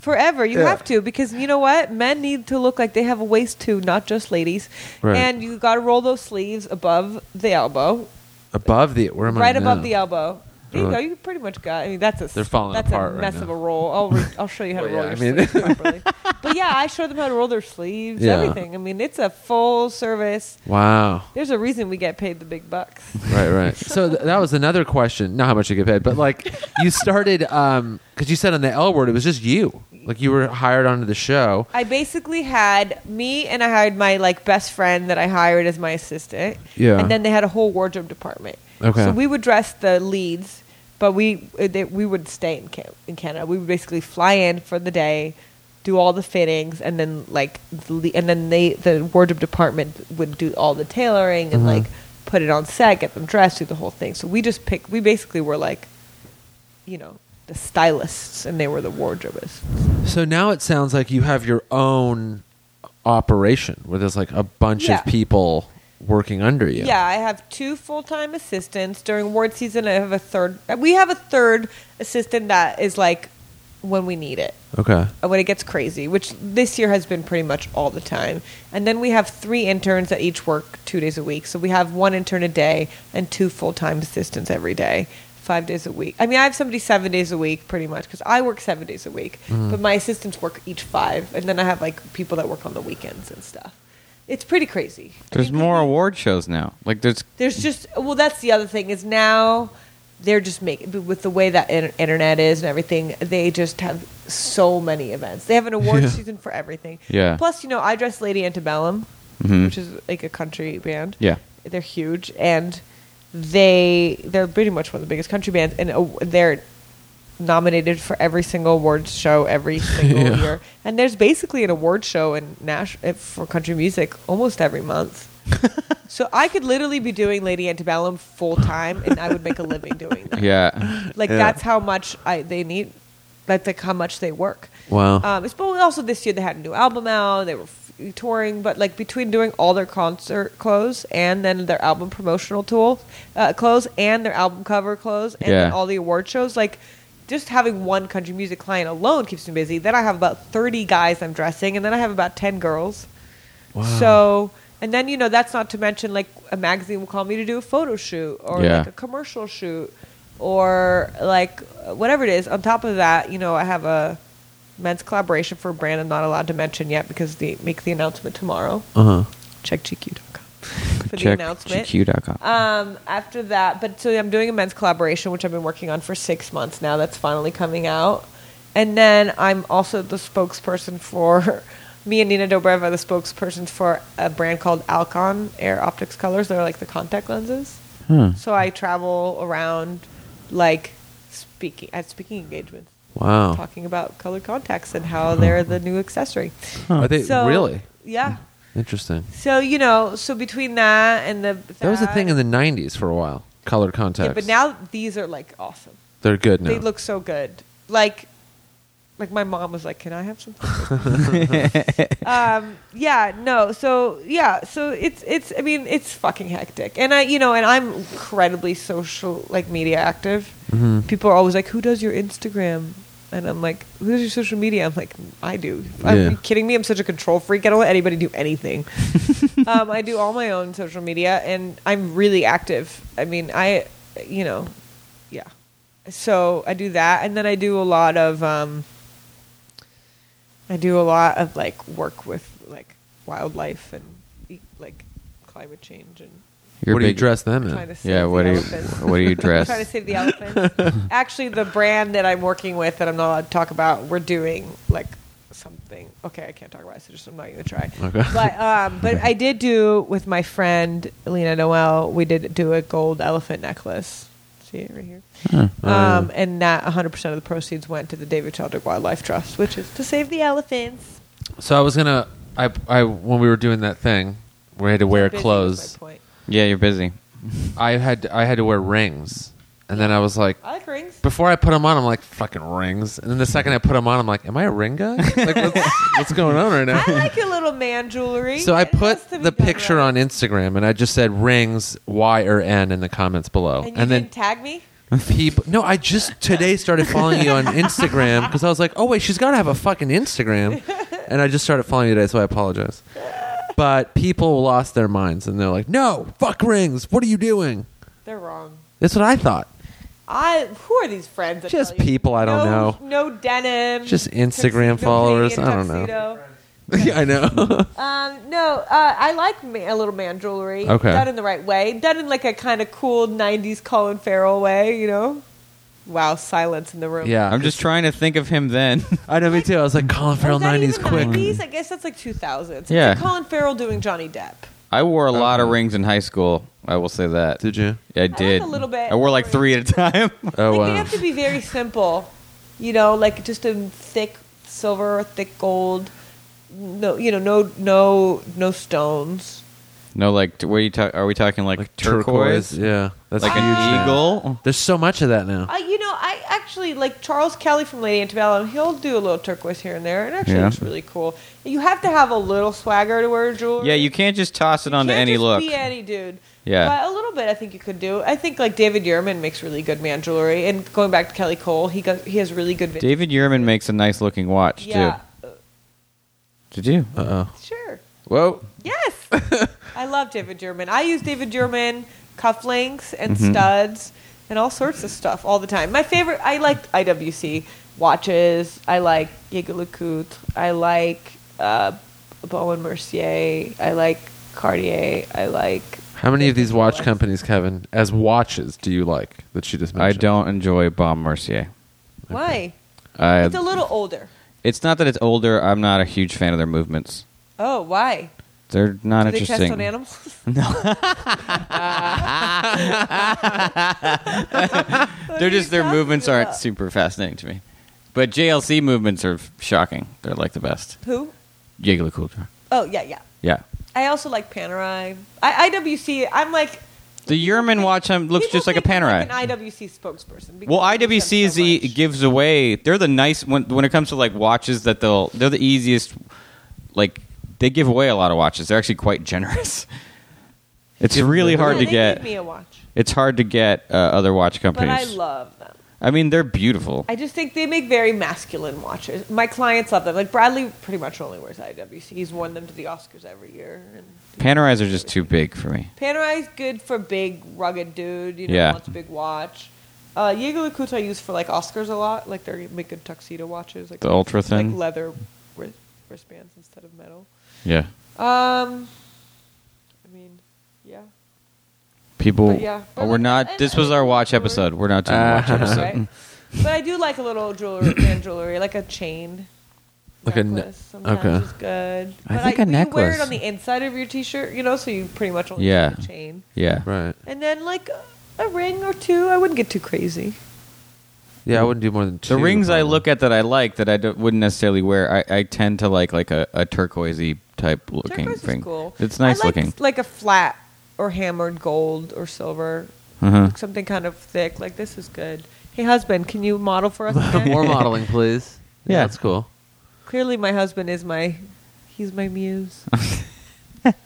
[SPEAKER 4] forever. You
[SPEAKER 1] Yeah.
[SPEAKER 4] have to because you know what? Men need to look like they have a waist too, not just ladies.
[SPEAKER 1] Right.
[SPEAKER 4] And you got to roll those sleeves above the elbow,
[SPEAKER 1] Above the where am I?
[SPEAKER 4] right above
[SPEAKER 1] now?
[SPEAKER 4] the elbow. There you
[SPEAKER 1] Uh,
[SPEAKER 4] go. You pretty much got. I mean, that's a
[SPEAKER 1] They're falling
[SPEAKER 4] that's
[SPEAKER 1] apart
[SPEAKER 4] a
[SPEAKER 1] right
[SPEAKER 4] mess
[SPEAKER 1] now.
[SPEAKER 4] of a roll. I'll re- I'll show you how to
[SPEAKER 1] Well,
[SPEAKER 4] roll
[SPEAKER 1] yeah, I
[SPEAKER 4] your
[SPEAKER 1] mean-
[SPEAKER 4] sleeves properly. But yeah, I show them how to roll their sleeves.
[SPEAKER 1] Yeah.
[SPEAKER 4] Everything. I mean, it's a full service.
[SPEAKER 1] Wow.
[SPEAKER 4] There's a reason we get paid the big bucks.
[SPEAKER 1] right right so th- that was another question not how much you get paid but like you started um because you said on the l word it was just you like you were hired onto the show
[SPEAKER 4] I basically had me and I hired my like best friend that I hired as my assistant.
[SPEAKER 1] Yeah.
[SPEAKER 4] And then they had a whole wardrobe department.
[SPEAKER 1] Okay.
[SPEAKER 4] So we would dress the leads, but we uh, they, we would stay in Can- in Canada. We would basically fly in for the day, do all the fittings, and then like the, le- and then they the wardrobe department would do all the tailoring
[SPEAKER 1] Mm-hmm.
[SPEAKER 4] and like put it on set, get them dressed, do the whole thing. So we just pick. We basically were like, you know, the stylists, and they were the wardrobists.
[SPEAKER 1] so now it sounds like you have your own operation where there's like a bunch
[SPEAKER 4] Yeah.
[SPEAKER 1] of people working under you
[SPEAKER 4] Yeah. I have two full time assistants. During award season, I have a third. We have a third assistant that is like when we need it,
[SPEAKER 1] okay
[SPEAKER 4] uh, when it gets crazy, which this year has been pretty much all the time. And then we have three interns that each work two days a week. So we have one intern a day and two full time assistants every day, five days a week. I mean, I have somebody seven days a week pretty much because I work seven days a week, but my assistants work each five. And then I have like people that work on the weekends and stuff. It's pretty crazy. I
[SPEAKER 2] There's
[SPEAKER 4] mean,
[SPEAKER 2] more award shows now. Like there's
[SPEAKER 4] there's just well that's the other thing is now they're just making with the way that in- internet is and everything they just have so many events they have an awards
[SPEAKER 1] Yeah.
[SPEAKER 4] season for everything
[SPEAKER 2] Yeah.
[SPEAKER 4] plus you know i dress lady antebellum
[SPEAKER 2] Mhm.
[SPEAKER 4] which is like a country band
[SPEAKER 2] Yeah.
[SPEAKER 4] they're huge and they they're pretty much one of the biggest country bands and uh, they're nominated for every single awards show every single
[SPEAKER 1] Yeah.
[SPEAKER 4] year and there's basically an award show in Nash uh, for country music almost every month so I could literally be doing Lady Antebellum full time, and I would make a living doing that.
[SPEAKER 2] yeah.
[SPEAKER 4] Like that's how much I they need. That's like how much they work.
[SPEAKER 1] wow
[SPEAKER 4] Um, it's but also this year they had a new album out. They were f- touring, but like between doing all their concert clothes and then their album promotional tool uh, clothes and their album cover clothes and then
[SPEAKER 2] Yeah.
[SPEAKER 4] all the award shows, like just having one country music client alone keeps me busy. Then I have about thirty guys I'm dressing, and then I have about ten girls. So. And then you know that's not to mention like a magazine will call me to do a photo shoot or
[SPEAKER 2] Yeah.
[SPEAKER 4] like a commercial shoot or like whatever it is. On top of that, you know, I have a men's collaboration for a brand I'm not allowed to mention yet because they make the announcement tomorrow.
[SPEAKER 1] uh-huh
[SPEAKER 4] Check GQ.com for the
[SPEAKER 2] Check
[SPEAKER 4] announcement.
[SPEAKER 2] GQ.com.
[SPEAKER 4] Um, after that, but so I'm doing a men's collaboration, which I've been working on for six months now. That's finally coming out. And then I'm also the spokesperson for me and Nina Dobrev are the spokespersons for a brand called Alcon Air Optics Colors. They're like the contact lenses.
[SPEAKER 1] Hmm.
[SPEAKER 4] So I travel around, like speaking at speaking engagements,
[SPEAKER 1] wow
[SPEAKER 4] talking about colored contacts and how they're the new accessory.
[SPEAKER 1] are they
[SPEAKER 4] So-
[SPEAKER 1] really Hmm.
[SPEAKER 4] Yeah.
[SPEAKER 1] interesting
[SPEAKER 4] So you know, so between that and the
[SPEAKER 1] that was a thing in the 90s for a while colored contacts
[SPEAKER 4] yeah, but now these are like awesome.
[SPEAKER 1] they're good now
[SPEAKER 4] They look so good. Like, like my mom was like, "Can I have some?" um, yeah, no. So yeah, so it's it's. I mean, it's fucking hectic, and I you know, and I'm incredibly social, like media active. People are always like, "Who does your Instagram?" And I'm like, "Who does your social media?" I'm like, "I do." Are
[SPEAKER 1] Yeah.
[SPEAKER 4] you kidding me? I'm such a control freak. I don't let anybody do anything. um, I do all my own social media, and I'm really active. I mean, I, you know, yeah. So I do that, and then I do a lot of, um, I do a lot of like work with like wildlife and e- like climate change and
[SPEAKER 2] You're
[SPEAKER 1] what do you
[SPEAKER 2] big-
[SPEAKER 1] dress them
[SPEAKER 4] trying to
[SPEAKER 1] in?
[SPEAKER 4] save
[SPEAKER 2] Yeah,
[SPEAKER 4] the
[SPEAKER 2] what do you
[SPEAKER 4] elephants.
[SPEAKER 2] what do you dress?
[SPEAKER 4] Trying to save the elephants. Actually, the brand that I'm working with that I'm not allowed to talk about, we're doing like something. Okay, I can't talk about it, so just I'm not going to try.
[SPEAKER 1] Okay.
[SPEAKER 4] But um, but I did do with my friend Lena Noel. We did do a gold elephant necklace. See it right here.
[SPEAKER 1] Oh,
[SPEAKER 4] Um, and that 100 percent of the proceeds went to the David Chadwick Wildlife Trust, which is to save the elephants.
[SPEAKER 1] So I was gonna, I, I when we were doing that thing, we had to wear
[SPEAKER 4] Busy was
[SPEAKER 1] clothes.
[SPEAKER 4] my point.
[SPEAKER 2] yeah, you're busy.
[SPEAKER 1] I had I had to wear rings, and then I was like,
[SPEAKER 4] I like rings.
[SPEAKER 1] before I put them on, I'm like fucking rings, and then the second I put them on, I'm like, am I a ring guy? Like, what's, what's going on right now?
[SPEAKER 4] I like your little man jewelry.
[SPEAKER 1] So I
[SPEAKER 4] It has
[SPEAKER 1] put
[SPEAKER 4] to be
[SPEAKER 1] the
[SPEAKER 4] done
[SPEAKER 1] picture
[SPEAKER 4] right.
[SPEAKER 1] on Instagram, and I just said rings Y or N in the comments below,
[SPEAKER 4] and
[SPEAKER 1] and,
[SPEAKER 4] you
[SPEAKER 1] then
[SPEAKER 4] didn't tag me.
[SPEAKER 1] people. No, I just today started following you on Instagram because I was like, oh wait, she's got to have a fucking Instagram, and I just started following you today, so I apologize. But people lost their minds, and they're like, no, fuck rings. What are you doing?
[SPEAKER 4] They're wrong.
[SPEAKER 1] That's what I thought.
[SPEAKER 4] I who are these friends? that
[SPEAKER 1] Just
[SPEAKER 4] tell you?
[SPEAKER 1] people I don't
[SPEAKER 4] no,
[SPEAKER 1] know.
[SPEAKER 4] No denim.
[SPEAKER 1] Just Instagram
[SPEAKER 4] tuxedo
[SPEAKER 1] followers.
[SPEAKER 4] hoodie and
[SPEAKER 1] I don't know.
[SPEAKER 4] tuxedo.
[SPEAKER 1] yeah, I know.
[SPEAKER 4] Um, no, uh, I like ma- a little man jewelry.
[SPEAKER 1] Okay.
[SPEAKER 4] Done in the right way. Done in like a kind of cool '90s Colin Farrell way. You know. Wow, silence in the room.
[SPEAKER 1] yeah,
[SPEAKER 2] I'm just trying to think of him then.
[SPEAKER 1] I know me too. I was like Colin Farrell,
[SPEAKER 4] Is that
[SPEAKER 1] nineties,
[SPEAKER 4] even
[SPEAKER 1] quick.
[SPEAKER 4] 90s? I guess that's like 2000s.
[SPEAKER 2] Yeah.
[SPEAKER 4] It's like Colin Farrell doing Johnny Depp.
[SPEAKER 2] I wore a lot of rings in high school. I will say that.
[SPEAKER 1] Uh-huh. Did you?
[SPEAKER 2] I did.
[SPEAKER 4] a little bit.
[SPEAKER 2] I wore like three at a time.
[SPEAKER 1] Oh
[SPEAKER 4] like
[SPEAKER 1] wow.
[SPEAKER 4] they have to be very simple, you know, like just a thick silver, thick gold. No, you know, no, no, no stones.
[SPEAKER 2] no, like t- what are you talking? Are we talking like,
[SPEAKER 1] like turquoise.
[SPEAKER 2] turquoise?
[SPEAKER 1] Yeah, that's
[SPEAKER 2] Like
[SPEAKER 1] huge
[SPEAKER 2] an
[SPEAKER 1] now.
[SPEAKER 2] eagle?
[SPEAKER 1] There's so much of that now.
[SPEAKER 4] I, you know, I actually like Charles Kelly from Lady Antebellum. He'll do a little turquoise here and there. It actually
[SPEAKER 2] Yeah.
[SPEAKER 4] looks really cool. You have to have a little swagger to wear jewelry.
[SPEAKER 2] Yeah, you can't just toss it onto
[SPEAKER 4] Can't
[SPEAKER 2] any
[SPEAKER 4] just
[SPEAKER 2] look.
[SPEAKER 4] Be any dude.
[SPEAKER 2] Yeah.
[SPEAKER 4] but a little bit I think you could do. I think like David Yerman makes really good man jewelry, and going back to Kelly Cole, he goes, he has really good. vintage-
[SPEAKER 2] David Yurman makes a nice looking watch too.
[SPEAKER 4] Yeah,
[SPEAKER 2] Did you?
[SPEAKER 1] Uh oh.
[SPEAKER 4] sure.
[SPEAKER 2] Whoa!
[SPEAKER 4] Yes. I love David German. I use David German cufflinks and
[SPEAKER 2] Mm-hmm.
[SPEAKER 4] studs and all sorts of stuff all the time. My favorite, I like IWC watches. I like Jaeger-LeCoultre. I like uh, Bowen Mercier. I like Cartier. I like.
[SPEAKER 1] How many of these watch
[SPEAKER 4] Otherwise.
[SPEAKER 1] companies, Kevin, as watches do you like that you just
[SPEAKER 2] I
[SPEAKER 1] mentioned?
[SPEAKER 2] don't enjoy Bob Mercier.
[SPEAKER 4] Why?
[SPEAKER 2] I,
[SPEAKER 4] It's a little older.
[SPEAKER 2] It's not that it's older. I'm not a huge fan of their movements.
[SPEAKER 4] Oh, why?
[SPEAKER 2] They're not
[SPEAKER 4] Do they
[SPEAKER 2] interesting.
[SPEAKER 4] test on animals? No.
[SPEAKER 2] They're just their movements aren't super fascinating to me. But JLC movements are f- shocking. They're like the best.
[SPEAKER 4] Who?
[SPEAKER 2] Jiggly cool jar.
[SPEAKER 4] Oh, yeah, yeah.
[SPEAKER 2] Yeah.
[SPEAKER 4] I also like Panerai. I, IWC, I'm like,
[SPEAKER 2] The Yurman watch um, looks
[SPEAKER 4] People
[SPEAKER 2] just like a
[SPEAKER 4] think I'm
[SPEAKER 2] Panerai.
[SPEAKER 4] an IWC spokesperson. because
[SPEAKER 2] Well,
[SPEAKER 4] I use them so
[SPEAKER 2] IWC is the,
[SPEAKER 4] much.
[SPEAKER 2] gives away. They're the nice when when it comes to like watches that they'll they're the easiest. Like they give away a lot of watches. They're actually quite generous. It's really hard
[SPEAKER 4] Yeah,
[SPEAKER 2] to
[SPEAKER 4] they
[SPEAKER 2] get.
[SPEAKER 4] gave me a watch,
[SPEAKER 2] It's hard to get uh, other watch
[SPEAKER 4] but
[SPEAKER 2] companies.
[SPEAKER 4] I love them.
[SPEAKER 2] I mean, they're beautiful.
[SPEAKER 4] I just think they make very masculine watches. My clients love them. Like Bradley, pretty much only wears IWC. He's worn them to the Oscars every year. And
[SPEAKER 2] Panerai's are just too big for me.
[SPEAKER 4] Panerai's good for big rugged dude. You know,
[SPEAKER 2] Yeah.
[SPEAKER 4] wants a big watch. Uh, Jaeger LeCoultre I use for like Oscars a lot. Like they make good tuxedo watches. Like
[SPEAKER 2] The ultra thin?
[SPEAKER 4] like leather wrist, wristbands instead of metal.
[SPEAKER 2] Yeah,
[SPEAKER 4] Um, I mean, yeah.
[SPEAKER 2] people.
[SPEAKER 4] But yeah, but
[SPEAKER 2] oh, we're
[SPEAKER 4] like-
[SPEAKER 2] not. This was our watch episode. We're not doing a watch
[SPEAKER 1] Uh-huh.
[SPEAKER 2] episode.
[SPEAKER 4] right? but I do like a little jewelry, man jewelry, like a chain.
[SPEAKER 1] Like a ne-
[SPEAKER 4] necklace sometimes
[SPEAKER 1] okay.
[SPEAKER 4] is good.
[SPEAKER 2] I
[SPEAKER 4] But
[SPEAKER 2] think a
[SPEAKER 4] but You wear
[SPEAKER 2] necklace.
[SPEAKER 4] it on the inside of your t-shirt, you know, so you pretty much only
[SPEAKER 2] Yeah.
[SPEAKER 4] use the chain.
[SPEAKER 2] Yeah.
[SPEAKER 1] Right.
[SPEAKER 4] And then like a, a ring or two. I wouldn't get too crazy.
[SPEAKER 1] Yeah, I wouldn't do more than two.
[SPEAKER 2] The rings I
[SPEAKER 1] probably.
[SPEAKER 2] look at that I like that I d- wouldn't necessarily wear. I, I tend to like like a, a turquoisey type looking
[SPEAKER 4] Turquoise
[SPEAKER 2] thing.
[SPEAKER 4] is cool.
[SPEAKER 2] It's nice
[SPEAKER 4] I like,
[SPEAKER 2] looking.
[SPEAKER 4] Like a flat or hammered gold or silver,
[SPEAKER 2] Uh-huh.
[SPEAKER 4] something kind of thick. Like this is good. Hey, husband, can you model for us? again?
[SPEAKER 1] more modeling, please.
[SPEAKER 2] Yeah.
[SPEAKER 1] that's cool.
[SPEAKER 4] Clearly, my husband is my. He's my muse.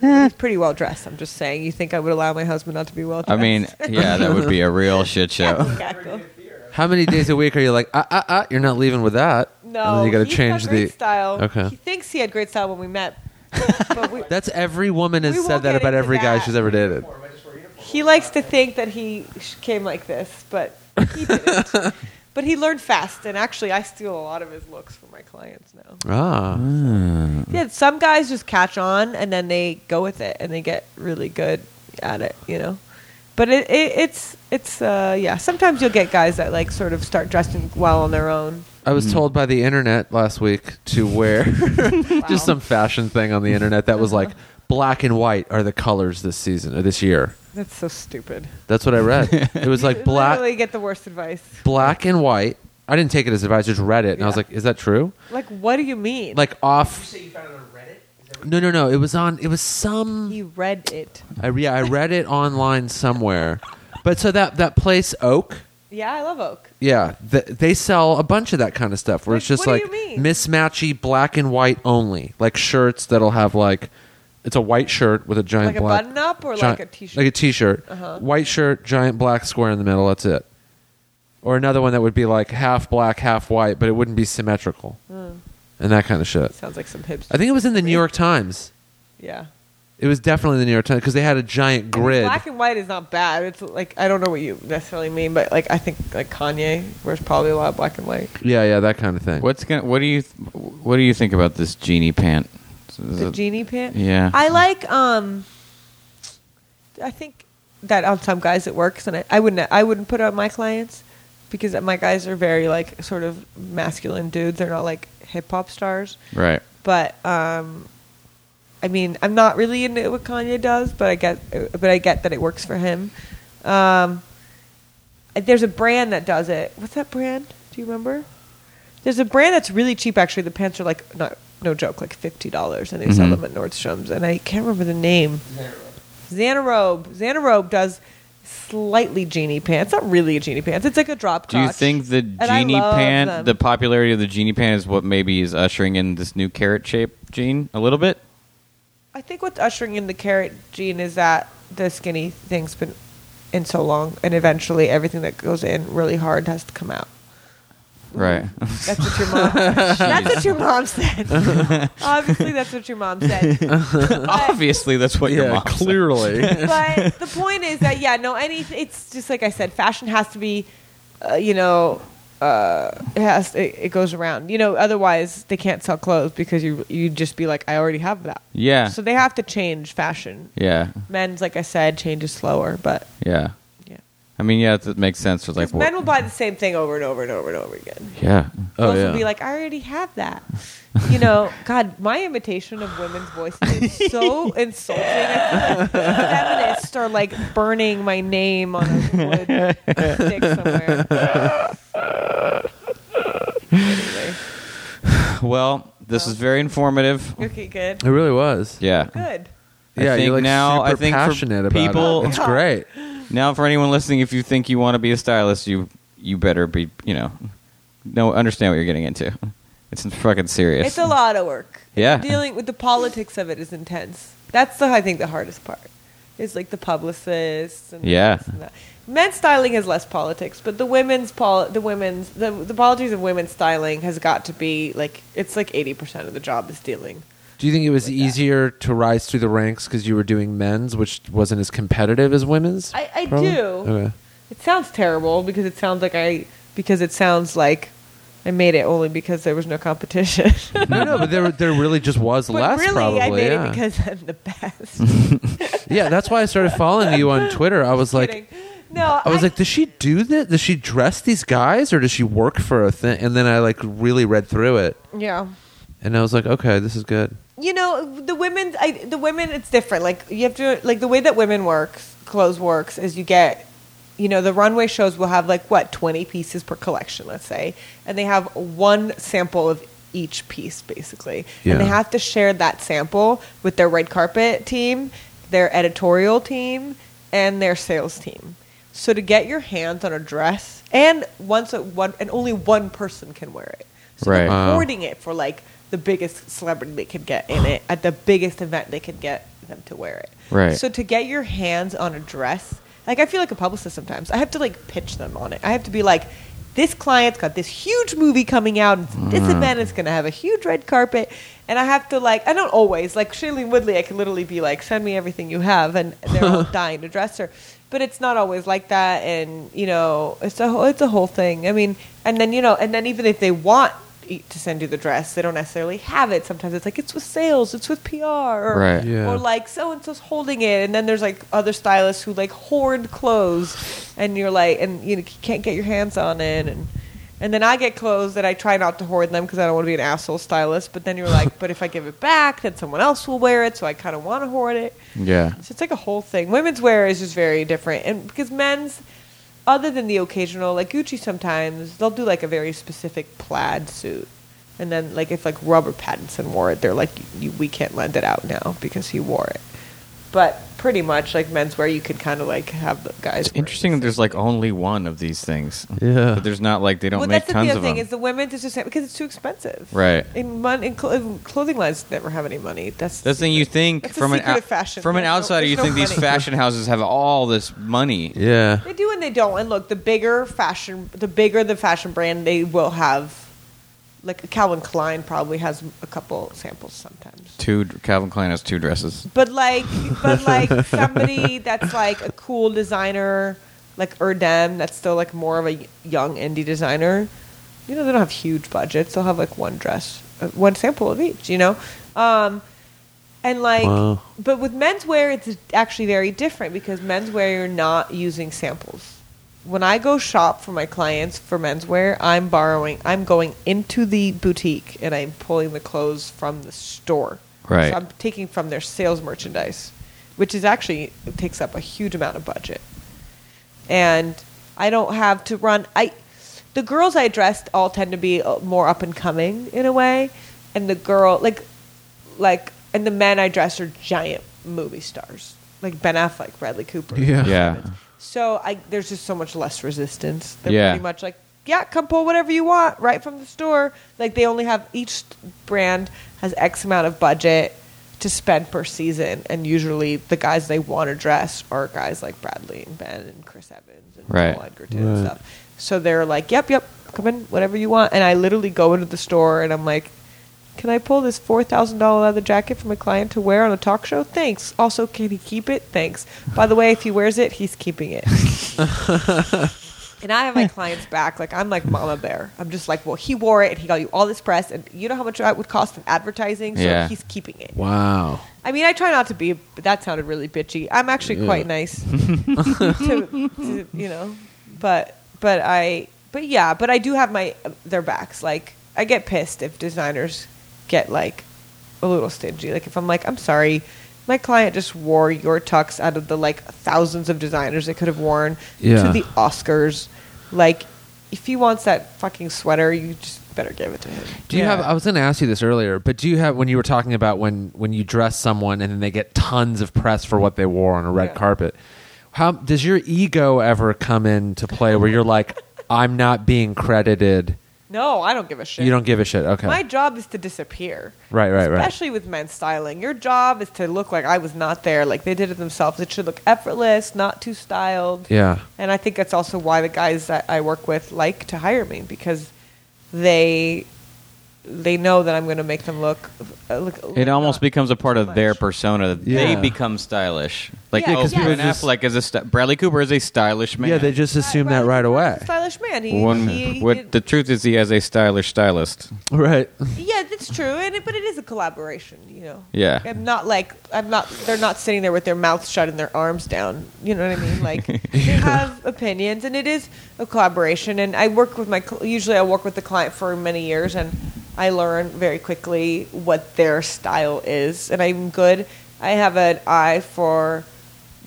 [SPEAKER 4] he's pretty well dressed. I'm just saying. You think I would allow my husband not to be well
[SPEAKER 2] I
[SPEAKER 4] dressed?
[SPEAKER 2] mean, yeah, that would be a real shit show.
[SPEAKER 4] Cackle.
[SPEAKER 1] How many days a week are you like, ah, ah, ah, you're not leaving with that?
[SPEAKER 4] no,
[SPEAKER 1] And then Oh, you gotta
[SPEAKER 4] he's got
[SPEAKER 1] change
[SPEAKER 4] great
[SPEAKER 1] the.
[SPEAKER 4] style.
[SPEAKER 1] Okay.
[SPEAKER 4] He thinks he had great style when we met, but we,
[SPEAKER 1] That's every woman has
[SPEAKER 4] We
[SPEAKER 1] said
[SPEAKER 4] won't
[SPEAKER 1] that
[SPEAKER 4] get
[SPEAKER 1] about
[SPEAKER 4] into
[SPEAKER 1] every guy
[SPEAKER 4] that.
[SPEAKER 1] she's ever dated.
[SPEAKER 4] he likes to think that he sh- came like this, but he didn't. But he learned fast, and actually, I steal a lot of his looks from my clients now.
[SPEAKER 1] Ah.
[SPEAKER 4] Yeah, some guys just catch on and then they go with it and they get really good at it, you know. But it, it it's it's uh yeah. Sometimes you'll get guys that like sort of start dressing well on their own.
[SPEAKER 1] I was told by the internet last week to wear just some fashion thing on the internet that was like black and white are the colors this season or this year.
[SPEAKER 4] That's so stupid.
[SPEAKER 1] That's what I read. It was like black
[SPEAKER 4] Literally get the worst advice.
[SPEAKER 1] black and white. I didn't take it as advice, I just read it and I was
[SPEAKER 4] Yeah.
[SPEAKER 1] like, is that true?
[SPEAKER 4] Like, what do you mean?
[SPEAKER 1] Like off No, no, no. It was on it was some
[SPEAKER 4] he read it.
[SPEAKER 1] I re- I read it online somewhere. But so that that place Oak,
[SPEAKER 4] Yeah, I love Oak.
[SPEAKER 1] yeah, th- they sell a bunch of that kind of stuff where it's
[SPEAKER 4] Like,
[SPEAKER 1] just
[SPEAKER 4] what do
[SPEAKER 1] like
[SPEAKER 4] you mean?
[SPEAKER 1] mismatchy black and white only, like shirts that'll have like it's a white shirt with a giant
[SPEAKER 4] Like a
[SPEAKER 1] black
[SPEAKER 4] button up or
[SPEAKER 1] giant-
[SPEAKER 4] like a t-shirt.
[SPEAKER 1] like a t-shirt,
[SPEAKER 4] Uh-huh.
[SPEAKER 1] white shirt, giant black square in the middle. That's it. Or another one that would be like half black, half white, but it wouldn't be symmetrical
[SPEAKER 4] Hmm.
[SPEAKER 1] and that kind of shit.
[SPEAKER 4] Sounds like some hipster.
[SPEAKER 1] I think it was in the New York Times.
[SPEAKER 4] yeah.
[SPEAKER 1] It was definitely in the New York Times because they had a giant grid.
[SPEAKER 4] Black and white is not bad. It's like I don't know what you necessarily mean, but like I think like Kanye wears probably a lot of black and white.
[SPEAKER 1] yeah, yeah, that kind of thing.
[SPEAKER 2] What's gonna? What do you? th- What do you think about this genie pant? Is
[SPEAKER 4] the
[SPEAKER 2] it-
[SPEAKER 4] genie pant.
[SPEAKER 2] Yeah.
[SPEAKER 4] I like. Um, I think that on some guys it works, and I, I wouldn't. I wouldn't put it on my clients because my guys are very like sort of masculine dudes. They're not like hip hop stars,
[SPEAKER 2] right.
[SPEAKER 4] but um, I mean, I'm not really into what Kanye does, but I get, but I get that it works for him. Um, there's a brand that does it. What's that brand? Do you remember? There's a brand that's really cheap. Actually, the pants are like not no joke, like fifty dollars, and they sell
[SPEAKER 2] Mhm.
[SPEAKER 4] them at Nordstrom's. And I can't remember the name. Xanarobe. Xanarobe does slightly genie pants. Not really a genie pants. It's like a drop.
[SPEAKER 2] Do you
[SPEAKER 4] crotch.
[SPEAKER 2] think the
[SPEAKER 4] And I
[SPEAKER 2] genie
[SPEAKER 4] love
[SPEAKER 2] pant,
[SPEAKER 4] them.
[SPEAKER 2] the popularity of the genie pant, is what maybe is ushering in this new carrot shape gene a little bit?
[SPEAKER 4] I think what's ushering in the carrot gene is that the skinny thing's been in so long, and eventually everything that goes in really hard has to come out.
[SPEAKER 2] Right.
[SPEAKER 4] That's what your mom. that's what your mom said. Obviously, that's what your mom said. But,
[SPEAKER 2] Obviously, that's what your mom said.
[SPEAKER 1] clearly.
[SPEAKER 4] but the point is that yeah, no, any. It's just like I said, fashion has to be, uh, you know, uh, it has it, it goes around. You know, otherwise they can't sell clothes because you you just be like, I already have that.
[SPEAKER 2] Yeah.
[SPEAKER 4] So they have to change fashion.
[SPEAKER 2] yeah.
[SPEAKER 4] Men's, like I said, changes slower, but
[SPEAKER 2] Yeah.
[SPEAKER 4] yeah.
[SPEAKER 2] I mean, yeah, that makes sense. For like,
[SPEAKER 4] Because men will buy the same thing over and over and over and over again.
[SPEAKER 2] yeah.
[SPEAKER 1] Oh,
[SPEAKER 4] Girls
[SPEAKER 1] yeah.
[SPEAKER 4] will be like, I already have that. You know, God, my imitation of women's voices is so insulting. I feel like feminists are like burning my name on a wood stick somewhere. anyway.
[SPEAKER 2] Well, this is very informative.
[SPEAKER 4] Okay, good.
[SPEAKER 1] It really was.
[SPEAKER 2] Yeah.
[SPEAKER 4] Good.
[SPEAKER 2] I
[SPEAKER 1] Yeah,
[SPEAKER 2] think
[SPEAKER 1] you're like
[SPEAKER 2] now-
[SPEAKER 1] super
[SPEAKER 2] I think for
[SPEAKER 1] passionate about
[SPEAKER 2] people-
[SPEAKER 1] it. It's great.
[SPEAKER 2] Now, for anyone listening, if you think you want to be a stylist, you you better be, you know, no, understand what you're getting into. It's fucking serious.
[SPEAKER 4] It's a lot of work.
[SPEAKER 2] Yeah.
[SPEAKER 4] Dealing with the politics of it is intense. That's the I think the hardest part. Is like the publicists and
[SPEAKER 2] Yeah.
[SPEAKER 4] this and that. Men's styling has less politics, but the women's pol- the women's the, the politics of women's styling has got to be like it's like eighty percent of the job is dealing.
[SPEAKER 1] Do you think it was easier to rise through the ranks because you were doing men's, which wasn't as competitive as women's?
[SPEAKER 4] I, I
[SPEAKER 1] probably?
[SPEAKER 4] do.
[SPEAKER 1] Okay.
[SPEAKER 4] It sounds terrible because it sounds like I because it sounds like I made it only because there was no competition.
[SPEAKER 1] no, no, but there, there really just was
[SPEAKER 4] but
[SPEAKER 1] less.
[SPEAKER 4] really,
[SPEAKER 1] probably,
[SPEAKER 4] I made
[SPEAKER 1] yeah.
[SPEAKER 4] it because I'm the best.
[SPEAKER 1] yeah, that's why I started following you on Twitter. I was like,
[SPEAKER 4] Kidding. no,
[SPEAKER 1] I was like, does she do that? Does she dress these guys, or does she work for a thing? And then I like really read through it,
[SPEAKER 4] yeah.
[SPEAKER 1] and I was like, okay, this is good.
[SPEAKER 4] you know the women I, the women it's different like you have to like the way that women work clothes works is you get you know the runway shows will have like what 20 pieces per collection let's say and they have one sample of each piece basically and they
[SPEAKER 1] Yeah.
[SPEAKER 4] have to share that sample with their red carpet team their editorial team and their sales team so to get your hands on a dress and once a, one and only one person can wear it so
[SPEAKER 2] Right.
[SPEAKER 4] they're
[SPEAKER 1] Wow.
[SPEAKER 4] hoarding it for like the biggest celebrity they could get in it at the biggest event they could get them to wear it.
[SPEAKER 2] Right.
[SPEAKER 4] So to get your hands on a dress, like I feel like a publicist sometimes. I have to like pitch them on it. I have to be like, this client's got this huge movie coming out, and it's this event is going to have a huge red carpet. And I have to like, I don't always like Shailene Woodley. I can literally be like, send me everything you have, and they're all dying to dress her. But it's not always like that, and you know, it's a whole, it's a whole thing. I mean, and then you know, and then even if they want e- to send you the dress, they don't necessarily have it. Sometimes it's like it's with sales, it's with PR, or,
[SPEAKER 2] Right.
[SPEAKER 1] Yeah.
[SPEAKER 4] or like so and so's holding it, and then there's like other stylists who like hoard clothes, and you're like, and you know, you can't get your hands on it, and and then I get clothes that I try not to hoard them because I don't want to be an asshole stylist. But then you're like, but if I give it back, then someone else will wear it, so I kind of want to hoard it.
[SPEAKER 2] Yeah.
[SPEAKER 4] So it's like a whole thing. Women's wear is just very different, and because men's, other than the occasional, like Gucci, sometimes they'll do like a very specific plaid suit, and then like if like Robert Pattinson wore it, they're like, you, we can't lend it out now because he wore it. But pretty much like menswear, you could kind of like have the guys.
[SPEAKER 2] It's
[SPEAKER 4] wear it.
[SPEAKER 2] interesting that there's like only one of these things.
[SPEAKER 1] Yeah.
[SPEAKER 2] But there's not like they don't
[SPEAKER 4] well,
[SPEAKER 2] make
[SPEAKER 4] that's
[SPEAKER 2] tons
[SPEAKER 4] the other
[SPEAKER 2] of
[SPEAKER 4] thing
[SPEAKER 2] them.
[SPEAKER 4] is the women it's just because it's too expensive.
[SPEAKER 2] Right.
[SPEAKER 4] In, mon- in, cl- in clothing lines, never have any money. That's
[SPEAKER 2] That's the thing you think
[SPEAKER 4] That's the
[SPEAKER 2] from an
[SPEAKER 4] secret
[SPEAKER 2] ou-
[SPEAKER 4] of fashion.
[SPEAKER 2] from an
[SPEAKER 4] There's no-
[SPEAKER 2] outsider you
[SPEAKER 4] there's no
[SPEAKER 2] think these
[SPEAKER 4] money.
[SPEAKER 2] fashion houses have all this money.
[SPEAKER 1] Yeah.
[SPEAKER 4] They do and they don't. And look, the bigger fashion, the bigger the fashion brand, they will have. Like Calvin Klein probably has a couple samples sometimes.
[SPEAKER 2] Two Calvin Klein has two dresses.
[SPEAKER 4] But like, but like somebody that's like a cool designer, like Erdem, that's still like more of a young indie designer. You know, they don't have huge budgets. They'll have like one dress, uh, one sample of each. You know, um, and like,
[SPEAKER 1] Wow.
[SPEAKER 4] but with menswear, it's actually very different because menswear you're not using samples. When I go shop for my clients for menswear, I'm borrowing. I'm going into the boutique and I'm pulling the clothes from the store.
[SPEAKER 2] Right.
[SPEAKER 4] So I'm taking from their sales merchandise, which is actually it takes up a huge amount of budget. And I don't have to run. I the girls I dressed all tend to be uh, more up and coming in a way, and the girl like like and the men I dress are giant movie stars like Ben Affleck, Bradley Cooper.
[SPEAKER 1] Yeah.
[SPEAKER 2] Yeah.
[SPEAKER 4] So I there's just so much less resistance. They're
[SPEAKER 2] Yeah.
[SPEAKER 4] pretty much like, yeah, come pull whatever you want right from the store. Like they only have each brand has X amount of budget to spend per season, and usually the guys they want to dress are guys like Bradley and Ben and Chris Evans and
[SPEAKER 2] Right.
[SPEAKER 4] Paul Edgerton and stuff. So they're like, yep, yep, come in whatever you want. And I literally go into the store and I'm like. Can I pull this four thousand dollar leather jacket from a client to wear on a talk show? Thanks. Also, can he keep it? Thanks. By the way, if he wears it, he's keeping it. and I have my clients back. Like I'm like Mama Bear. I'm just like, well, he wore it, and he got you all this press, and you know how much that would cost in advertising, so
[SPEAKER 2] Yeah.
[SPEAKER 4] he's keeping it.
[SPEAKER 1] Wow.
[SPEAKER 4] I mean, I try not to be, but that sounded really bitchy. I'm actually quite nice, to, to, you know. But but I but yeah, but I do have my their backs. Like I get pissed if designers get like a little stingy. Like if I'm like, I'm sorry, my client just wore your tux out of the like thousands of designers they could have worn
[SPEAKER 1] Yeah.
[SPEAKER 4] to the Oscars. Like if he wants that fucking sweater, you just better give it to him.
[SPEAKER 1] Do you
[SPEAKER 2] Yeah.
[SPEAKER 1] have? I was going to ask you this earlier, but do you have when you were talking about when when you dress someone and then they get tons of press for what they wore on a red
[SPEAKER 4] Yeah.
[SPEAKER 1] carpet? How does your ego ever come into play where you're like, I'm not being credited?
[SPEAKER 4] No, I don't give a shit.
[SPEAKER 1] You don't give a shit. Okay.
[SPEAKER 4] My job is to disappear.
[SPEAKER 1] Right, right, right.
[SPEAKER 4] Especially with men's styling. Your job is to look like I was not there, like they did it themselves. It should look effortless, not too styled.
[SPEAKER 1] yeah.
[SPEAKER 4] And I think that's also why the guys that I work with like to hire me because they they know that I'm going to make them look uh, look
[SPEAKER 2] It almost
[SPEAKER 4] not-
[SPEAKER 2] becomes a part
[SPEAKER 4] too
[SPEAKER 2] of their
[SPEAKER 4] much.
[SPEAKER 2] persona. that
[SPEAKER 1] Yeah.
[SPEAKER 2] They become stylish. Like
[SPEAKER 4] Yeah,
[SPEAKER 2] oh,
[SPEAKER 4] 'cause people
[SPEAKER 2] Ben
[SPEAKER 1] just-
[SPEAKER 2] Affleck is a sty- Bradley Cooper is a stylish man.
[SPEAKER 1] Yeah. They just assume that right away.
[SPEAKER 4] Stylish man. He,
[SPEAKER 2] One,
[SPEAKER 4] he-
[SPEAKER 2] what the truth is, he has a stylish stylist.
[SPEAKER 1] Right.
[SPEAKER 4] Yeah, that's true, and it, but it is a collaboration, you know.
[SPEAKER 2] Yeah.
[SPEAKER 4] I'm not like I'm not. They're not sitting there with their mouths shut and their arms down. You know what I mean? Like they have opinions, and it is a collaboration. And I work with my. cl- Usually, I work with the client for many years, and I learn very quickly what their style is, and I'm good. I have an eye for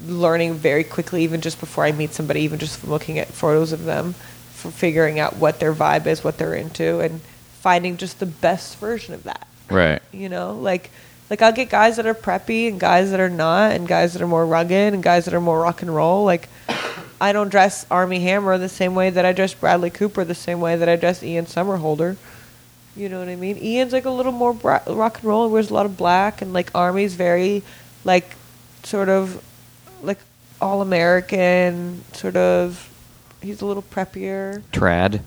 [SPEAKER 4] learning very quickly, even just before I meet somebody, even just from looking at photos of them, for figuring out what their vibe is, what they're into, and finding just the best version of that.
[SPEAKER 2] Right.
[SPEAKER 4] You know, like like I'll get guys that are preppy and guys that are not, and guys that are more rugged and guys that are more rock and roll. Like I don't dress Army Hammer the same way that I dress Bradley Cooper, the same way that I dress Ian Somerhalder. You know what I mean? Ian's like a little more bra- rock and roll. Wears a lot of black, and like Army's very, like, sort of, like all American. Sort of, he's a little preppier.
[SPEAKER 2] Trad.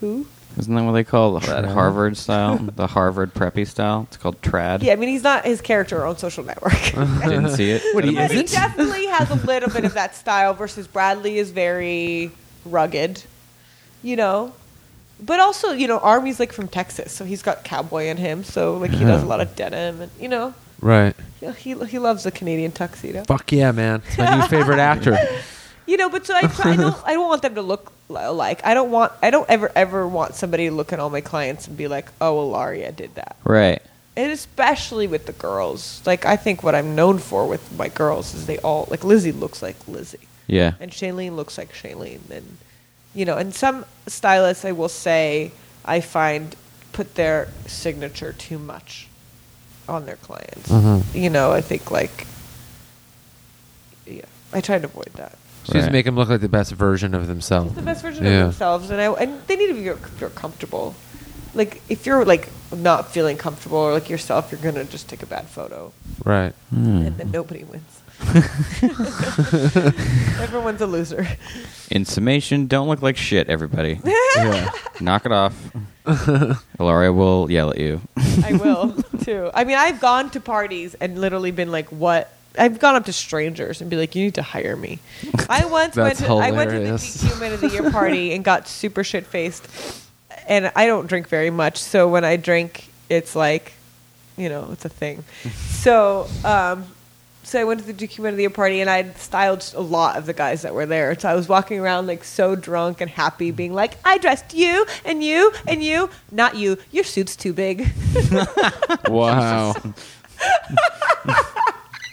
[SPEAKER 4] Who?
[SPEAKER 2] Isn't that what they call that
[SPEAKER 1] Trad.
[SPEAKER 2] Harvard style? the Harvard preppy style? It's called trad.
[SPEAKER 4] Yeah, I mean, he's not his character on Social Network.
[SPEAKER 2] Didn't see it.
[SPEAKER 1] What, he
[SPEAKER 4] but he
[SPEAKER 1] isn't?
[SPEAKER 4] definitely has a little bit of that style versus Bradley is very rugged, you know. But also, you know, Army's like from Texas, so he's got cowboy in him. So like he does a lot of denim, and you know,
[SPEAKER 1] Right.
[SPEAKER 4] he he loves the Canadian tuxedo.
[SPEAKER 1] Fuck yeah, man. It's my new favorite actor.
[SPEAKER 4] You know, but so I, try, I don't I don't want them to look li- alike. I don't want I don't ever ever want somebody to look at all my clients and be like, oh, well, Laria did that.
[SPEAKER 2] Right.
[SPEAKER 4] and especially with the girls. Like I think what I'm known for with my girls is they all like Lizzie looks like Lizzie,
[SPEAKER 2] Yeah.
[SPEAKER 4] and Shailene looks like Shailene, and you know, and some stylists I will say I find put their signature too much on their clients.
[SPEAKER 1] Mm-hmm.
[SPEAKER 4] You know, I think like yeah, I try to avoid that.
[SPEAKER 1] She just
[SPEAKER 2] Right.
[SPEAKER 1] make them look like the best version of themselves.
[SPEAKER 4] It's the best version
[SPEAKER 1] Yeah.
[SPEAKER 4] of themselves, and I and they need to be feel comfortable. Like if you're like not feeling comfortable or like yourself, you're gonna just take a bad photo,
[SPEAKER 1] Right.
[SPEAKER 4] and then nobody wins. Everyone's a loser.
[SPEAKER 2] In summation, don't look like shit, everybody. Knock it off. Ilaria will yell at you.
[SPEAKER 4] I will too. I mean, I've gone to parties and literally been like, "What?" I've gone up to strangers and be like, "You need to hire me." I once went.
[SPEAKER 1] That's
[SPEAKER 4] To, I went to the
[SPEAKER 1] hilarious.
[SPEAKER 4] GQ Men of the Year party and got super shit faced. And I don't drink very much, so when I drink, it's like, you know, it's a thing. So, um, so I went to the GQ Men of the Year party and I would styled a lot of the guys that were there. So I was walking around like so drunk and happy,
[SPEAKER 1] Mm.
[SPEAKER 4] being like, "I dressed you and you and you, not you. Your suit's too big."
[SPEAKER 1] Wow.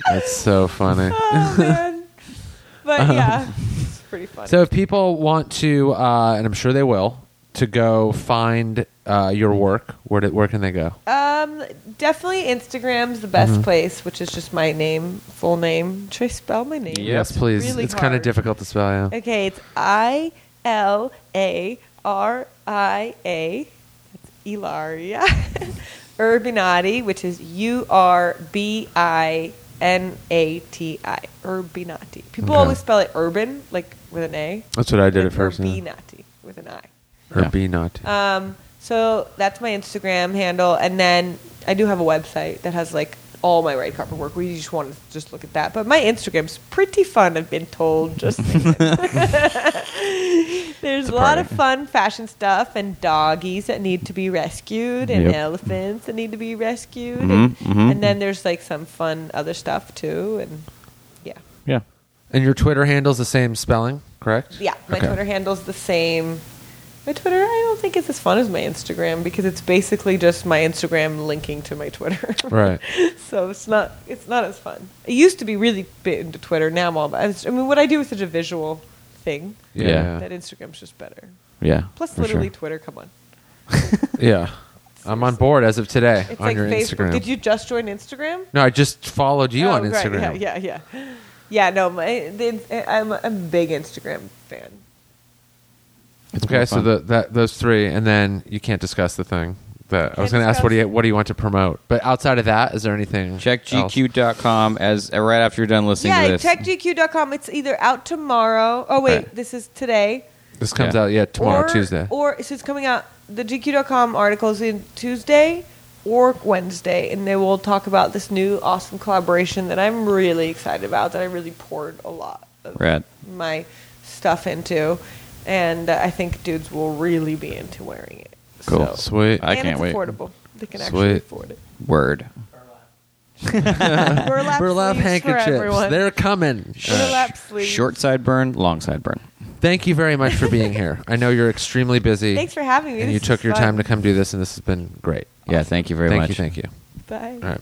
[SPEAKER 1] That's so funny.
[SPEAKER 4] oh man. But yeah, it's pretty funny.
[SPEAKER 1] Uh-huh. So if people want to, uh, and I'm sure they will, to go find uh, your work, where do, where can they go?
[SPEAKER 4] um, definitely Instagram's the
[SPEAKER 1] Mm-hmm.
[SPEAKER 4] best place, which is just my name, full name. Try to spell my name.
[SPEAKER 1] yes, please.
[SPEAKER 4] really
[SPEAKER 1] it's kind of
[SPEAKER 4] hard.
[SPEAKER 1] difficult to spell. Yeah.
[SPEAKER 4] Okay, it's I L A R I A. That's Ilaria. Urbinati, which is U R B I N A T I. Urbinati. People
[SPEAKER 1] Okay.
[SPEAKER 4] always spell it urban, like with an A.
[SPEAKER 1] That's what I did at first. yeah.
[SPEAKER 4] Urbinati with an I.
[SPEAKER 1] Or
[SPEAKER 2] Yeah.
[SPEAKER 1] be not.
[SPEAKER 4] Um, so that's my Instagram handle, and then I do have a website that has like all my red carpet work. We just want to just look at that, but my Instagram's pretty fun. I've been told. Just saying. there's a, lot
[SPEAKER 2] party.
[SPEAKER 4] of fun fashion stuff and doggies that need to be rescued, and
[SPEAKER 2] Yep.
[SPEAKER 4] elephants that need to be rescued,
[SPEAKER 2] Mhm,
[SPEAKER 4] and,
[SPEAKER 2] mhm.
[SPEAKER 4] and then there's like some fun other stuff too, and yeah.
[SPEAKER 2] Yeah.
[SPEAKER 1] and your Twitter handle's the same spelling, correct?
[SPEAKER 4] Yeah, my
[SPEAKER 1] Okay.
[SPEAKER 4] Twitter handle's the same. My Twitter, I don't think it's as fun as my Instagram because it's basically just my Instagram linking to my Twitter.
[SPEAKER 1] Right.
[SPEAKER 4] so it's not it's not as fun. I used to be really bit into Twitter. Now I'm all. about- I was- I mean, what I do is such a visual thing
[SPEAKER 2] Yeah.
[SPEAKER 4] that Instagram's just better.
[SPEAKER 2] Yeah.
[SPEAKER 4] Plus,
[SPEAKER 2] for
[SPEAKER 4] literally,
[SPEAKER 2] sure.
[SPEAKER 4] Twitter. Come on,
[SPEAKER 1] Yeah. I'm on board as of today
[SPEAKER 4] it's
[SPEAKER 1] on
[SPEAKER 4] like
[SPEAKER 1] your
[SPEAKER 4] Facebook.
[SPEAKER 1] Instagram.
[SPEAKER 4] Did you just join Instagram?
[SPEAKER 1] no, I just followed you
[SPEAKER 4] Oh,
[SPEAKER 1] on
[SPEAKER 4] right,
[SPEAKER 1] Instagram.
[SPEAKER 4] Yeah, yeah, yeah. Yeah, no, my, the, I'm, I'm a big Instagram fan.
[SPEAKER 2] It's more
[SPEAKER 1] Okay, so
[SPEAKER 2] fun.
[SPEAKER 1] the, that those three, and then you can't discuss the thing that I was
[SPEAKER 4] Can't
[SPEAKER 1] going to ask. What do you
[SPEAKER 4] discuss.
[SPEAKER 1] what do you want to promote? But outside of that, is there anything?
[SPEAKER 2] check
[SPEAKER 1] else?
[SPEAKER 2] gq.com as uh, right after you're done listening to
[SPEAKER 4] Yeah,
[SPEAKER 2] this.
[SPEAKER 4] techgq.com. It's either out tomorrow. Oh wait,
[SPEAKER 2] Right.
[SPEAKER 4] this is today.
[SPEAKER 1] This comes
[SPEAKER 2] Yeah.
[SPEAKER 1] out yeah tomorrow
[SPEAKER 4] or,
[SPEAKER 1] Tuesday.
[SPEAKER 4] Or so it's coming out. The gq.com article is in Tuesday or Wednesday, and they will talk about this new awesome collaboration that I'm really excited about. That I really poured a lot of
[SPEAKER 2] Rad.
[SPEAKER 4] my stuff into, and uh, I think dudes will really be into wearing it.
[SPEAKER 2] Cool.
[SPEAKER 4] So-
[SPEAKER 1] Sweet.
[SPEAKER 2] I
[SPEAKER 4] and
[SPEAKER 2] can't
[SPEAKER 4] it's
[SPEAKER 2] wait.
[SPEAKER 4] Affordable. They can actually
[SPEAKER 1] Sweet.
[SPEAKER 4] afford it.
[SPEAKER 2] Word.
[SPEAKER 1] Burlap
[SPEAKER 4] Burlap, sleeves For
[SPEAKER 1] handkerchiefs.
[SPEAKER 4] everyone.
[SPEAKER 1] They're coming.
[SPEAKER 2] Uh,
[SPEAKER 4] Burlap sleeves.
[SPEAKER 2] Short sideburn, long sideburn.
[SPEAKER 1] Uh, Thank you very much for being here. I know you're extremely busy.
[SPEAKER 4] Thanks for having me.
[SPEAKER 1] And you
[SPEAKER 4] This
[SPEAKER 1] took
[SPEAKER 4] is
[SPEAKER 1] your
[SPEAKER 4] fun.
[SPEAKER 1] time to come do this, and this has been great.
[SPEAKER 2] Yeah, thank you very
[SPEAKER 1] thank
[SPEAKER 2] much.
[SPEAKER 1] you. Thank you.
[SPEAKER 4] Bye.
[SPEAKER 1] All right.